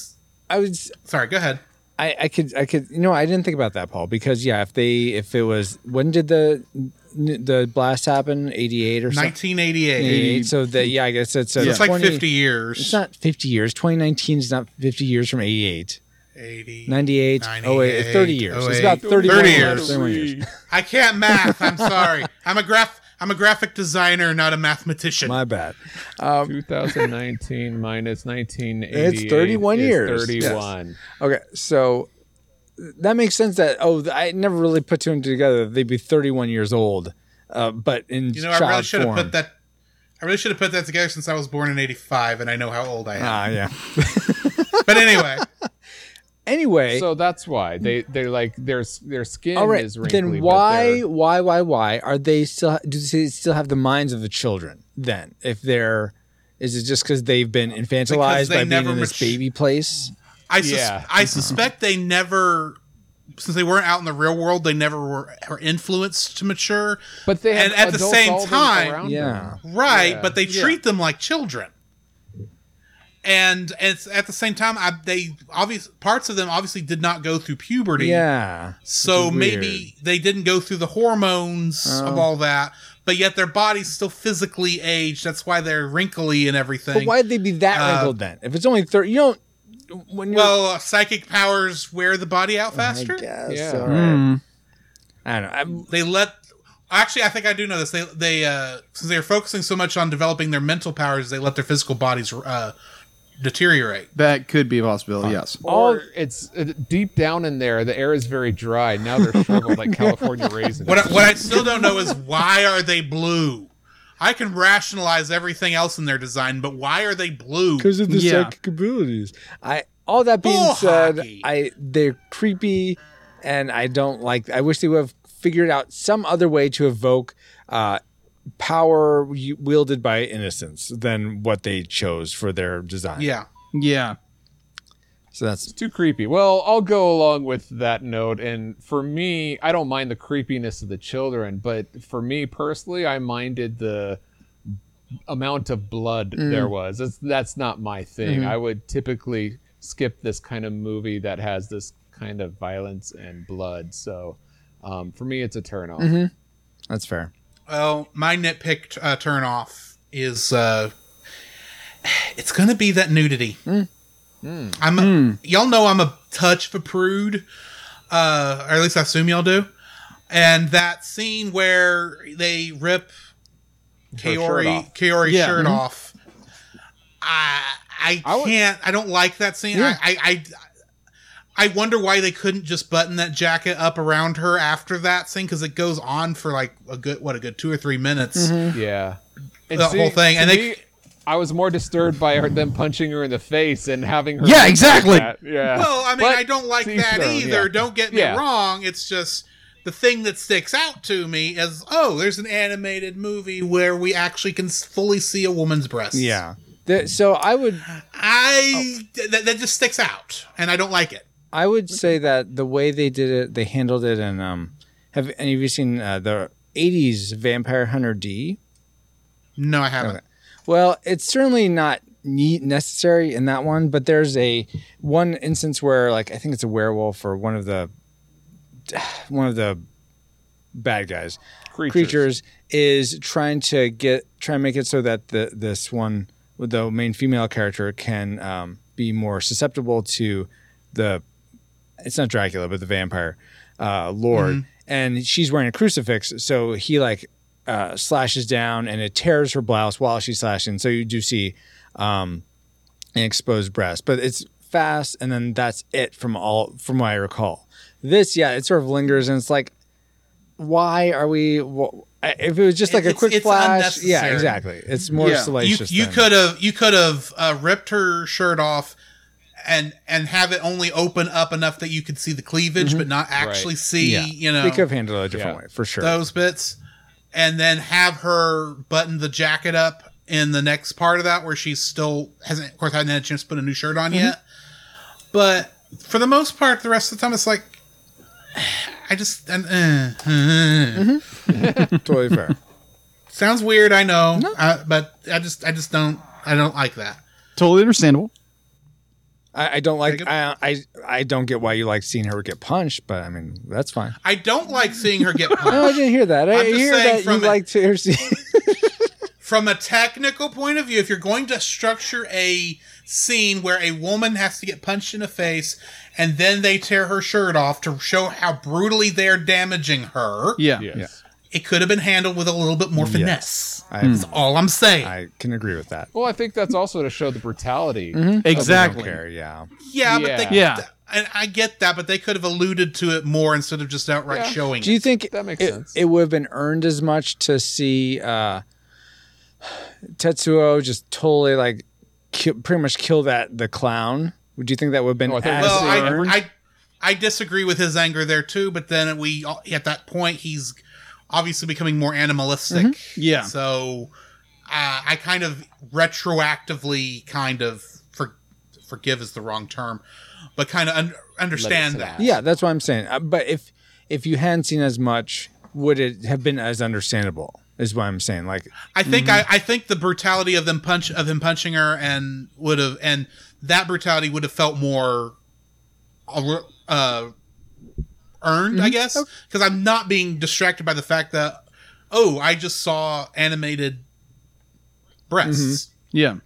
Speaker 6: I was
Speaker 1: Sorry, go ahead.
Speaker 6: I, I could I could you know I didn't think about that Paul because yeah if they if it was when did the the blast happen 88 or something
Speaker 1: 1988.
Speaker 6: 88 so that yeah I guess it's uh,
Speaker 1: So it's like
Speaker 6: 20
Speaker 1: 50 years.
Speaker 6: it's not 50 years 2019 is not 50 years from 88
Speaker 1: 80.
Speaker 6: 98 oh wait it's 30 years it's
Speaker 1: 08.
Speaker 6: about 30
Speaker 1: 30
Speaker 6: years,
Speaker 1: years.
Speaker 6: 31 years.
Speaker 1: I can't math. I'm sorry. I'm a graph. I'm a graphic designer, not a mathematician.
Speaker 6: my bad
Speaker 4: 2019 minus 1988.
Speaker 6: It's 31
Speaker 4: is
Speaker 6: years.
Speaker 4: 31.
Speaker 6: okay so that makes sense that oh I never really put two and two together they'd be 31 years old uh, but in
Speaker 1: you know,
Speaker 6: child
Speaker 1: I really should have
Speaker 6: form.
Speaker 1: put that. I really should have put that together since I was born in '85, and I know how old I am.
Speaker 6: ah yeah
Speaker 1: But anyway,
Speaker 6: anyway
Speaker 4: So that's why they they like their their skin
Speaker 6: All right,
Speaker 4: is wrinkly.
Speaker 6: then
Speaker 4: but
Speaker 6: why,
Speaker 4: they're-
Speaker 6: why, why, why are they still? Do they still have the minds of the children? Then, if they're, is it just because they've been infantilized
Speaker 1: they
Speaker 6: by being
Speaker 1: never
Speaker 6: in this
Speaker 1: mat-
Speaker 6: baby place?
Speaker 1: I sus-
Speaker 4: Yeah.
Speaker 1: I suspect they never, since they weren't out in the real world, they never were, were influenced to mature.
Speaker 4: But they have
Speaker 1: And at the
Speaker 4: adults
Speaker 1: same
Speaker 4: all
Speaker 1: time-
Speaker 4: around
Speaker 6: Yeah.
Speaker 4: them.
Speaker 1: right
Speaker 4: Yeah.
Speaker 1: but they
Speaker 4: Yeah.
Speaker 1: treat them like children and it's at the same time I, they obvious parts of them obviously did not go through puberty
Speaker 6: Yeah,
Speaker 1: so
Speaker 6: Which is
Speaker 1: maybe they didn't go through the hormones
Speaker 6: Uh-huh.
Speaker 1: of all that but yet their bodies still physically aged that's why they're wrinkly and everything
Speaker 6: but why'd they be that
Speaker 1: Uh,
Speaker 6: wrinkled then? If it's only thirty, you don't. When you're,
Speaker 1: well psychic powers wear the body out
Speaker 6: I
Speaker 1: faster
Speaker 6: guess.
Speaker 4: Yeah.
Speaker 6: all right. I don't know. I'm-
Speaker 1: they let actually i think i do know this they they uh since they're focusing so much on developing their mental powers they let their physical bodies uh deteriorate
Speaker 2: That could be a possibility. Yes.
Speaker 4: Or it's uh, deep down in there, the air is very dry. Now they're shriveled like California raisins.
Speaker 1: What I, what I still don't know is why are they blue? I can rationalize everything else in their design, but why are they blue?
Speaker 6: because of the
Speaker 2: Yeah.
Speaker 6: psychic abilities. I all that being
Speaker 1: Bull
Speaker 6: said,
Speaker 1: hockey.
Speaker 6: I they're creepy, and I don't like. I wish they would have figured out some other way to evoke uh, power y- wielded by innocence than what they chose for their design.
Speaker 1: Yeah.
Speaker 2: Yeah.
Speaker 6: So that's
Speaker 4: Too creepy. Well, I'll go along with that note. And for me, I don't mind the creepiness of the children, but for me personally, I minded the amount of blood
Speaker 3: Mm.
Speaker 4: there was. That's, that's not my thing.
Speaker 3: Mm-hmm.
Speaker 4: I would typically skip this kind of movie that has this kind of violence and blood. So um, for me, it's a turn off.
Speaker 3: Mm-hmm.
Speaker 6: that's fair.
Speaker 1: Well, my nitpick uh, turn off is uh, it's going to be that nudity.
Speaker 4: Hmm.
Speaker 1: I'm
Speaker 3: Hmm.
Speaker 1: y'all know I'm a touch of a prude, uh, or at least I assume y'all do. And that scene where they rip
Speaker 4: Her shirt
Speaker 1: Kaori
Speaker 4: off.
Speaker 1: Kaori's
Speaker 2: Yeah.
Speaker 1: shirt
Speaker 3: Mhm.
Speaker 1: off, I I
Speaker 3: I would-
Speaker 1: can't. I don't like that scene.
Speaker 3: Yeah.
Speaker 1: I, I I I wonder why they couldn't just button that jacket up around her after that scene because it goes on for like a good what a good two or three minutes.
Speaker 3: Mm-hmm.
Speaker 4: Yeah. And
Speaker 1: That whole thing,
Speaker 4: to
Speaker 1: and they-
Speaker 4: me, I was more disturbed by her, them punching her in the face and having her.
Speaker 3: Yeah,
Speaker 4: look like
Speaker 3: exactly.
Speaker 4: that. Yeah.
Speaker 1: Well, I mean,
Speaker 4: But
Speaker 1: I don't like
Speaker 4: see,
Speaker 1: that
Speaker 4: so,
Speaker 1: either.
Speaker 4: yeah.
Speaker 1: Don't get me
Speaker 4: Yeah.
Speaker 1: wrong. It's just the thing that sticks out to me is oh, there's an animated movie where we actually can s- fully see a woman's breast.
Speaker 3: Yeah. That- so I would
Speaker 1: I th- that, that just sticks out, and I don't like it.
Speaker 3: I would say that the way they did it, they handled it in. Um, have any of you seen uh, the '80s Vampire Hunter D?
Speaker 1: No, I haven't.
Speaker 3: Okay. Well, it's certainly not neat necessary in that one, but there's a one instance where, like, I think it's a werewolf or one of the one of the bad guys
Speaker 4: Creatures.
Speaker 3: creatures is trying to get try and make it so that the this one with the main female character can um, be more susceptible to the it's not Dracula but the vampire uh, lord and she's wearing a crucifix so he like uh, slashes down and it tears her blouse while she's slashing so you do see um, an exposed breast but it's fast and then that's it from all from what I recall this yeah it sort of lingers and it's like why are we wh- I- if it was just like a
Speaker 1: It's-
Speaker 3: quick
Speaker 1: it's
Speaker 3: flash yeah
Speaker 1: unnecessary.
Speaker 3: exactly it's more
Speaker 2: Yeah. You-
Speaker 1: You
Speaker 3: salacious
Speaker 1: you
Speaker 3: than-
Speaker 1: could have you could have uh, ripped her shirt off. And and have it only open up enough that you could see the cleavage, but not actually see
Speaker 3: Mm-hmm. Yeah.
Speaker 1: you know
Speaker 3: they could have handled it a different
Speaker 4: Yeah.
Speaker 3: way for sure
Speaker 1: those bits and then have her button the jacket up in the next part of that where she's still hasn't of course hadn't had a chance to put a new shirt on
Speaker 3: Mm-hmm.
Speaker 1: yet but for the most part the rest of the time it's like i just and, uh, uh,
Speaker 3: totally fair
Speaker 1: sounds weird i know I, but i just i just don't i don't like that
Speaker 2: Totally understandable.
Speaker 3: I, I don't like
Speaker 1: Jacob?
Speaker 3: I, I I don't get why you like seeing her get punched but I mean that's fine
Speaker 1: i don't like seeing her get
Speaker 3: no I
Speaker 1: punched
Speaker 3: didn't hear that I
Speaker 1: I'm just
Speaker 3: hear
Speaker 1: saying
Speaker 3: that you
Speaker 1: from it-
Speaker 3: like to hear see
Speaker 1: from a technical point of view, if you're going to structure a scene where a woman has to get punched in the face and then they tear her shirt off to show how brutally they're damaging her,
Speaker 2: Yeah.
Speaker 4: Yes.
Speaker 1: it could have been handled with a little bit more finesse.
Speaker 3: I,
Speaker 1: That's all I'm saying.
Speaker 3: I can agree with that
Speaker 4: Well, I think that's also to show the brutality.
Speaker 3: I don't
Speaker 2: Exactly.
Speaker 3: care yeah
Speaker 1: yeah, but they,
Speaker 2: Yeah. Yeah.
Speaker 1: and I get that, but they could have alluded to it more instead of just outright
Speaker 4: Yeah.
Speaker 1: showing.
Speaker 3: do you
Speaker 1: it.
Speaker 3: think
Speaker 4: That makes
Speaker 3: it,
Speaker 4: sense.
Speaker 3: it would have been earned as much to see uh Tetsuo just totally like ki- pretty much kill that the clown would you think that would have been
Speaker 4: Oh, I thought you
Speaker 3: as
Speaker 4: were
Speaker 1: Well,
Speaker 3: earned?
Speaker 1: I, I I disagree with his anger there too, but then we at that point he's obviously becoming more animalistic.
Speaker 2: Yeah.
Speaker 1: So uh, I kind of retroactively kind of for, forgive is the wrong term, but kind of un- understand
Speaker 4: Let it
Speaker 1: that.
Speaker 4: slide.
Speaker 3: Yeah, that's what I'm saying. Uh, But if if you hadn't seen as much, would it have been as understandable? Is what I'm saying. Like,
Speaker 1: I think I, I think the brutality of them punch of him punching her and would have and that brutality would have felt more uh, uh, earned, I guess, because I'm not being distracted by the fact that oh, I just saw animated breasts.
Speaker 2: Yeah.
Speaker 1: I was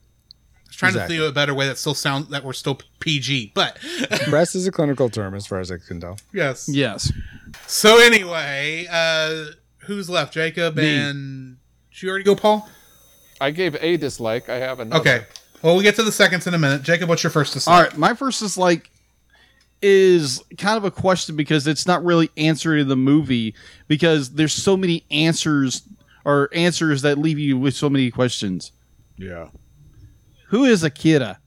Speaker 1: trying
Speaker 3: Exactly.
Speaker 1: to think of a better way that still sound that we're still PG, but
Speaker 3: breast is a clinical term, as far as I can tell.
Speaker 1: yes,
Speaker 2: Yes.
Speaker 1: So anyway, uh who's left? Jacob and did you already go, Paul?
Speaker 4: I gave a dislike. I have another.
Speaker 1: Okay. Well, we'll get to the seconds in a minute. Jacob, what's your first
Speaker 2: All
Speaker 1: dislike?
Speaker 2: right. My first is like is kind of a question because it's not really answered in the movie because there's so many answers or answers that leave you with so many questions.
Speaker 4: Yeah.
Speaker 2: Who is Akira?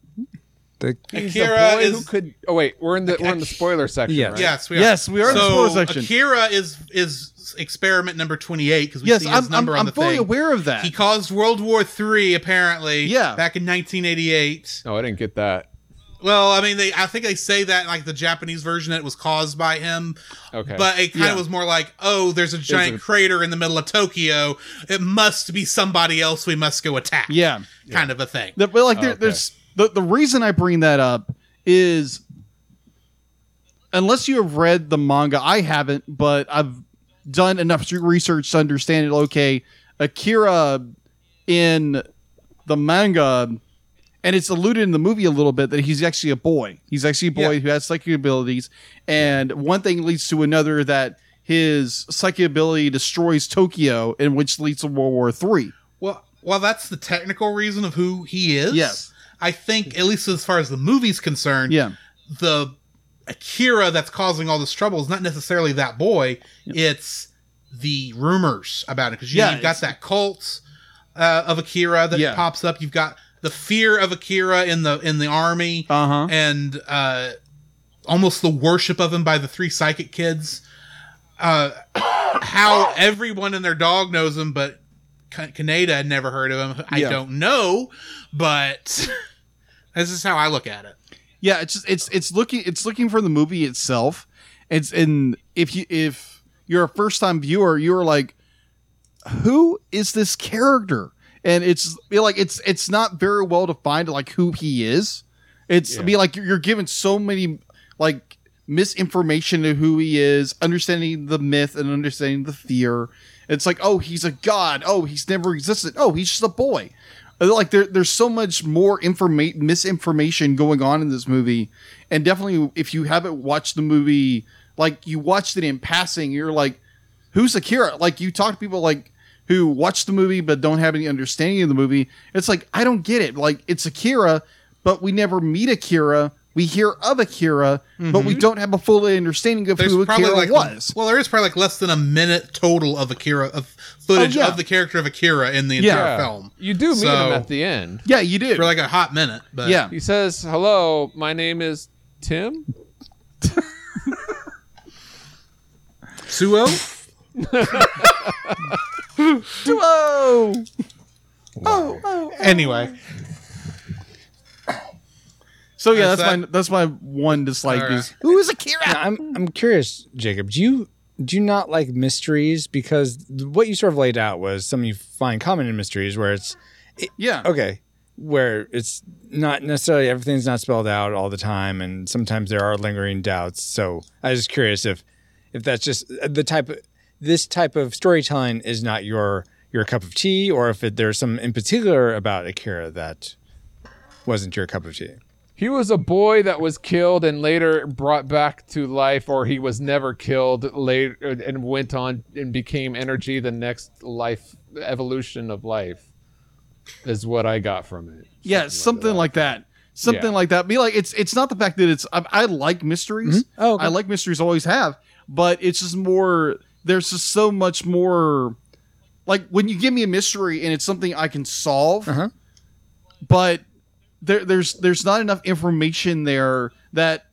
Speaker 3: The,
Speaker 1: Akira
Speaker 4: Boy who
Speaker 1: uh, is
Speaker 4: could. Oh wait, we're in the we're in the spoiler section.
Speaker 3: Yeah.
Speaker 4: Right?
Speaker 1: yes, we are.
Speaker 2: Yes, we are in the
Speaker 1: so
Speaker 2: spoiler section.
Speaker 1: Akira is is experiment number twenty eight because we
Speaker 2: Yes,
Speaker 1: see
Speaker 2: I'm,
Speaker 1: his
Speaker 2: I'm,
Speaker 1: number on
Speaker 2: I'm
Speaker 1: the
Speaker 2: fully
Speaker 1: thing.
Speaker 2: aware of that.
Speaker 1: He caused World War Three apparently.
Speaker 2: Yeah.
Speaker 1: back in nineteen eighty eight.
Speaker 4: No, I didn't get that.
Speaker 1: Well, I mean, they I think they say that in, like the Japanese version that it was caused by him.
Speaker 4: Okay.
Speaker 1: But it kind
Speaker 2: Yeah.
Speaker 1: of was more like, oh, there's a giant
Speaker 4: a-
Speaker 1: crater in the middle of Tokyo. It must be somebody else. We must go attack.
Speaker 2: yeah.
Speaker 1: kind of a thing.
Speaker 2: The- but like, there,
Speaker 4: okay.
Speaker 2: there's the the reason I bring that up is unless you have read the manga, I haven't, but I've done enough research to understand it. Okay, Akira in the manga and it's alluded in the movie a little bit that he's actually a boy. He's actually a boy who has psychic abilities, and one thing leads to another that his psychic ability destroys Tokyo, and which leads to World War Three.
Speaker 1: Well, well, that's the technical reason of who he is.
Speaker 2: Yes.
Speaker 1: I think at least as far as the movie's concerned,
Speaker 2: Yeah,
Speaker 1: the Akira that's causing all this trouble is not necessarily that boy. It's the rumors about it because you,
Speaker 2: Yeah,
Speaker 1: have got that cult uh, of Akira that
Speaker 2: Yeah.
Speaker 1: pops up. You've got the fear of Akira in the in the army
Speaker 2: uh huh.
Speaker 1: and uh, almost the worship of him by the three psychic kids. Uh, how everyone and their dog knows him, but K- Kaneda had never heard of him. I
Speaker 2: Yeah.
Speaker 1: don't know, but this is how I look at it.
Speaker 2: Yeah, it's just it's it's looking it's looking for the movie itself. It's and if you if you're a first time viewer, you're like, who is this character? And it's be like it's it's not very well defined like who he is. It's
Speaker 4: Yeah.
Speaker 2: be like you're, you're given so many like misinformation to who he is, understanding the myth and understanding the fear. It's like, oh, he's a god. Oh, he's never existed. Oh, he's just a boy. Uh, Like there, there's so much more informa- misinformation going on in this movie, and definitely if you haven't watched the movie, like you watched it in passing, you're like, who's Akira? Like you talk to people like who watch the movie but don't have any understanding of the movie. It's like I don't get it. Like it's Akira, but we never meet Akira. We hear of Akira, but we don't have a full understanding of who Akira
Speaker 1: Mm-hmm. like
Speaker 2: was.
Speaker 1: well, there is probably like less than a minute total of Akira of footage
Speaker 2: Oh, yeah.
Speaker 1: of the character of Akira in the
Speaker 2: Yeah.
Speaker 1: entire
Speaker 4: Yeah.
Speaker 1: film
Speaker 4: You do meet
Speaker 1: So-
Speaker 4: him at the end.
Speaker 2: yeah, you do.
Speaker 1: for like a hot minute. But
Speaker 2: yeah,
Speaker 4: He says, "Hello, my name is Tim."
Speaker 1: Suo,
Speaker 4: Oh,
Speaker 1: anyway,
Speaker 2: So yeah,
Speaker 1: That's
Speaker 2: that's, my that's my one dislike
Speaker 1: All
Speaker 2: is
Speaker 1: right.
Speaker 2: who is Akira?
Speaker 3: Now, I'm I'm curious, Jacob. Do you do you not like mysteries because what you sort of laid out was something you find common in mysteries where it's
Speaker 2: Yeah,
Speaker 3: okay, where it's not necessarily everything's not spelled out all the time, and sometimes there are lingering doubts. So I was just curious if if that's just uh, the type of this type of storytelling is not your your cup of tea, or if it, there's some in particular about Akira that wasn't your cup of tea.
Speaker 4: He was a boy that was killed and later brought back to life, or he was never killed later and went on and became energy the next life evolution of life is what I got from it.
Speaker 2: yeah, something like that. Something
Speaker 4: Yeah.
Speaker 2: like that. Be like it's it's not the fact that it's I, I like mysteries.
Speaker 3: Oh, okay.
Speaker 2: I like mysteries always have, but it's just more. There's just so much more. Like when you give me a mystery and it's something I can solve,
Speaker 3: Uh-huh.
Speaker 2: but there, there's there's not enough information there that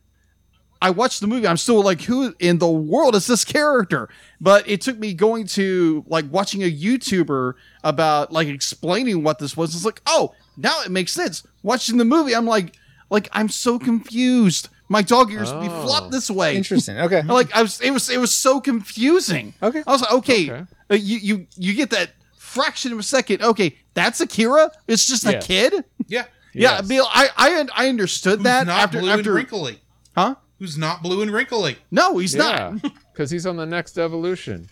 Speaker 2: I watched the movie. I'm still like, who in the world is this character? But it took me going to like watching a YouTuber about like explaining what this was. It's like, oh, now it makes sense. Watching the movie, I'm like, like I'm so confused. My dog ears would be
Speaker 4: Oh.
Speaker 2: flopped this way.
Speaker 3: Interesting. Okay.
Speaker 2: And, Like I was, it was, it was so confusing.
Speaker 3: Okay.
Speaker 2: I was like, okay,
Speaker 4: Okay.
Speaker 2: uh, you, you, you get that fraction of a second. Okay, that's Akira. It's just a
Speaker 4: Yeah.
Speaker 2: kid.
Speaker 1: yeah,
Speaker 2: Yeah,
Speaker 4: Yes.
Speaker 2: Bill, I, I un- I understood
Speaker 1: who's
Speaker 2: that
Speaker 1: not
Speaker 2: after
Speaker 1: blue and
Speaker 2: after
Speaker 1: wrinkly?
Speaker 2: huh?
Speaker 1: Who's not blue and wrinkly?
Speaker 2: No, he's
Speaker 4: Yeah,
Speaker 2: not.
Speaker 4: because he's on the next evolution.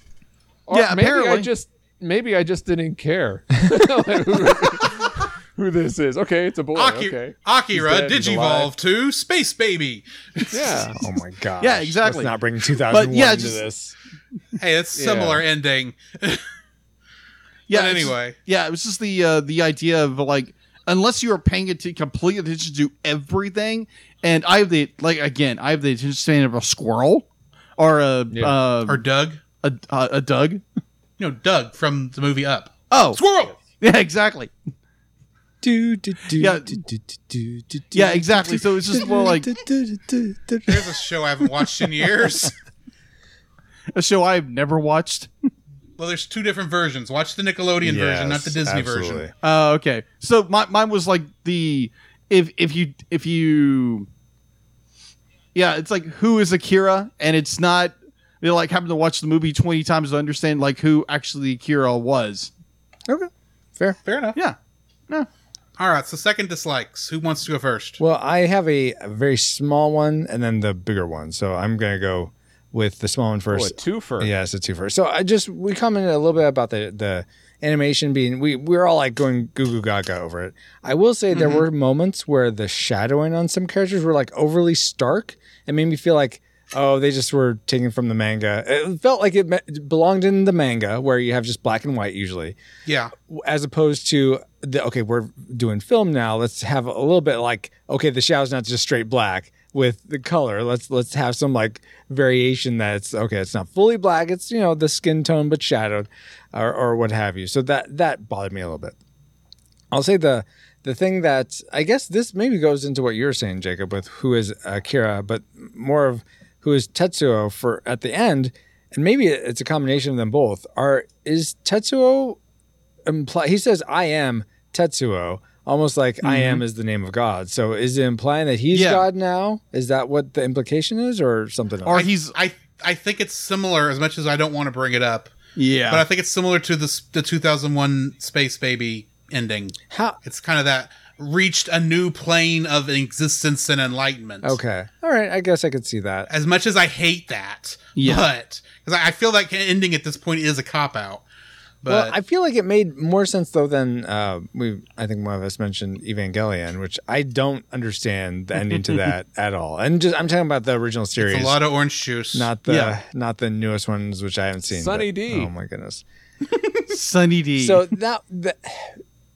Speaker 4: Or
Speaker 2: Yeah,
Speaker 4: maybe
Speaker 2: apparently.
Speaker 4: I just maybe I just didn't care who, who this is. Okay, it's a boy.
Speaker 1: Aki-
Speaker 4: okay,
Speaker 1: Akira
Speaker 4: He's dead, he's
Speaker 1: digivolved
Speaker 4: alive.
Speaker 1: to space baby.
Speaker 4: yeah.
Speaker 3: Oh my god.
Speaker 2: Yeah, exactly.
Speaker 3: Let's not bring 2001
Speaker 2: But yeah,
Speaker 3: into
Speaker 2: just-
Speaker 3: this.
Speaker 1: Hey, it's
Speaker 4: Yeah.
Speaker 1: similar ending.
Speaker 2: Yeah.
Speaker 1: but
Speaker 2: it's-
Speaker 1: anyway,
Speaker 2: yeah, it was just the uh, the idea of like unless you are paying it complete attention to everything, and I have the like again, I have the attention span of a squirrel or a
Speaker 4: Yeah.
Speaker 2: uh,
Speaker 1: or Doug.
Speaker 2: a, a a Doug.
Speaker 1: No, Doug from the movie Up.
Speaker 2: Oh,
Speaker 1: Squirrel.
Speaker 2: yeah, exactly.
Speaker 3: Do, do, do,
Speaker 2: Yeah.
Speaker 3: do, do, do, do, do,
Speaker 2: Yeah,
Speaker 3: do,
Speaker 2: exactly. So it's just more like
Speaker 3: do, do, do, do, do.
Speaker 1: There's a show I haven't watched in years.
Speaker 2: a show I've never watched.
Speaker 1: Well, there's two different versions. Watch the Nickelodeon version, not the
Speaker 3: Yes,
Speaker 1: Disney
Speaker 3: absolutely.
Speaker 1: version.
Speaker 2: Uh, okay. So my, mine was like the if if you if you yeah, it's like who is Akira, and it's not you know, like having to watch the movie twenty times to understand like who actually Akira was.
Speaker 3: Okay. Fair.
Speaker 1: Fair enough.
Speaker 2: Yeah,
Speaker 1: All right. So second dislikes. Who wants to go first?
Speaker 3: Well, I have a, a very small one and then the bigger one. So I'm going to go with the small one
Speaker 4: Oh, a
Speaker 3: first.
Speaker 4: twofer.
Speaker 3: Yeah, it's a twofer. So I just we commented a little bit about the the animation being we we we're all like going goo goo gaga over it. I will say there
Speaker 1: Mhm.
Speaker 3: were moments where the shadowing on some characters were like overly stark and made me feel like oh they just were taken from the manga. It felt like it me- belonged in the manga where you have just black and white usually
Speaker 1: Yeah.
Speaker 3: as opposed to the okay, we're doing film now. Let's have a little bit like okay, the shadow's not just straight black with the color. Let's let's have some like variation that's okay. It's not fully black. It's you know the skin tone but shadowed, or or what have you. So that that bothered me a little bit. I'll say the the thing that I guess this maybe goes into what you're saying, Jacob, with who is Akira, but more of who is Tetsuo for at the end, and maybe it's a combination of them both. Are is Tetsuo imply he says I am Tetsuo, almost like I am is the name of God. So is it implying that he's
Speaker 1: Yeah.
Speaker 3: God now? Is that what the implication is, or something?
Speaker 2: Or
Speaker 3: else?
Speaker 2: he's
Speaker 1: I I think it's similar as much as I don't want to bring it up,
Speaker 2: yeah.
Speaker 1: but I think it's similar to the s- the 2001 Space Baby ending.
Speaker 3: how?
Speaker 1: It's kind of that reached a new plane of existence and enlightenment.
Speaker 3: Okay, all right. I guess I could see that.
Speaker 1: As much as I hate that,
Speaker 2: Yeah.
Speaker 1: but because I I feel like ending at this point is a cop out. But
Speaker 3: well, I feel like it made more sense though than uh, we. I think one of us mentioned Evangelion, which I don't understand the ending to that at all. And just I'm talking about the original series,
Speaker 1: it's a lot of orange juice.
Speaker 3: not the
Speaker 2: Yeah.
Speaker 3: not the newest ones, which I haven't seen.
Speaker 4: Sunny
Speaker 3: but-
Speaker 4: D.
Speaker 3: Oh my goodness.
Speaker 2: Sunny D.
Speaker 3: So that, that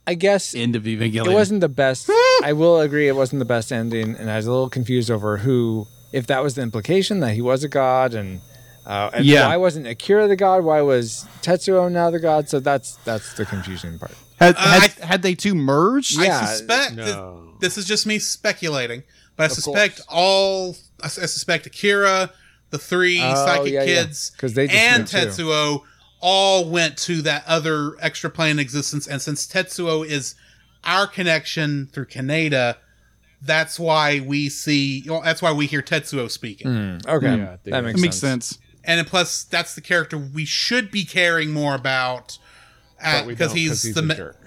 Speaker 3: I guess
Speaker 2: end of Evangelion.
Speaker 3: it wasn't the best. I will agree, it wasn't the best ending, and I was a little confused over who, if that was the implication that he was a god, and uh, and
Speaker 2: Yeah.
Speaker 3: why wasn't Akira the god? Why was Tetsuo now the god? So that's that's the confusing part.
Speaker 2: had,
Speaker 1: Uh,
Speaker 2: had,
Speaker 1: I-
Speaker 2: had they two merged?
Speaker 3: Yeah.
Speaker 1: I suspect that-
Speaker 4: No.
Speaker 1: this is just me speculating, but I
Speaker 4: Of
Speaker 1: suspect all I, s- I suspect Akira, the three
Speaker 3: Oh,
Speaker 1: psychic
Speaker 3: yeah, yeah.
Speaker 1: kids,
Speaker 3: 'Cause they just
Speaker 1: and
Speaker 3: went too.
Speaker 1: Tetsuo all went to that other extra plane of existence, and since Tetsuo is our connection through Kaneda, that's why we see. well, that's why we hear Tetsuo speaking,
Speaker 3: Okay,
Speaker 4: Yeah, I think
Speaker 3: that
Speaker 2: That
Speaker 3: makes,
Speaker 2: makes
Speaker 3: sense.
Speaker 2: sense.
Speaker 1: and then plus that's the character we should be caring more about
Speaker 4: But we
Speaker 1: because
Speaker 4: don't,
Speaker 1: he's, the
Speaker 4: a
Speaker 1: ma-
Speaker 4: jerk.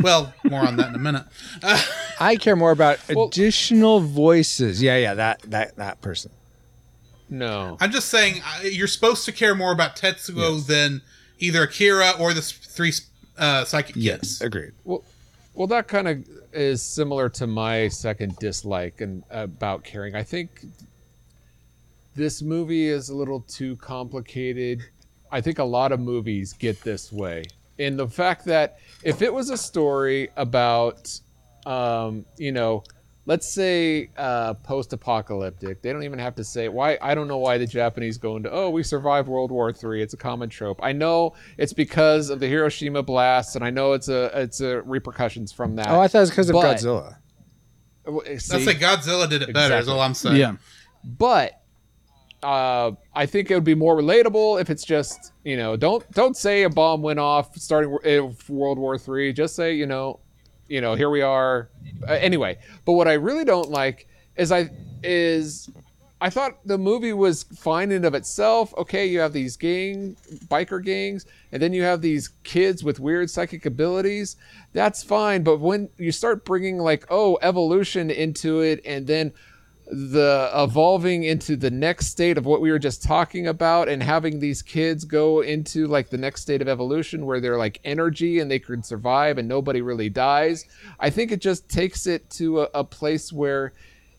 Speaker 1: well. More on that in a minute. Uh,
Speaker 3: I care more about
Speaker 4: Well-
Speaker 3: additional voices. Yeah, yeah, that that that person.
Speaker 4: No.
Speaker 1: I'm just saying uh, you're supposed to care more about Tetsuo than either Akira or the s- three uh, psychic kids.
Speaker 3: agreed.
Speaker 4: Well, that kind of is similar to my second dislike and about caring. I think this movie is a little too complicated. I think a lot of movies get this way. And the fact that if it was a story about, um, you know, let's say uh, post-apocalyptic, they don't even have to say why. I don't know why the Japanese go into oh we survived World War III. It's a common trope. I know it's because of the Hiroshima blast, and I know it's a it's a repercussions from that.
Speaker 3: Oh, I thought it was because of
Speaker 4: But-
Speaker 3: Godzilla.
Speaker 1: That's like Godzilla did it better. Is
Speaker 4: Exactly.
Speaker 1: all I'm saying.
Speaker 2: Yeah.
Speaker 4: but uh, I think it would be more relatable if it's just you know don't don't say a bomb went off starting w- if World War Three. Just say you know, you know here we are. Uh, anyway, but what I really don't like is I is I thought the movie was fine in of itself. Okay, you have these gang biker gangs, and then you have these kids with weird psychic abilities. That's fine, but when you start bringing like oh evolution into it, and then the evolving into the next state of what we were just talking about and having these kids go into like the next state of evolution where they're like energy and they can survive and nobody really dies i think it just takes it to a, a place where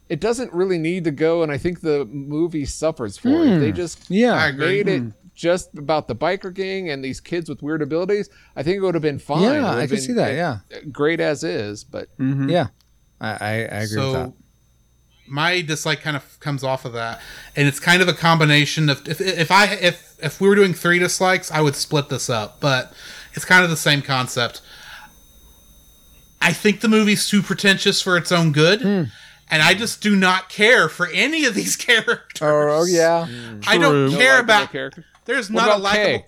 Speaker 4: it doesn't really need to go and i think the movie suffers for it they just
Speaker 3: Hmm. Yeah, Hmm.
Speaker 1: I agree.
Speaker 4: made it just about the biker gang and these kids with weird abilities i think it would have been fine It would
Speaker 3: yeah, I
Speaker 4: have
Speaker 3: could
Speaker 4: been,
Speaker 3: see that.
Speaker 4: uh,
Speaker 3: Yeah, Hmm.
Speaker 4: great as is but
Speaker 3: yeah, I I, I agree with that.
Speaker 1: So my dislike kind of comes off of that, and it's kind of a combination of if, if I if if we were doing three dislikes, I would split this up, but it's kind of the same concept. I think the movie's too pretentious for its own good,
Speaker 3: Hmm.
Speaker 1: and I just do not care for any of these characters.
Speaker 3: Oh, oh yeah.
Speaker 1: I
Speaker 2: True.
Speaker 1: don't
Speaker 2: No
Speaker 1: care
Speaker 4: likable
Speaker 1: about.
Speaker 4: character.
Speaker 1: There's
Speaker 4: What
Speaker 1: not a
Speaker 4: about Kay?
Speaker 1: likable.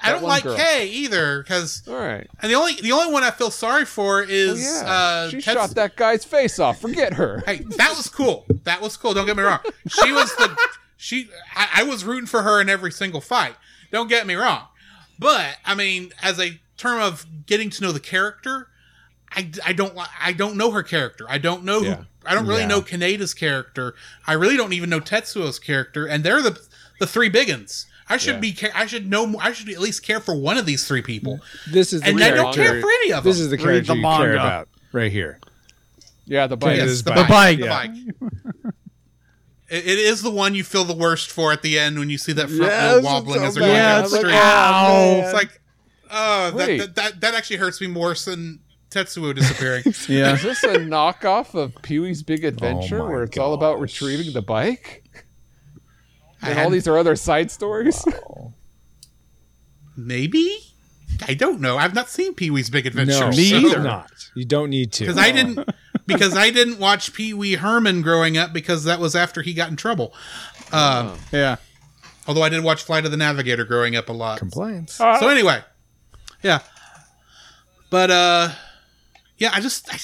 Speaker 1: I
Speaker 4: That
Speaker 1: don't
Speaker 4: one
Speaker 1: like
Speaker 4: girl.
Speaker 1: Kay either because
Speaker 4: all right
Speaker 1: and the only the only one I feel sorry for is
Speaker 4: Oh, yeah.
Speaker 1: uh,
Speaker 4: she
Speaker 1: Tetsu-
Speaker 4: shot that guy's face off. Forget her.
Speaker 1: Hey, that was cool. That was cool. Don't get me wrong. She was the she. I, I was rooting for her in every single fight. Don't get me wrong. But I mean, as a term of getting to know the character, I, I don't li- I don't know her character. I don't know.
Speaker 4: Yeah.
Speaker 1: Who, I don't really
Speaker 3: Yeah.
Speaker 1: know Kaneda's character. I really don't even know Tetsuo's character. And they're the the three biggins. I should
Speaker 4: Yeah.
Speaker 1: be. Care- I should know. more- I should at least care for one of these three people,
Speaker 3: This is the
Speaker 1: and I
Speaker 4: Read
Speaker 1: don't
Speaker 4: the
Speaker 1: care
Speaker 3: character.
Speaker 1: for any of them.
Speaker 3: This is the
Speaker 2: Read
Speaker 3: character
Speaker 2: the
Speaker 3: you care
Speaker 2: manga.
Speaker 3: about right here.
Speaker 4: Yeah, the bike.
Speaker 1: Yes,
Speaker 3: It is
Speaker 1: the
Speaker 3: bi-
Speaker 2: bike. bike.
Speaker 1: the
Speaker 3: yeah.
Speaker 1: bike. It, it is the one you feel the worst for at the end when you see that front
Speaker 3: Yes,
Speaker 1: wheel
Speaker 3: it's
Speaker 1: wobbling
Speaker 3: so
Speaker 1: as they're going
Speaker 3: bad.
Speaker 1: down
Speaker 2: Yeah,
Speaker 1: the
Speaker 2: it's
Speaker 3: like,
Speaker 1: street.
Speaker 3: ah,
Speaker 2: Ow.
Speaker 3: man.
Speaker 1: It's like, oh, that,
Speaker 4: Wait.
Speaker 1: that, that that actually hurts me more than Tetsuo disappearing.
Speaker 2: Yeah.
Speaker 4: Is this a knockoff of Pee Wee's Big Adventure,
Speaker 3: Oh my
Speaker 4: where it's all about
Speaker 3: gosh.
Speaker 4: retrieving the bike?
Speaker 1: I
Speaker 4: And
Speaker 1: had-
Speaker 4: all these are other side stories.
Speaker 1: maybe I don't know. I've not seen Pee Wee's Big Adventure.
Speaker 3: no,
Speaker 2: Me
Speaker 3: it's
Speaker 2: either.
Speaker 3: Not. You don't need to.
Speaker 1: because I didn't because I didn't watch Pee Wee Herman growing up because that was after he got in trouble. Uh,
Speaker 2: Yeah.
Speaker 1: Although I did watch Flight of the Navigator growing up a lot.
Speaker 3: compliance.
Speaker 1: So anyway, yeah. But uh, yeah, I just I,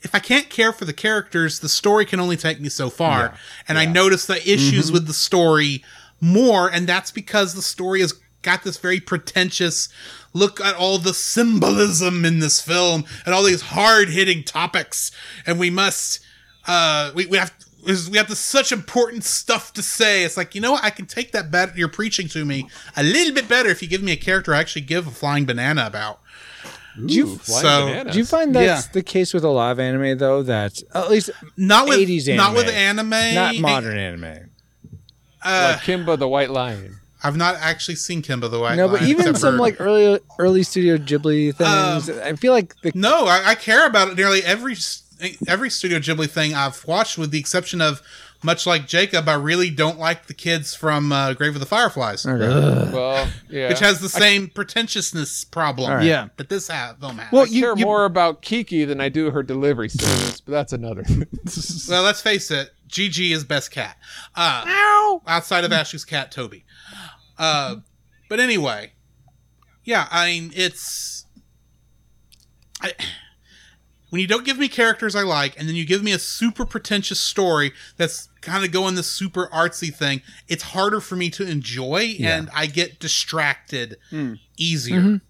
Speaker 1: if I can't care for the characters, the story can only take me so far, and I notice the
Speaker 3: Mm-hmm.
Speaker 1: issues with the story more, and that's because the story has got this very pretentious look at all the symbolism in this film and all these hard-hitting topics and we must uh we, we have is we have this such important stuff to say. It's like, you know what? I can take that bet you're preaching to me a little bit better if you give me a character I actually give a flying banana about.
Speaker 3: Do you-
Speaker 4: Ooh, flying
Speaker 1: so-
Speaker 4: bananas.
Speaker 3: Do you find that's the case with a lot of anime though? That at least
Speaker 1: Not with
Speaker 3: 80s
Speaker 1: not
Speaker 3: anime.
Speaker 1: with anime,
Speaker 3: not modern anime.
Speaker 1: Uh,
Speaker 4: like Kimba the White Lion?
Speaker 1: I've not actually seen Kimba the White
Speaker 3: No, but
Speaker 1: Lion,
Speaker 3: even
Speaker 1: except
Speaker 3: some
Speaker 1: for-
Speaker 3: like early early Studio Ghibli things. I feel like the
Speaker 1: no, I, I care about it nearly every s- every Studio Ghibli thing I've watched, with the exception of much like Jacob, I really don't like the kids from uh, Grave of the Fireflies,
Speaker 4: Well, yeah.
Speaker 1: which has the same pretentiousness problem.
Speaker 3: All right.
Speaker 2: Yeah.
Speaker 1: that this ha- film has.
Speaker 2: Well,
Speaker 4: I care
Speaker 2: you-
Speaker 4: more about Kiki than I do her delivery service, but that's another.
Speaker 1: Well, let's face it, Gigi is best cat. Uh, Outside of Ashley's cat, Toby. Uh, but anyway, yeah, I mean, it's. I, when you don't give me characters I like, and then you give me a super pretentious story that's kind of going this super artsy thing, it's harder for me to enjoy, and I get distracted easier.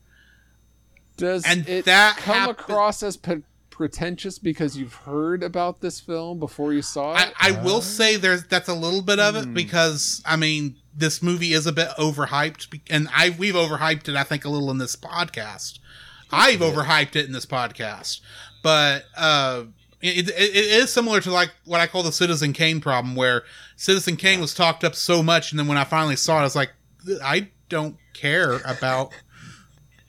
Speaker 4: Does
Speaker 1: And
Speaker 4: it
Speaker 1: that
Speaker 4: come
Speaker 1: happen-
Speaker 4: across as pe- pretentious because you've heard about this film before you saw it?
Speaker 1: I, I will say there's that's a little bit of
Speaker 4: Hmm.
Speaker 1: it because I mean this movie is a bit overhyped be- and I we've overhyped it I think a little in this podcast. I've overhyped it in this podcast, but uh, it, it, it is similar to like what I call the Citizen Kane problem, where Citizen Kane was talked up so much, and then when I finally saw it, I was like, I don't care about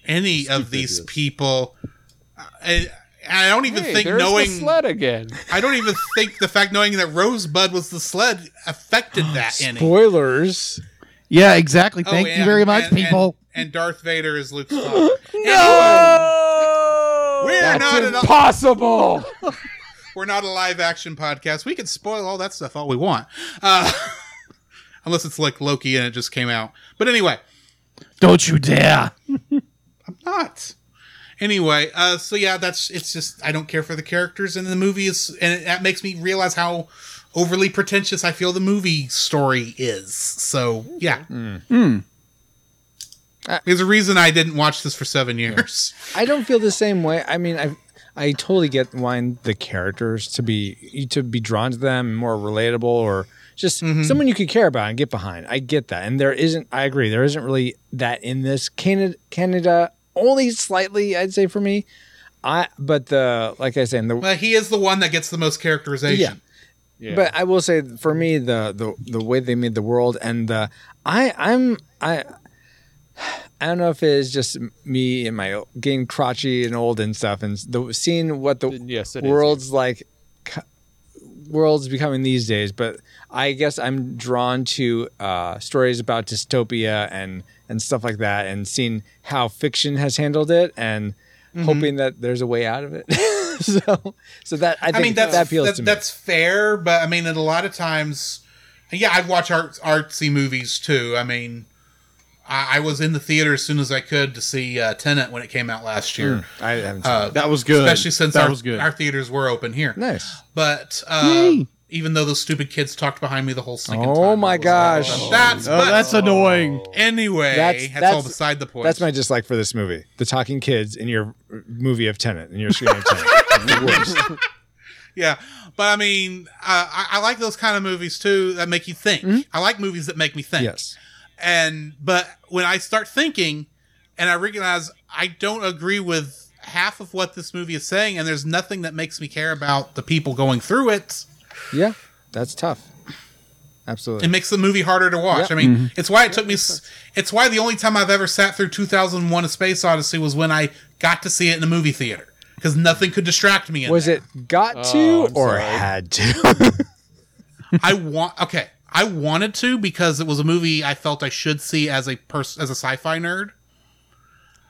Speaker 1: any of these people. I, I don't even
Speaker 4: Hey,
Speaker 1: think
Speaker 4: there's
Speaker 1: knowing
Speaker 4: the sled again.
Speaker 1: I don't even think the fact knowing that Rosebud was the sled affected that any.
Speaker 3: spoilers.
Speaker 2: Yeah, exactly.
Speaker 1: Oh,
Speaker 2: Oh, Thank you
Speaker 1: and-
Speaker 2: very much,
Speaker 1: and- and-
Speaker 2: people.
Speaker 1: And, Darth Vader is Luke's father. We're not an-
Speaker 4: That's impossible.
Speaker 1: We're not a live action podcast. We can spoil all that stuff all we want, uh, unless it's like Loki and it just came out. But anyway,
Speaker 2: Don't you dare.
Speaker 1: not. Anyway, uh, so yeah, that's it's just I don't care for the characters and the movie is and it, that makes me realize how overly pretentious I feel the movie story is. So yeah,
Speaker 3: Hmm. I-
Speaker 1: there's a reason I didn't watch this for seven years.
Speaker 3: I don't feel the same way. I mean, I I totally get wanting the characters to be to be drawn to them more relatable or just someone you could care about and get behind. I get that, and there isn't. I agree. There isn't really that in this Canada. Canada only slightly, I'd say for me. I but the like I said, the
Speaker 1: But he is the one that gets the most characterization.
Speaker 3: Yeah. But I will say, for me, the the the way they made the world and the I I'm I. I don't know if it is just me and my getting crotchy and old and stuff, and the, seeing what the
Speaker 4: yes, it is.
Speaker 3: world's like, cu- world's becoming these days. But I guess I'm drawn to uh, stories about dystopia and and stuff like that, and seeing how fiction has handled it, and
Speaker 1: Mm-hmm.
Speaker 3: hoping that there's a way out of it. so, so that I think
Speaker 1: I mean that's
Speaker 3: that appeals
Speaker 1: that-
Speaker 3: to me.
Speaker 1: that's fair, but I mean, and a lot of times, yeah, I'd watch art, artsy movies too. I mean, I, I was in the theater as soon as I could to see uh, Tenant when it came out last year.
Speaker 3: I haven't. seen
Speaker 1: Uh,
Speaker 2: That was good.
Speaker 1: especially since
Speaker 2: that
Speaker 1: our,
Speaker 2: was good.
Speaker 1: our theaters were open here.
Speaker 3: it. Nice.
Speaker 1: But uh, even though those stupid kids talked behind me the whole stinking time,
Speaker 3: Oh my
Speaker 1: I was like,
Speaker 3: gosh.
Speaker 1: "Oh, that's
Speaker 2: oh,
Speaker 1: but
Speaker 2: that's annoying.
Speaker 1: anyway.
Speaker 3: That's-
Speaker 1: That's, all
Speaker 3: that's-
Speaker 1: beside the point.
Speaker 3: That's my dislike for this movie. The talking kids in your uh, movie of Tenant, in your screen of Tenant. The worst.
Speaker 1: yeah. But I mean, uh, I, I like those kind of movies too that make you think. I like movies that make me think.
Speaker 3: Yes.
Speaker 1: And but when I start thinking, and I realize I don't agree with half of what this movie is saying, and there's nothing that makes me care about the people going through it.
Speaker 3: Yeah, that's tough. Absolutely.
Speaker 1: It makes the movie harder to watch.
Speaker 3: Yeah.
Speaker 1: I mean, it's why it took me. s- It's why the only time I've ever sat through 2001: A Space Odyssey was when I got to see it in a movie theater because nothing could distract me. In
Speaker 3: Was
Speaker 1: there.
Speaker 3: it got to
Speaker 4: Oh, I'm
Speaker 3: or
Speaker 4: sorry.
Speaker 3: had to?
Speaker 1: I want. Okay, I wanted to because it was a movie I felt I should see as a person as a sci-fi nerd.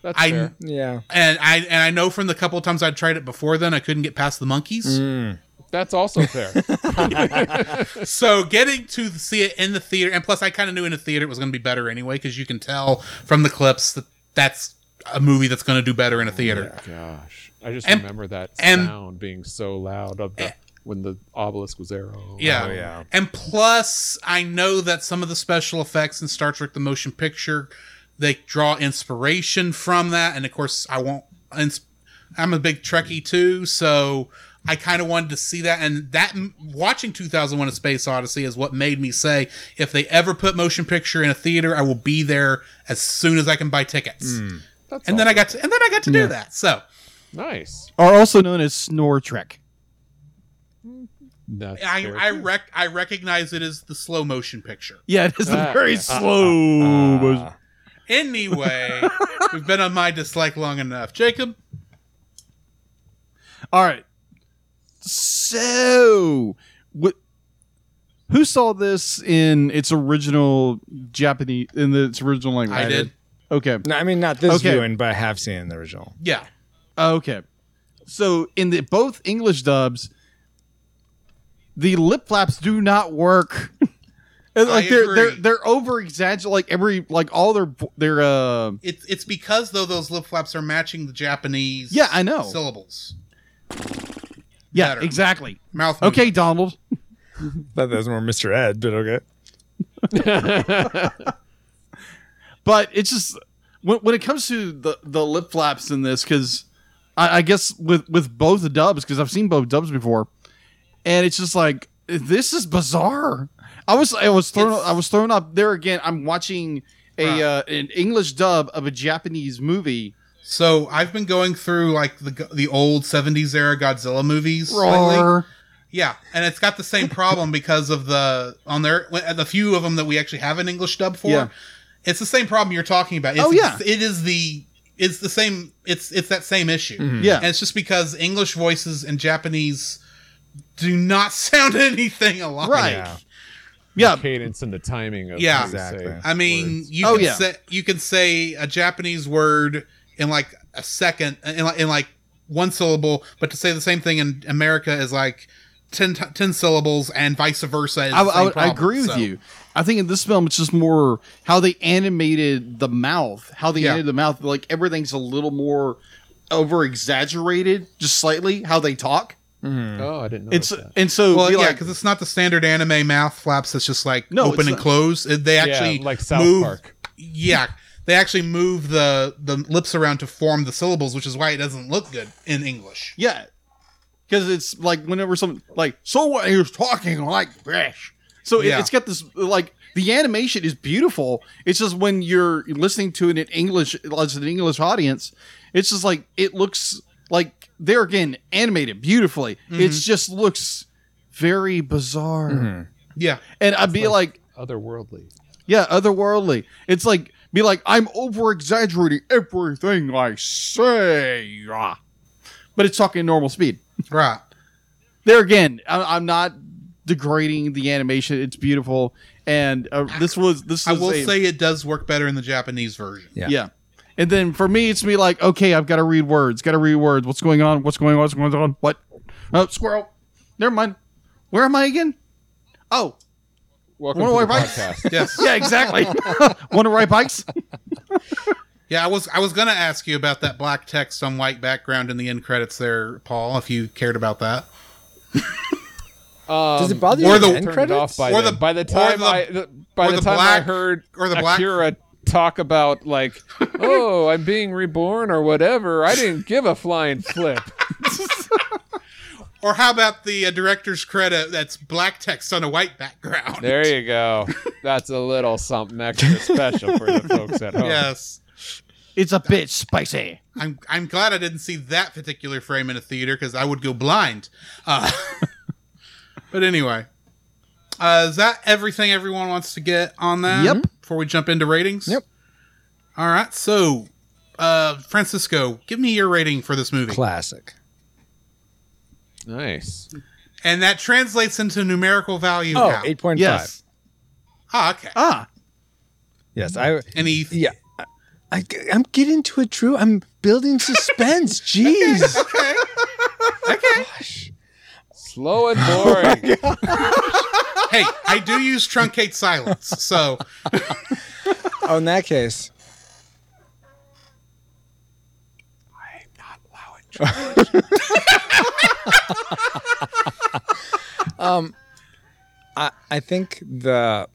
Speaker 4: That's
Speaker 1: I
Speaker 4: fair.
Speaker 3: yeah.
Speaker 1: and I and I know from the couple times I'd tried it before then I couldn't get past the monkeys.
Speaker 3: Mm.
Speaker 4: That's also fair.
Speaker 1: So getting to see it in the theater, and plus I kind of knew in the theater it was going to be better anyway because you can tell from the clips that that's a movie that's going to do better in a theater.
Speaker 4: Gosh, I just
Speaker 1: And-
Speaker 4: remember that
Speaker 1: and-
Speaker 4: sound being so loud of the when the obelisk was there. Oh,
Speaker 1: Eh. Yeah.
Speaker 4: wow.
Speaker 3: yeah.
Speaker 1: And plus, I know that some of the special effects in Star Trek: The Motion Picture, they draw inspiration from that. And of course, I won't. ins- I'm a big Trekkie too, so I kind of wanted to see that. And that m- watching 2001: A Space Odyssey is what made me say, if they ever put motion picture in a theater, I will be there as soon as I can buy tickets.
Speaker 4: That's
Speaker 1: And then I got to, and then I got to do
Speaker 3: Hmm. Yeah.
Speaker 1: that. So
Speaker 4: nice.
Speaker 2: Are also known as Snore Trek.
Speaker 4: That's
Speaker 1: I
Speaker 4: fair.
Speaker 1: I, rec- I recognize it as the slow motion picture.
Speaker 2: Yeah, it is a
Speaker 4: Ah,
Speaker 2: very
Speaker 4: yeah.
Speaker 2: slow. motion.
Speaker 1: Anyway, we've been on my dislike long enough. Jacob,
Speaker 2: All right. So, wh- who saw this in its original Japanese in the, its original language?
Speaker 1: I, did.
Speaker 2: Okay.
Speaker 3: No, I mean not this
Speaker 2: Okay.
Speaker 3: viewing, but I have seen it in the original.
Speaker 1: Yeah.
Speaker 2: Ah, Okay. So in the both English dubs, the lip flaps do not work. And, like they're they're
Speaker 1: agree.
Speaker 2: they're over exaggerated. Like every like all their their uh
Speaker 1: It's it's because though those lip flaps are matching the Japanese
Speaker 2: Yeah, Oh. I know.
Speaker 1: syllables.
Speaker 2: yeah
Speaker 1: Better. Hmm.
Speaker 2: exactly.
Speaker 1: Mouth movement.
Speaker 2: Okay, Donald.
Speaker 3: That was more Mr. Ed, but okay.
Speaker 2: but it's just when, when it comes to the the lip flaps in this because I, I guess with with both the dubs because i've seen both dubs before and it's just like this is bizarre i was i was thrown
Speaker 1: It's-
Speaker 2: i was thrown up there again i'm watching a
Speaker 1: Right.
Speaker 2: uh, an english dub of a japanese movie
Speaker 1: So I've been going through like the go- the old 70s era Godzilla movies lately.
Speaker 2: Roar.
Speaker 1: Yeah, and it's got the same problem because of the on their the few of them that we actually have an English dub for.
Speaker 2: Yeah.
Speaker 1: It's the same problem you're talking about. It's,
Speaker 2: Oh, yeah.
Speaker 1: it is the it's the same it's it's that same issue.
Speaker 2: yeah
Speaker 1: And it's just because English voices and Japanese do not sound anything alike.
Speaker 2: Right.
Speaker 3: Yeah.
Speaker 2: yeah
Speaker 4: cadence and the timing of
Speaker 1: Yeah.
Speaker 4: how you say
Speaker 3: Exactly.
Speaker 1: I mean,
Speaker 4: words.
Speaker 1: you
Speaker 2: Oh,
Speaker 1: can
Speaker 2: yeah.
Speaker 1: say you can say a Japanese word in like a second in like, in like one syllable, but to say the same thing in America is like 10, t- 10 syllables and vice versa. Is
Speaker 2: I,
Speaker 1: the
Speaker 2: I,
Speaker 1: same
Speaker 2: would- I
Speaker 1: problem,
Speaker 2: agree with
Speaker 1: so.
Speaker 2: you. I think in this film, it's just more how they animated the mouth, how they
Speaker 1: Yeah.
Speaker 2: animated the mouth. Like everything's a little more over exaggerated, just slightly how they talk.
Speaker 4: Oh, I didn't know.
Speaker 2: It's and so
Speaker 1: Well,
Speaker 2: be
Speaker 1: yeah,
Speaker 2: like,
Speaker 1: because it's not the standard anime mouth flaps. It's just like
Speaker 2: No, it's
Speaker 1: open and
Speaker 2: not.
Speaker 1: close. It- They actually
Speaker 4: yeah, like South
Speaker 1: move,
Speaker 4: Park.
Speaker 1: Yeah, they actually move the the lips around to form the syllables, which is why it doesn't look good in English.
Speaker 2: yeah, because it's like whenever some like someone who's talking like this, so it,
Speaker 1: Yeah.
Speaker 2: it's got this like the animation is beautiful. It's just when you're listening to it in English, as an English audience, it's just like it looks like they're again animated beautifully. It just looks very bizarre,
Speaker 3: Mm-hmm.
Speaker 1: Yeah,
Speaker 2: and I'd be like,
Speaker 4: Otherworldly.
Speaker 2: yeah, otherworldly. It's like be like I'm over exaggerating everything I say, but it's talking normal speed.
Speaker 1: right.
Speaker 2: There again, I, I'm not degrading the animation. It's beautiful, and uh, this was this.
Speaker 1: I
Speaker 2: Was
Speaker 1: will
Speaker 2: a-
Speaker 1: say it does work better in the Japanese version.
Speaker 3: Yeah.
Speaker 2: yeah. And then for me, it's me like, okay, I've got to read words. Got to read words. What's going on? What's going on? What's going on? What? Oh, squirrel. Never mind. Where am I again? Oh,
Speaker 4: Welcome
Speaker 2: Wanna
Speaker 4: to the
Speaker 2: ride bikes?
Speaker 4: podcast.
Speaker 1: Yes.
Speaker 2: yeah, exactly. Want to ride bikes?
Speaker 1: Yeah, I was I was gonna ask you about that black text on white background in the end credits there, Paul, if you cared about that.
Speaker 4: Um,
Speaker 3: Does it bother you?
Speaker 1: or
Speaker 3: in
Speaker 1: the-
Speaker 3: end
Speaker 4: turned it
Speaker 3: credits?
Speaker 4: off by
Speaker 1: Or
Speaker 4: then.
Speaker 1: the-
Speaker 4: by the
Speaker 1: or
Speaker 4: time
Speaker 1: the-
Speaker 4: I the, by
Speaker 1: or
Speaker 4: the,
Speaker 1: the
Speaker 4: time I
Speaker 1: black-
Speaker 4: heard
Speaker 1: or the black-
Speaker 4: Akira talk about like oh I'm being reborn or whatever I didn't give a flying flip.
Speaker 1: Or how about the uh, director's credit that's black text on a white background?
Speaker 4: There you go. That's a little something extra special for the folks at home.
Speaker 1: Yes.
Speaker 2: It's a bit spicy.
Speaker 1: I'm I'm glad I didn't see that particular frame in a theater because I would go blind. Uh, but anyway, uh, is that everything everyone wants to get on that?
Speaker 2: Yep.
Speaker 1: Before we jump into ratings.
Speaker 6: Yep.
Speaker 1: All right. So, uh, Francisco, give me your rating for this movie,
Speaker 6: Classic.
Speaker 4: Nice.
Speaker 1: and that translates into numerical value.
Speaker 6: Oh,
Speaker 1: now.
Speaker 6: 8.5.
Speaker 2: Yes.
Speaker 1: Ah, okay.
Speaker 2: Ah,
Speaker 6: Yes. I
Speaker 1: Any
Speaker 6: yeah. I- I, am getting to it, Drew. I'm building suspense. Jeez.
Speaker 1: okay.
Speaker 6: Gosh.
Speaker 4: Slow and
Speaker 6: Oh
Speaker 4: boring.
Speaker 1: hey, I do use truncate silence, so
Speaker 6: Oh, in that case, um, I I think the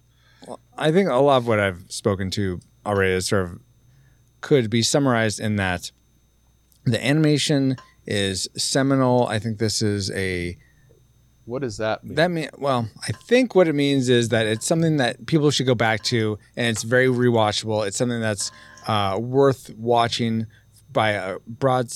Speaker 6: I think a lot of what I've spoken to already is sort of could be summarized in that the animation is seminal. I think this is a
Speaker 4: what does that mean?
Speaker 6: that mean well, I think what it means is that it's something that people should go back to, and it's very rewatchable. It's something that's uh, worth watching by a broad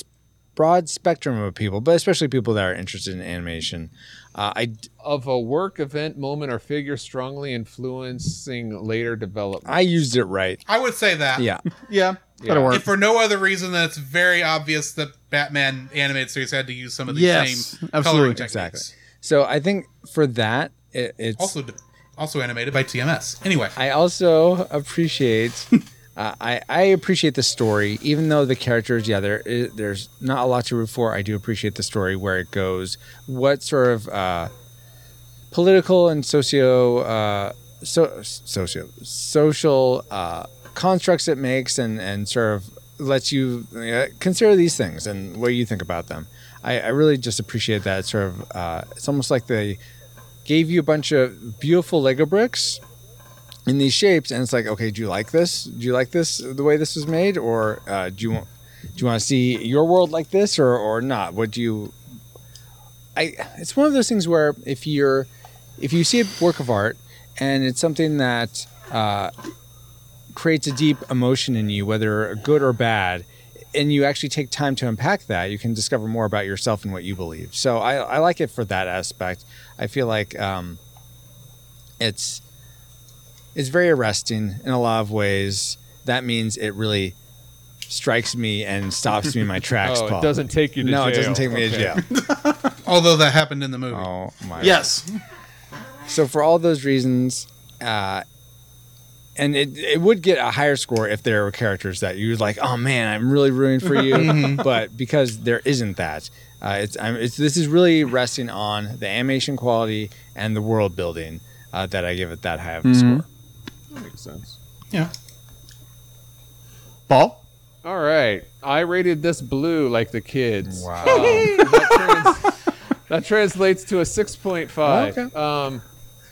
Speaker 6: broad spectrum of people, but especially people that are interested in animation. Uh, I
Speaker 4: of a work, event, moment, or figure strongly influencing later development.
Speaker 6: I used it right.
Speaker 1: I would say that.
Speaker 6: Yeah,
Speaker 2: yeah.
Speaker 4: Yeah.
Speaker 2: That'll work.
Speaker 1: If for no other reason than it's very obvious that Batman animated series had to use some of the
Speaker 2: Yes,
Speaker 1: same
Speaker 2: absolutely.
Speaker 1: coloring techniques.
Speaker 6: Exactly. so I think for that it, it's
Speaker 1: Also, also animated by TMS. Anyway,
Speaker 6: I also appreciate. Uh, I, I appreciate the story, even though the characters, yeah, there is, there's not a lot to root for. I do appreciate the story, where it goes, what sort of uh, political and socio, uh, so, socio, social uh, constructs it makes, and and sort of lets you uh, consider these things and what you think about them. I, I really just appreciate that sort of. Uh, it's almost like they gave you a bunch of beautiful Lego bricks in these shapes and it's like okay do you like this do you like this the way this was made or uh, do you want do you want to see your world like this or or not what do you i it's one of those things where if you're if you see a work of art and it's something that uh, creates a deep emotion in you whether good or bad and you actually take time to unpack that you can discover more about yourself and what you believe so i, I like it for that aspect i feel like um, it's it's very arresting in a lot of ways. That means it really strikes me and stops me in my tracks.
Speaker 4: oh,
Speaker 6: Paul.
Speaker 4: it doesn't take you to
Speaker 6: no,
Speaker 4: jail.
Speaker 6: it doesn't take me
Speaker 4: Okay.
Speaker 6: to jail.
Speaker 1: although that happened in the movie.
Speaker 6: Oh my.
Speaker 2: Yes.
Speaker 6: So for all those reasons, uh, and it it would get a higher score if there were characters that you was like, oh man, I'm really rooting for
Speaker 2: Mm-hmm.
Speaker 6: you. but because there isn't that, uh, it's, I'm, it's this is really resting on the animation quality and the world building uh, that I give it that high of a
Speaker 2: Mhm.
Speaker 6: score.
Speaker 4: That makes sense.
Speaker 1: Yeah.
Speaker 2: Paul.
Speaker 4: All right. I rated this blue like the kids.
Speaker 6: Wow.
Speaker 4: Um, that, trans- that translates to a 6.5.
Speaker 6: Okay.
Speaker 4: Um,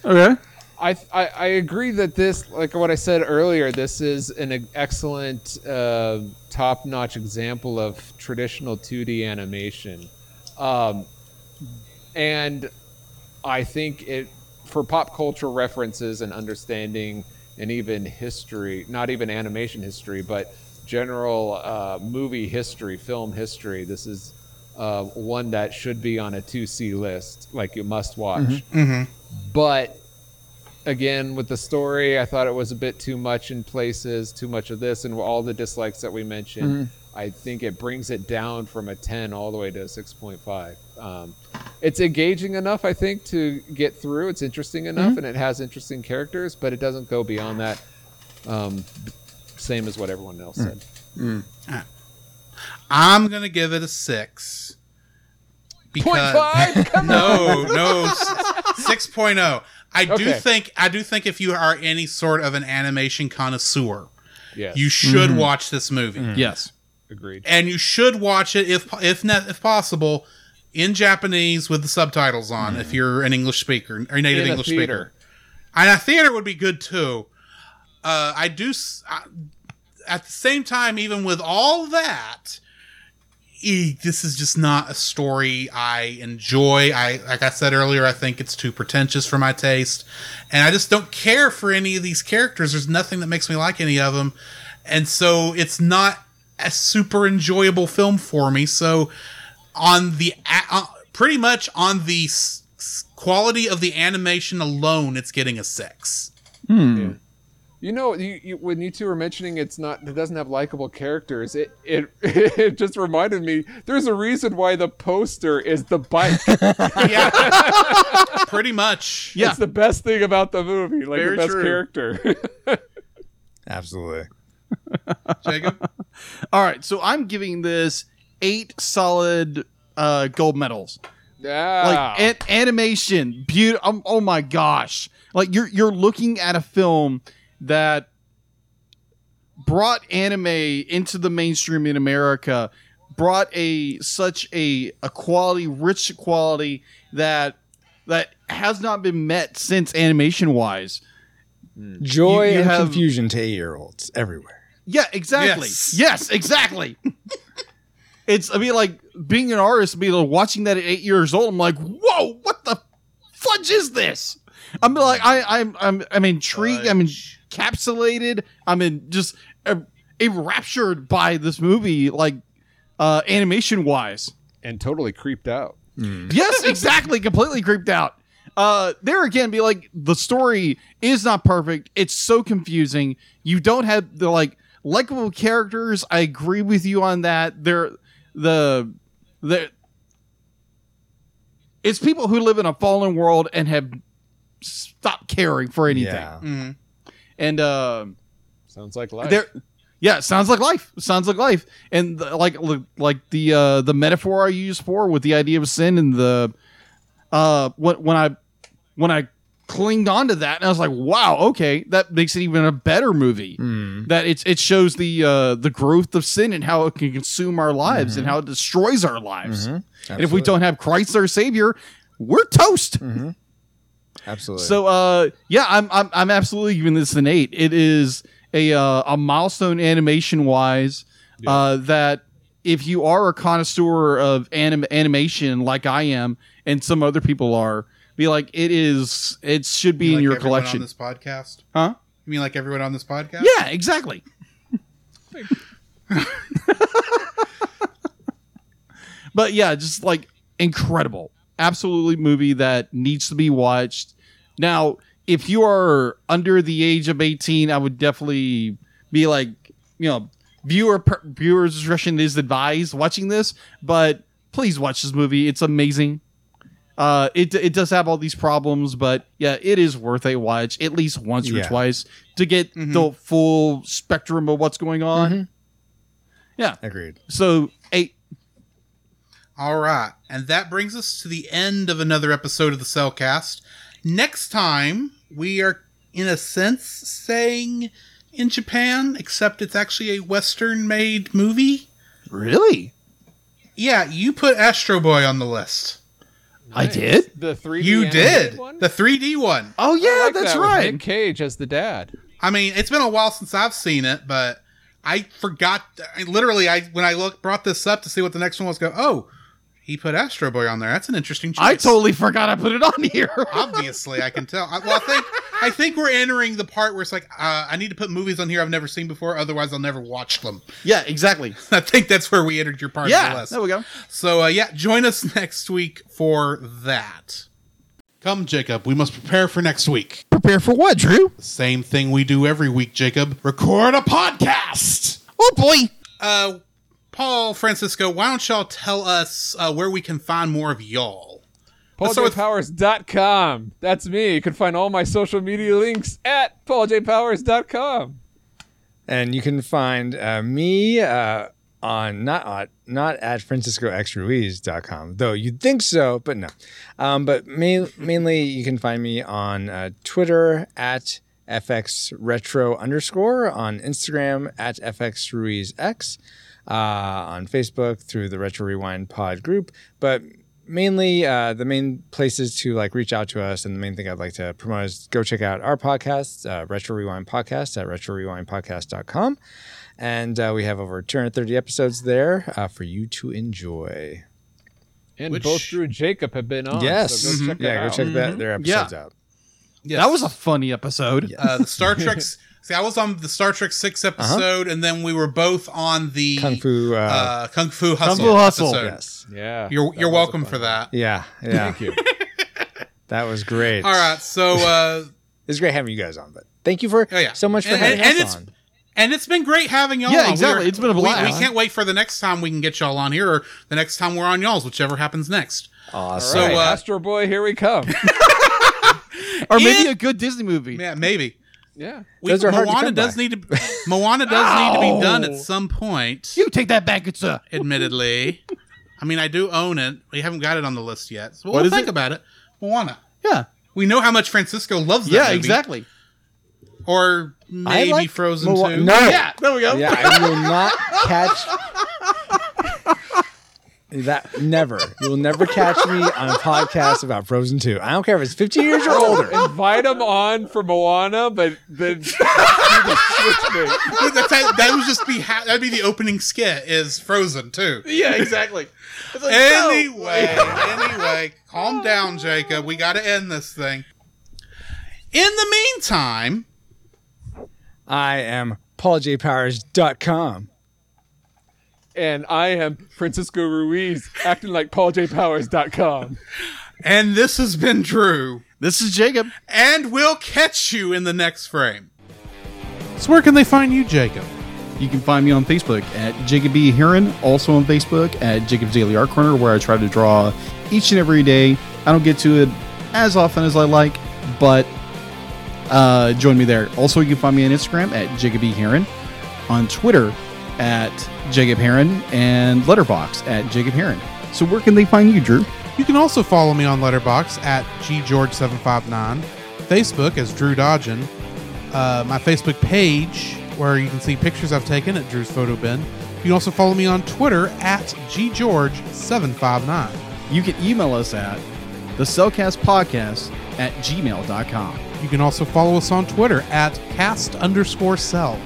Speaker 2: Okay.
Speaker 4: I, I I agree that this, like what I said earlier, this is an e-, excellent, uh, top-notch example of traditional 2D animation, um, and I think it for pop culture references and understanding, and even history, not even animation history, but general uh, movie history, film history. This is uh, one that should be on a 2C list, like you must watch
Speaker 1: Mm-hmm.
Speaker 4: but again with the story i thought it was a bit too much in places too much of this and all the dislikes that we mentioned
Speaker 1: Mm-hmm.
Speaker 4: i think it brings it down from a 10 all the way to a 6.5 um, it's engaging enough i think to get through it's interesting enough
Speaker 2: Mm-hmm.
Speaker 4: and it has interesting characters but it doesn't go beyond that um, b- same as what everyone else
Speaker 2: Mm.
Speaker 4: said
Speaker 1: I'm gonna give it a six.
Speaker 4: Point five? Come
Speaker 1: no, no, six point oh. I do
Speaker 4: Okay.
Speaker 1: think I do think if you are any sort of an animation connoisseur,
Speaker 4: yes
Speaker 1: you should watch this movie.
Speaker 2: Yes.
Speaker 4: agreed
Speaker 1: and you should watch it if if ne- if possible in Japanese with the subtitles on if you're an English speaker or native
Speaker 4: Mm. In a
Speaker 1: English speaker.
Speaker 4: theater.
Speaker 1: And a theater would be good too. Uh, I do. s I at the same time, even with all that, eh, this is just not a story I enjoy. I like I said earlier, I think it's too pretentious for my taste, and I just don't care for any of these characters. There's nothing that makes me like any of them, and so it's not a super enjoyable film for me. So on the a- uh, pretty much on the s- s- quality of the animation alone, it's getting a six.
Speaker 2: Hmm.
Speaker 4: You know, you, you, when you two were mentioning it's not, it doesn't have likable characters. It it it just reminded me. There's a reason why the poster is the bike.
Speaker 1: Yeah, pretty much.
Speaker 2: Yeah.
Speaker 4: It's the best thing about the movie, like
Speaker 1: Very
Speaker 4: the best
Speaker 1: true.
Speaker 4: character.
Speaker 3: Absolutely.
Speaker 1: Jacob.
Speaker 2: All right, so I'm giving this eight solid uh, gold medals.
Speaker 4: yeah.
Speaker 2: Like an- animation, beautiful. oh my gosh! Like you're you're looking at a film that brought anime into the mainstream in America, brought a such a a quality, rich quality that that has not been met since animation wise.
Speaker 3: Joy
Speaker 2: You- you
Speaker 3: and
Speaker 2: have-
Speaker 3: confusion to eight year olds everywhere.
Speaker 2: Yeah, exactly.
Speaker 1: Yes.
Speaker 2: Yes, exactly. it's I mean like being an artist, being like, watching that at eight years old, I'm like, whoa, what the fudge is this? I'm like I I'm I'm I'm intrigued, I'm encapsulated, I'm in just uh, enraptured by this movie, like uh animation wise.
Speaker 4: and totally creeped out.
Speaker 2: Yes, exactly. Completely creeped out. Uh, there again, be like the story is not perfect. It's so confusing. You don't have the like likable characters. I agree with you on that. They're the the it's people who live in a fallen world and have stopped caring for anything.
Speaker 3: Yeah.
Speaker 1: Mm.
Speaker 2: And um,
Speaker 4: Sounds like life.
Speaker 2: there yeah sounds like life sounds like life and the, like like the uh the metaphor i use for with the idea of sin and the uh when, when i when i clinged onto that and i was like wow okay that makes it even a better movie
Speaker 3: Mm.
Speaker 2: that it's it shows the uh the growth of sin and how it can consume our lives and how it destroys our lives
Speaker 3: Mhm.
Speaker 2: and if we don't have christ our savior we're toast
Speaker 3: Mhm. Absolutely.
Speaker 2: so uh yeah, I'm I'm I'm absolutely giving this an eight. It is a uh, a milestone animation wise uh that if you are a connoisseur of anim- animation like I am and some other people are, be like it is it should be
Speaker 1: You mean
Speaker 2: in
Speaker 1: like
Speaker 2: your
Speaker 1: everyone
Speaker 2: collection.
Speaker 1: on this podcast.
Speaker 2: huh?
Speaker 1: You mean like everyone on this podcast?
Speaker 2: Yeah, exactly. but yeah, just like incredible. Absolutely movie that needs to be watched. Now, if you are under the age of 18, I would definitely be like, you know, viewer per, viewer's discretion is advised watching this, but please watch this movie. It's amazing. Uh, it, it does have all these problems, but yeah, it is worth a watch at least once or
Speaker 3: Yeah.
Speaker 2: twice to get the full spectrum of what's going on.
Speaker 3: Agreed.
Speaker 2: So eight.
Speaker 1: All right. And that brings us to the end of another episode of the Cellcast. Next time, we are, in a sense, saying in Japan, except it's actually a Western made movie.
Speaker 2: Really?
Speaker 1: Yeah, you put Astro Boy on the list.
Speaker 2: I did?
Speaker 4: The three.
Speaker 1: You did. The 3D one.
Speaker 2: Oh yeah, that's right.
Speaker 4: Nick Cage as the dad.
Speaker 1: I mean, it's been a while since I've seen it, but I forgot. I literally, I when I looked, brought this up to see what the next one was, go, oh, he put Astro Boy on there. That's an interesting choice.
Speaker 2: I totally forgot I put it on here.
Speaker 1: obviously i can tell I, well i think i think we're entering the part where it's like uh, i need to put movies on here i've never seen before otherwise i'll never watch them
Speaker 2: yeah, exactly.
Speaker 1: i think that's where we entered your part of the
Speaker 2: Yeah,
Speaker 1: list.
Speaker 2: there we go.
Speaker 1: so uh, yeah join us next week for that come jacob we must prepare for next week
Speaker 2: Prepare for what, Drew?
Speaker 1: the same thing we do every week jacob record a podcast
Speaker 2: Oh boy.
Speaker 1: uh paul francisco why don't y'all tell us uh, where we can find more of y'all Let's start with-
Speaker 4: PaulJPowers.com. That's me. You can find all my social media links at PaulJPowers.com.
Speaker 3: And you can find uh, me uh, on not on, not at franciscoxruiz.com, though you'd think so, but no. Um, but ma- mainly you can find me on uh, Twitter at fxretro underscore, on Instagram at fxruizx, uh, on Facebook through the Retro Rewind Pod group. But mainly uh, the main places to like reach out to us and the main thing i'd like to promote is go check out our podcast uh, retro rewind podcast at retro rewind podcast.com And uh, we have over 230 episodes there uh, for you to enjoy.
Speaker 4: And
Speaker 1: Which- Mm-hmm.
Speaker 4: both Drew and Jacob have been on.
Speaker 3: yes.
Speaker 4: So go check
Speaker 3: yeah,
Speaker 4: that
Speaker 3: go
Speaker 4: out.
Speaker 3: check that, their
Speaker 2: Mhm. Yeah.
Speaker 3: episodes out.
Speaker 1: Yes.
Speaker 2: That was a funny episode.
Speaker 3: Yeah.
Speaker 1: uh, the Star Trek's. See, I was on the Star Trek six episode, and then we were both on the
Speaker 3: Kung Fu. Uh,
Speaker 1: uh, Kung Fu Hustle.
Speaker 2: Fu Hustle.
Speaker 1: episode.
Speaker 3: yes.
Speaker 4: Yeah.
Speaker 1: You're
Speaker 4: that
Speaker 1: you're
Speaker 4: was a
Speaker 1: welcome
Speaker 4: fun
Speaker 1: for
Speaker 4: one.
Speaker 1: that.
Speaker 3: Yeah. Yeah.
Speaker 4: Thank you.
Speaker 3: that was great.
Speaker 1: All right, so uh,
Speaker 3: It's great having you guys on, but thank you for
Speaker 1: Oh, yeah.
Speaker 3: so much for
Speaker 1: And-
Speaker 3: having
Speaker 1: and- and
Speaker 3: us
Speaker 1: it's-
Speaker 3: on.
Speaker 1: and it's been great having y'all.
Speaker 2: Yeah,
Speaker 1: on. We
Speaker 2: exactly.
Speaker 1: are-
Speaker 2: It's been a
Speaker 1: we- We,
Speaker 2: blast.
Speaker 1: can't wait for the next time we can get y'all on here, or the next time we're on y'all's, whichever happens next.
Speaker 3: Awesome.
Speaker 1: So,
Speaker 4: So,
Speaker 1: uh,
Speaker 4: Astro Boy, here we come.
Speaker 2: Or maybe
Speaker 1: It-
Speaker 2: a good Disney movie.
Speaker 1: Yeah, maybe.
Speaker 4: yeah.
Speaker 1: We,
Speaker 3: Those are hard to
Speaker 1: Moana
Speaker 3: come
Speaker 1: does
Speaker 3: by.
Speaker 1: need to. Moana does need to be done at
Speaker 2: Ow.
Speaker 1: some point.
Speaker 2: You take that back, it's a.
Speaker 1: Admittedly, I mean, I do own it. We haven't got it on the list yet. So
Speaker 2: What
Speaker 1: we'll
Speaker 2: is
Speaker 1: think
Speaker 2: it?
Speaker 1: about it. Moana.
Speaker 2: Yeah.
Speaker 1: We know how much Francisco loves that
Speaker 2: Yeah,
Speaker 1: movie.
Speaker 2: exactly.
Speaker 1: Or maybe
Speaker 3: like
Speaker 1: Frozen
Speaker 3: Moa-
Speaker 1: 2.
Speaker 3: No.
Speaker 2: Yeah, there we go.
Speaker 3: Yeah, I will not catch that. Never. You will never catch me on a podcast about Frozen 2. I don't care if it's 50 years or older.
Speaker 4: Invite him on for Moana, but then do the switch thing.
Speaker 1: That's how- that would just be ha- that'd be the opening skit is Frozen too.
Speaker 2: Yeah, exactly. It's like, no.
Speaker 1: Anyway, anyway, calm down, Jacob. We got to end this thing. In the meantime,
Speaker 3: I am pauljpowers.com.
Speaker 4: And I am Francisco Ruiz, acting like PaulJPowers.com.
Speaker 1: and this has been Drew,
Speaker 2: This is Jacob.
Speaker 1: and we'll catch you in the next frame. So where can they find you, Jacob?
Speaker 2: You can find me on Facebook at Jacob B. Heron, also on Facebook at Jacob's Daily Art Corner, where I try to draw each and every day. I don't get to it as often as I like, but uh, join me there. Also, you can find me on Instagram at Jacob B. Heron, on Twitter at Jacob Heron, and Letterbox at Jacob Heron. So, where can they find you, Drew?
Speaker 1: You can also follow me on Letterbox at ggeorge759, Facebook as Drew Dodgen, uh, my Facebook page where you can see pictures I've taken at Drew's Photo Bin. You can also follow me on Twitter at ggeorge759.
Speaker 2: You can email us at the Cellcast Podcast at gmail.com.
Speaker 1: You can also follow us on Twitter at cast underscore cell.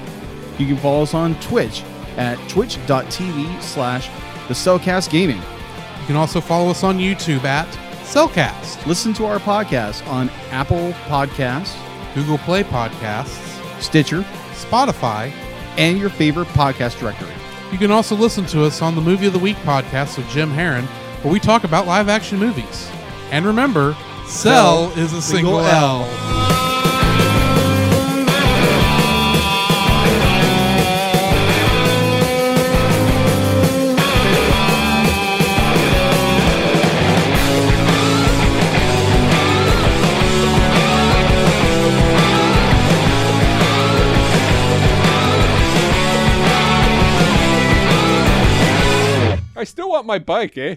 Speaker 2: You can follow us on Twitch at twitch.tv slash the Cellcast Gaming.
Speaker 1: You can also follow us on YouTube at Cellcast,
Speaker 2: Listen to our podcast on Apple Podcasts,
Speaker 1: Google Play Podcasts,
Speaker 2: Stitcher,
Speaker 1: Spotify.
Speaker 2: and your favorite podcast directory.
Speaker 1: You can also listen to us on the Movie of the Week podcast with Jim Heron, where we talk about live action movies. And remember, Cell is a single,
Speaker 2: single
Speaker 1: L.
Speaker 4: I still want my bike, eh?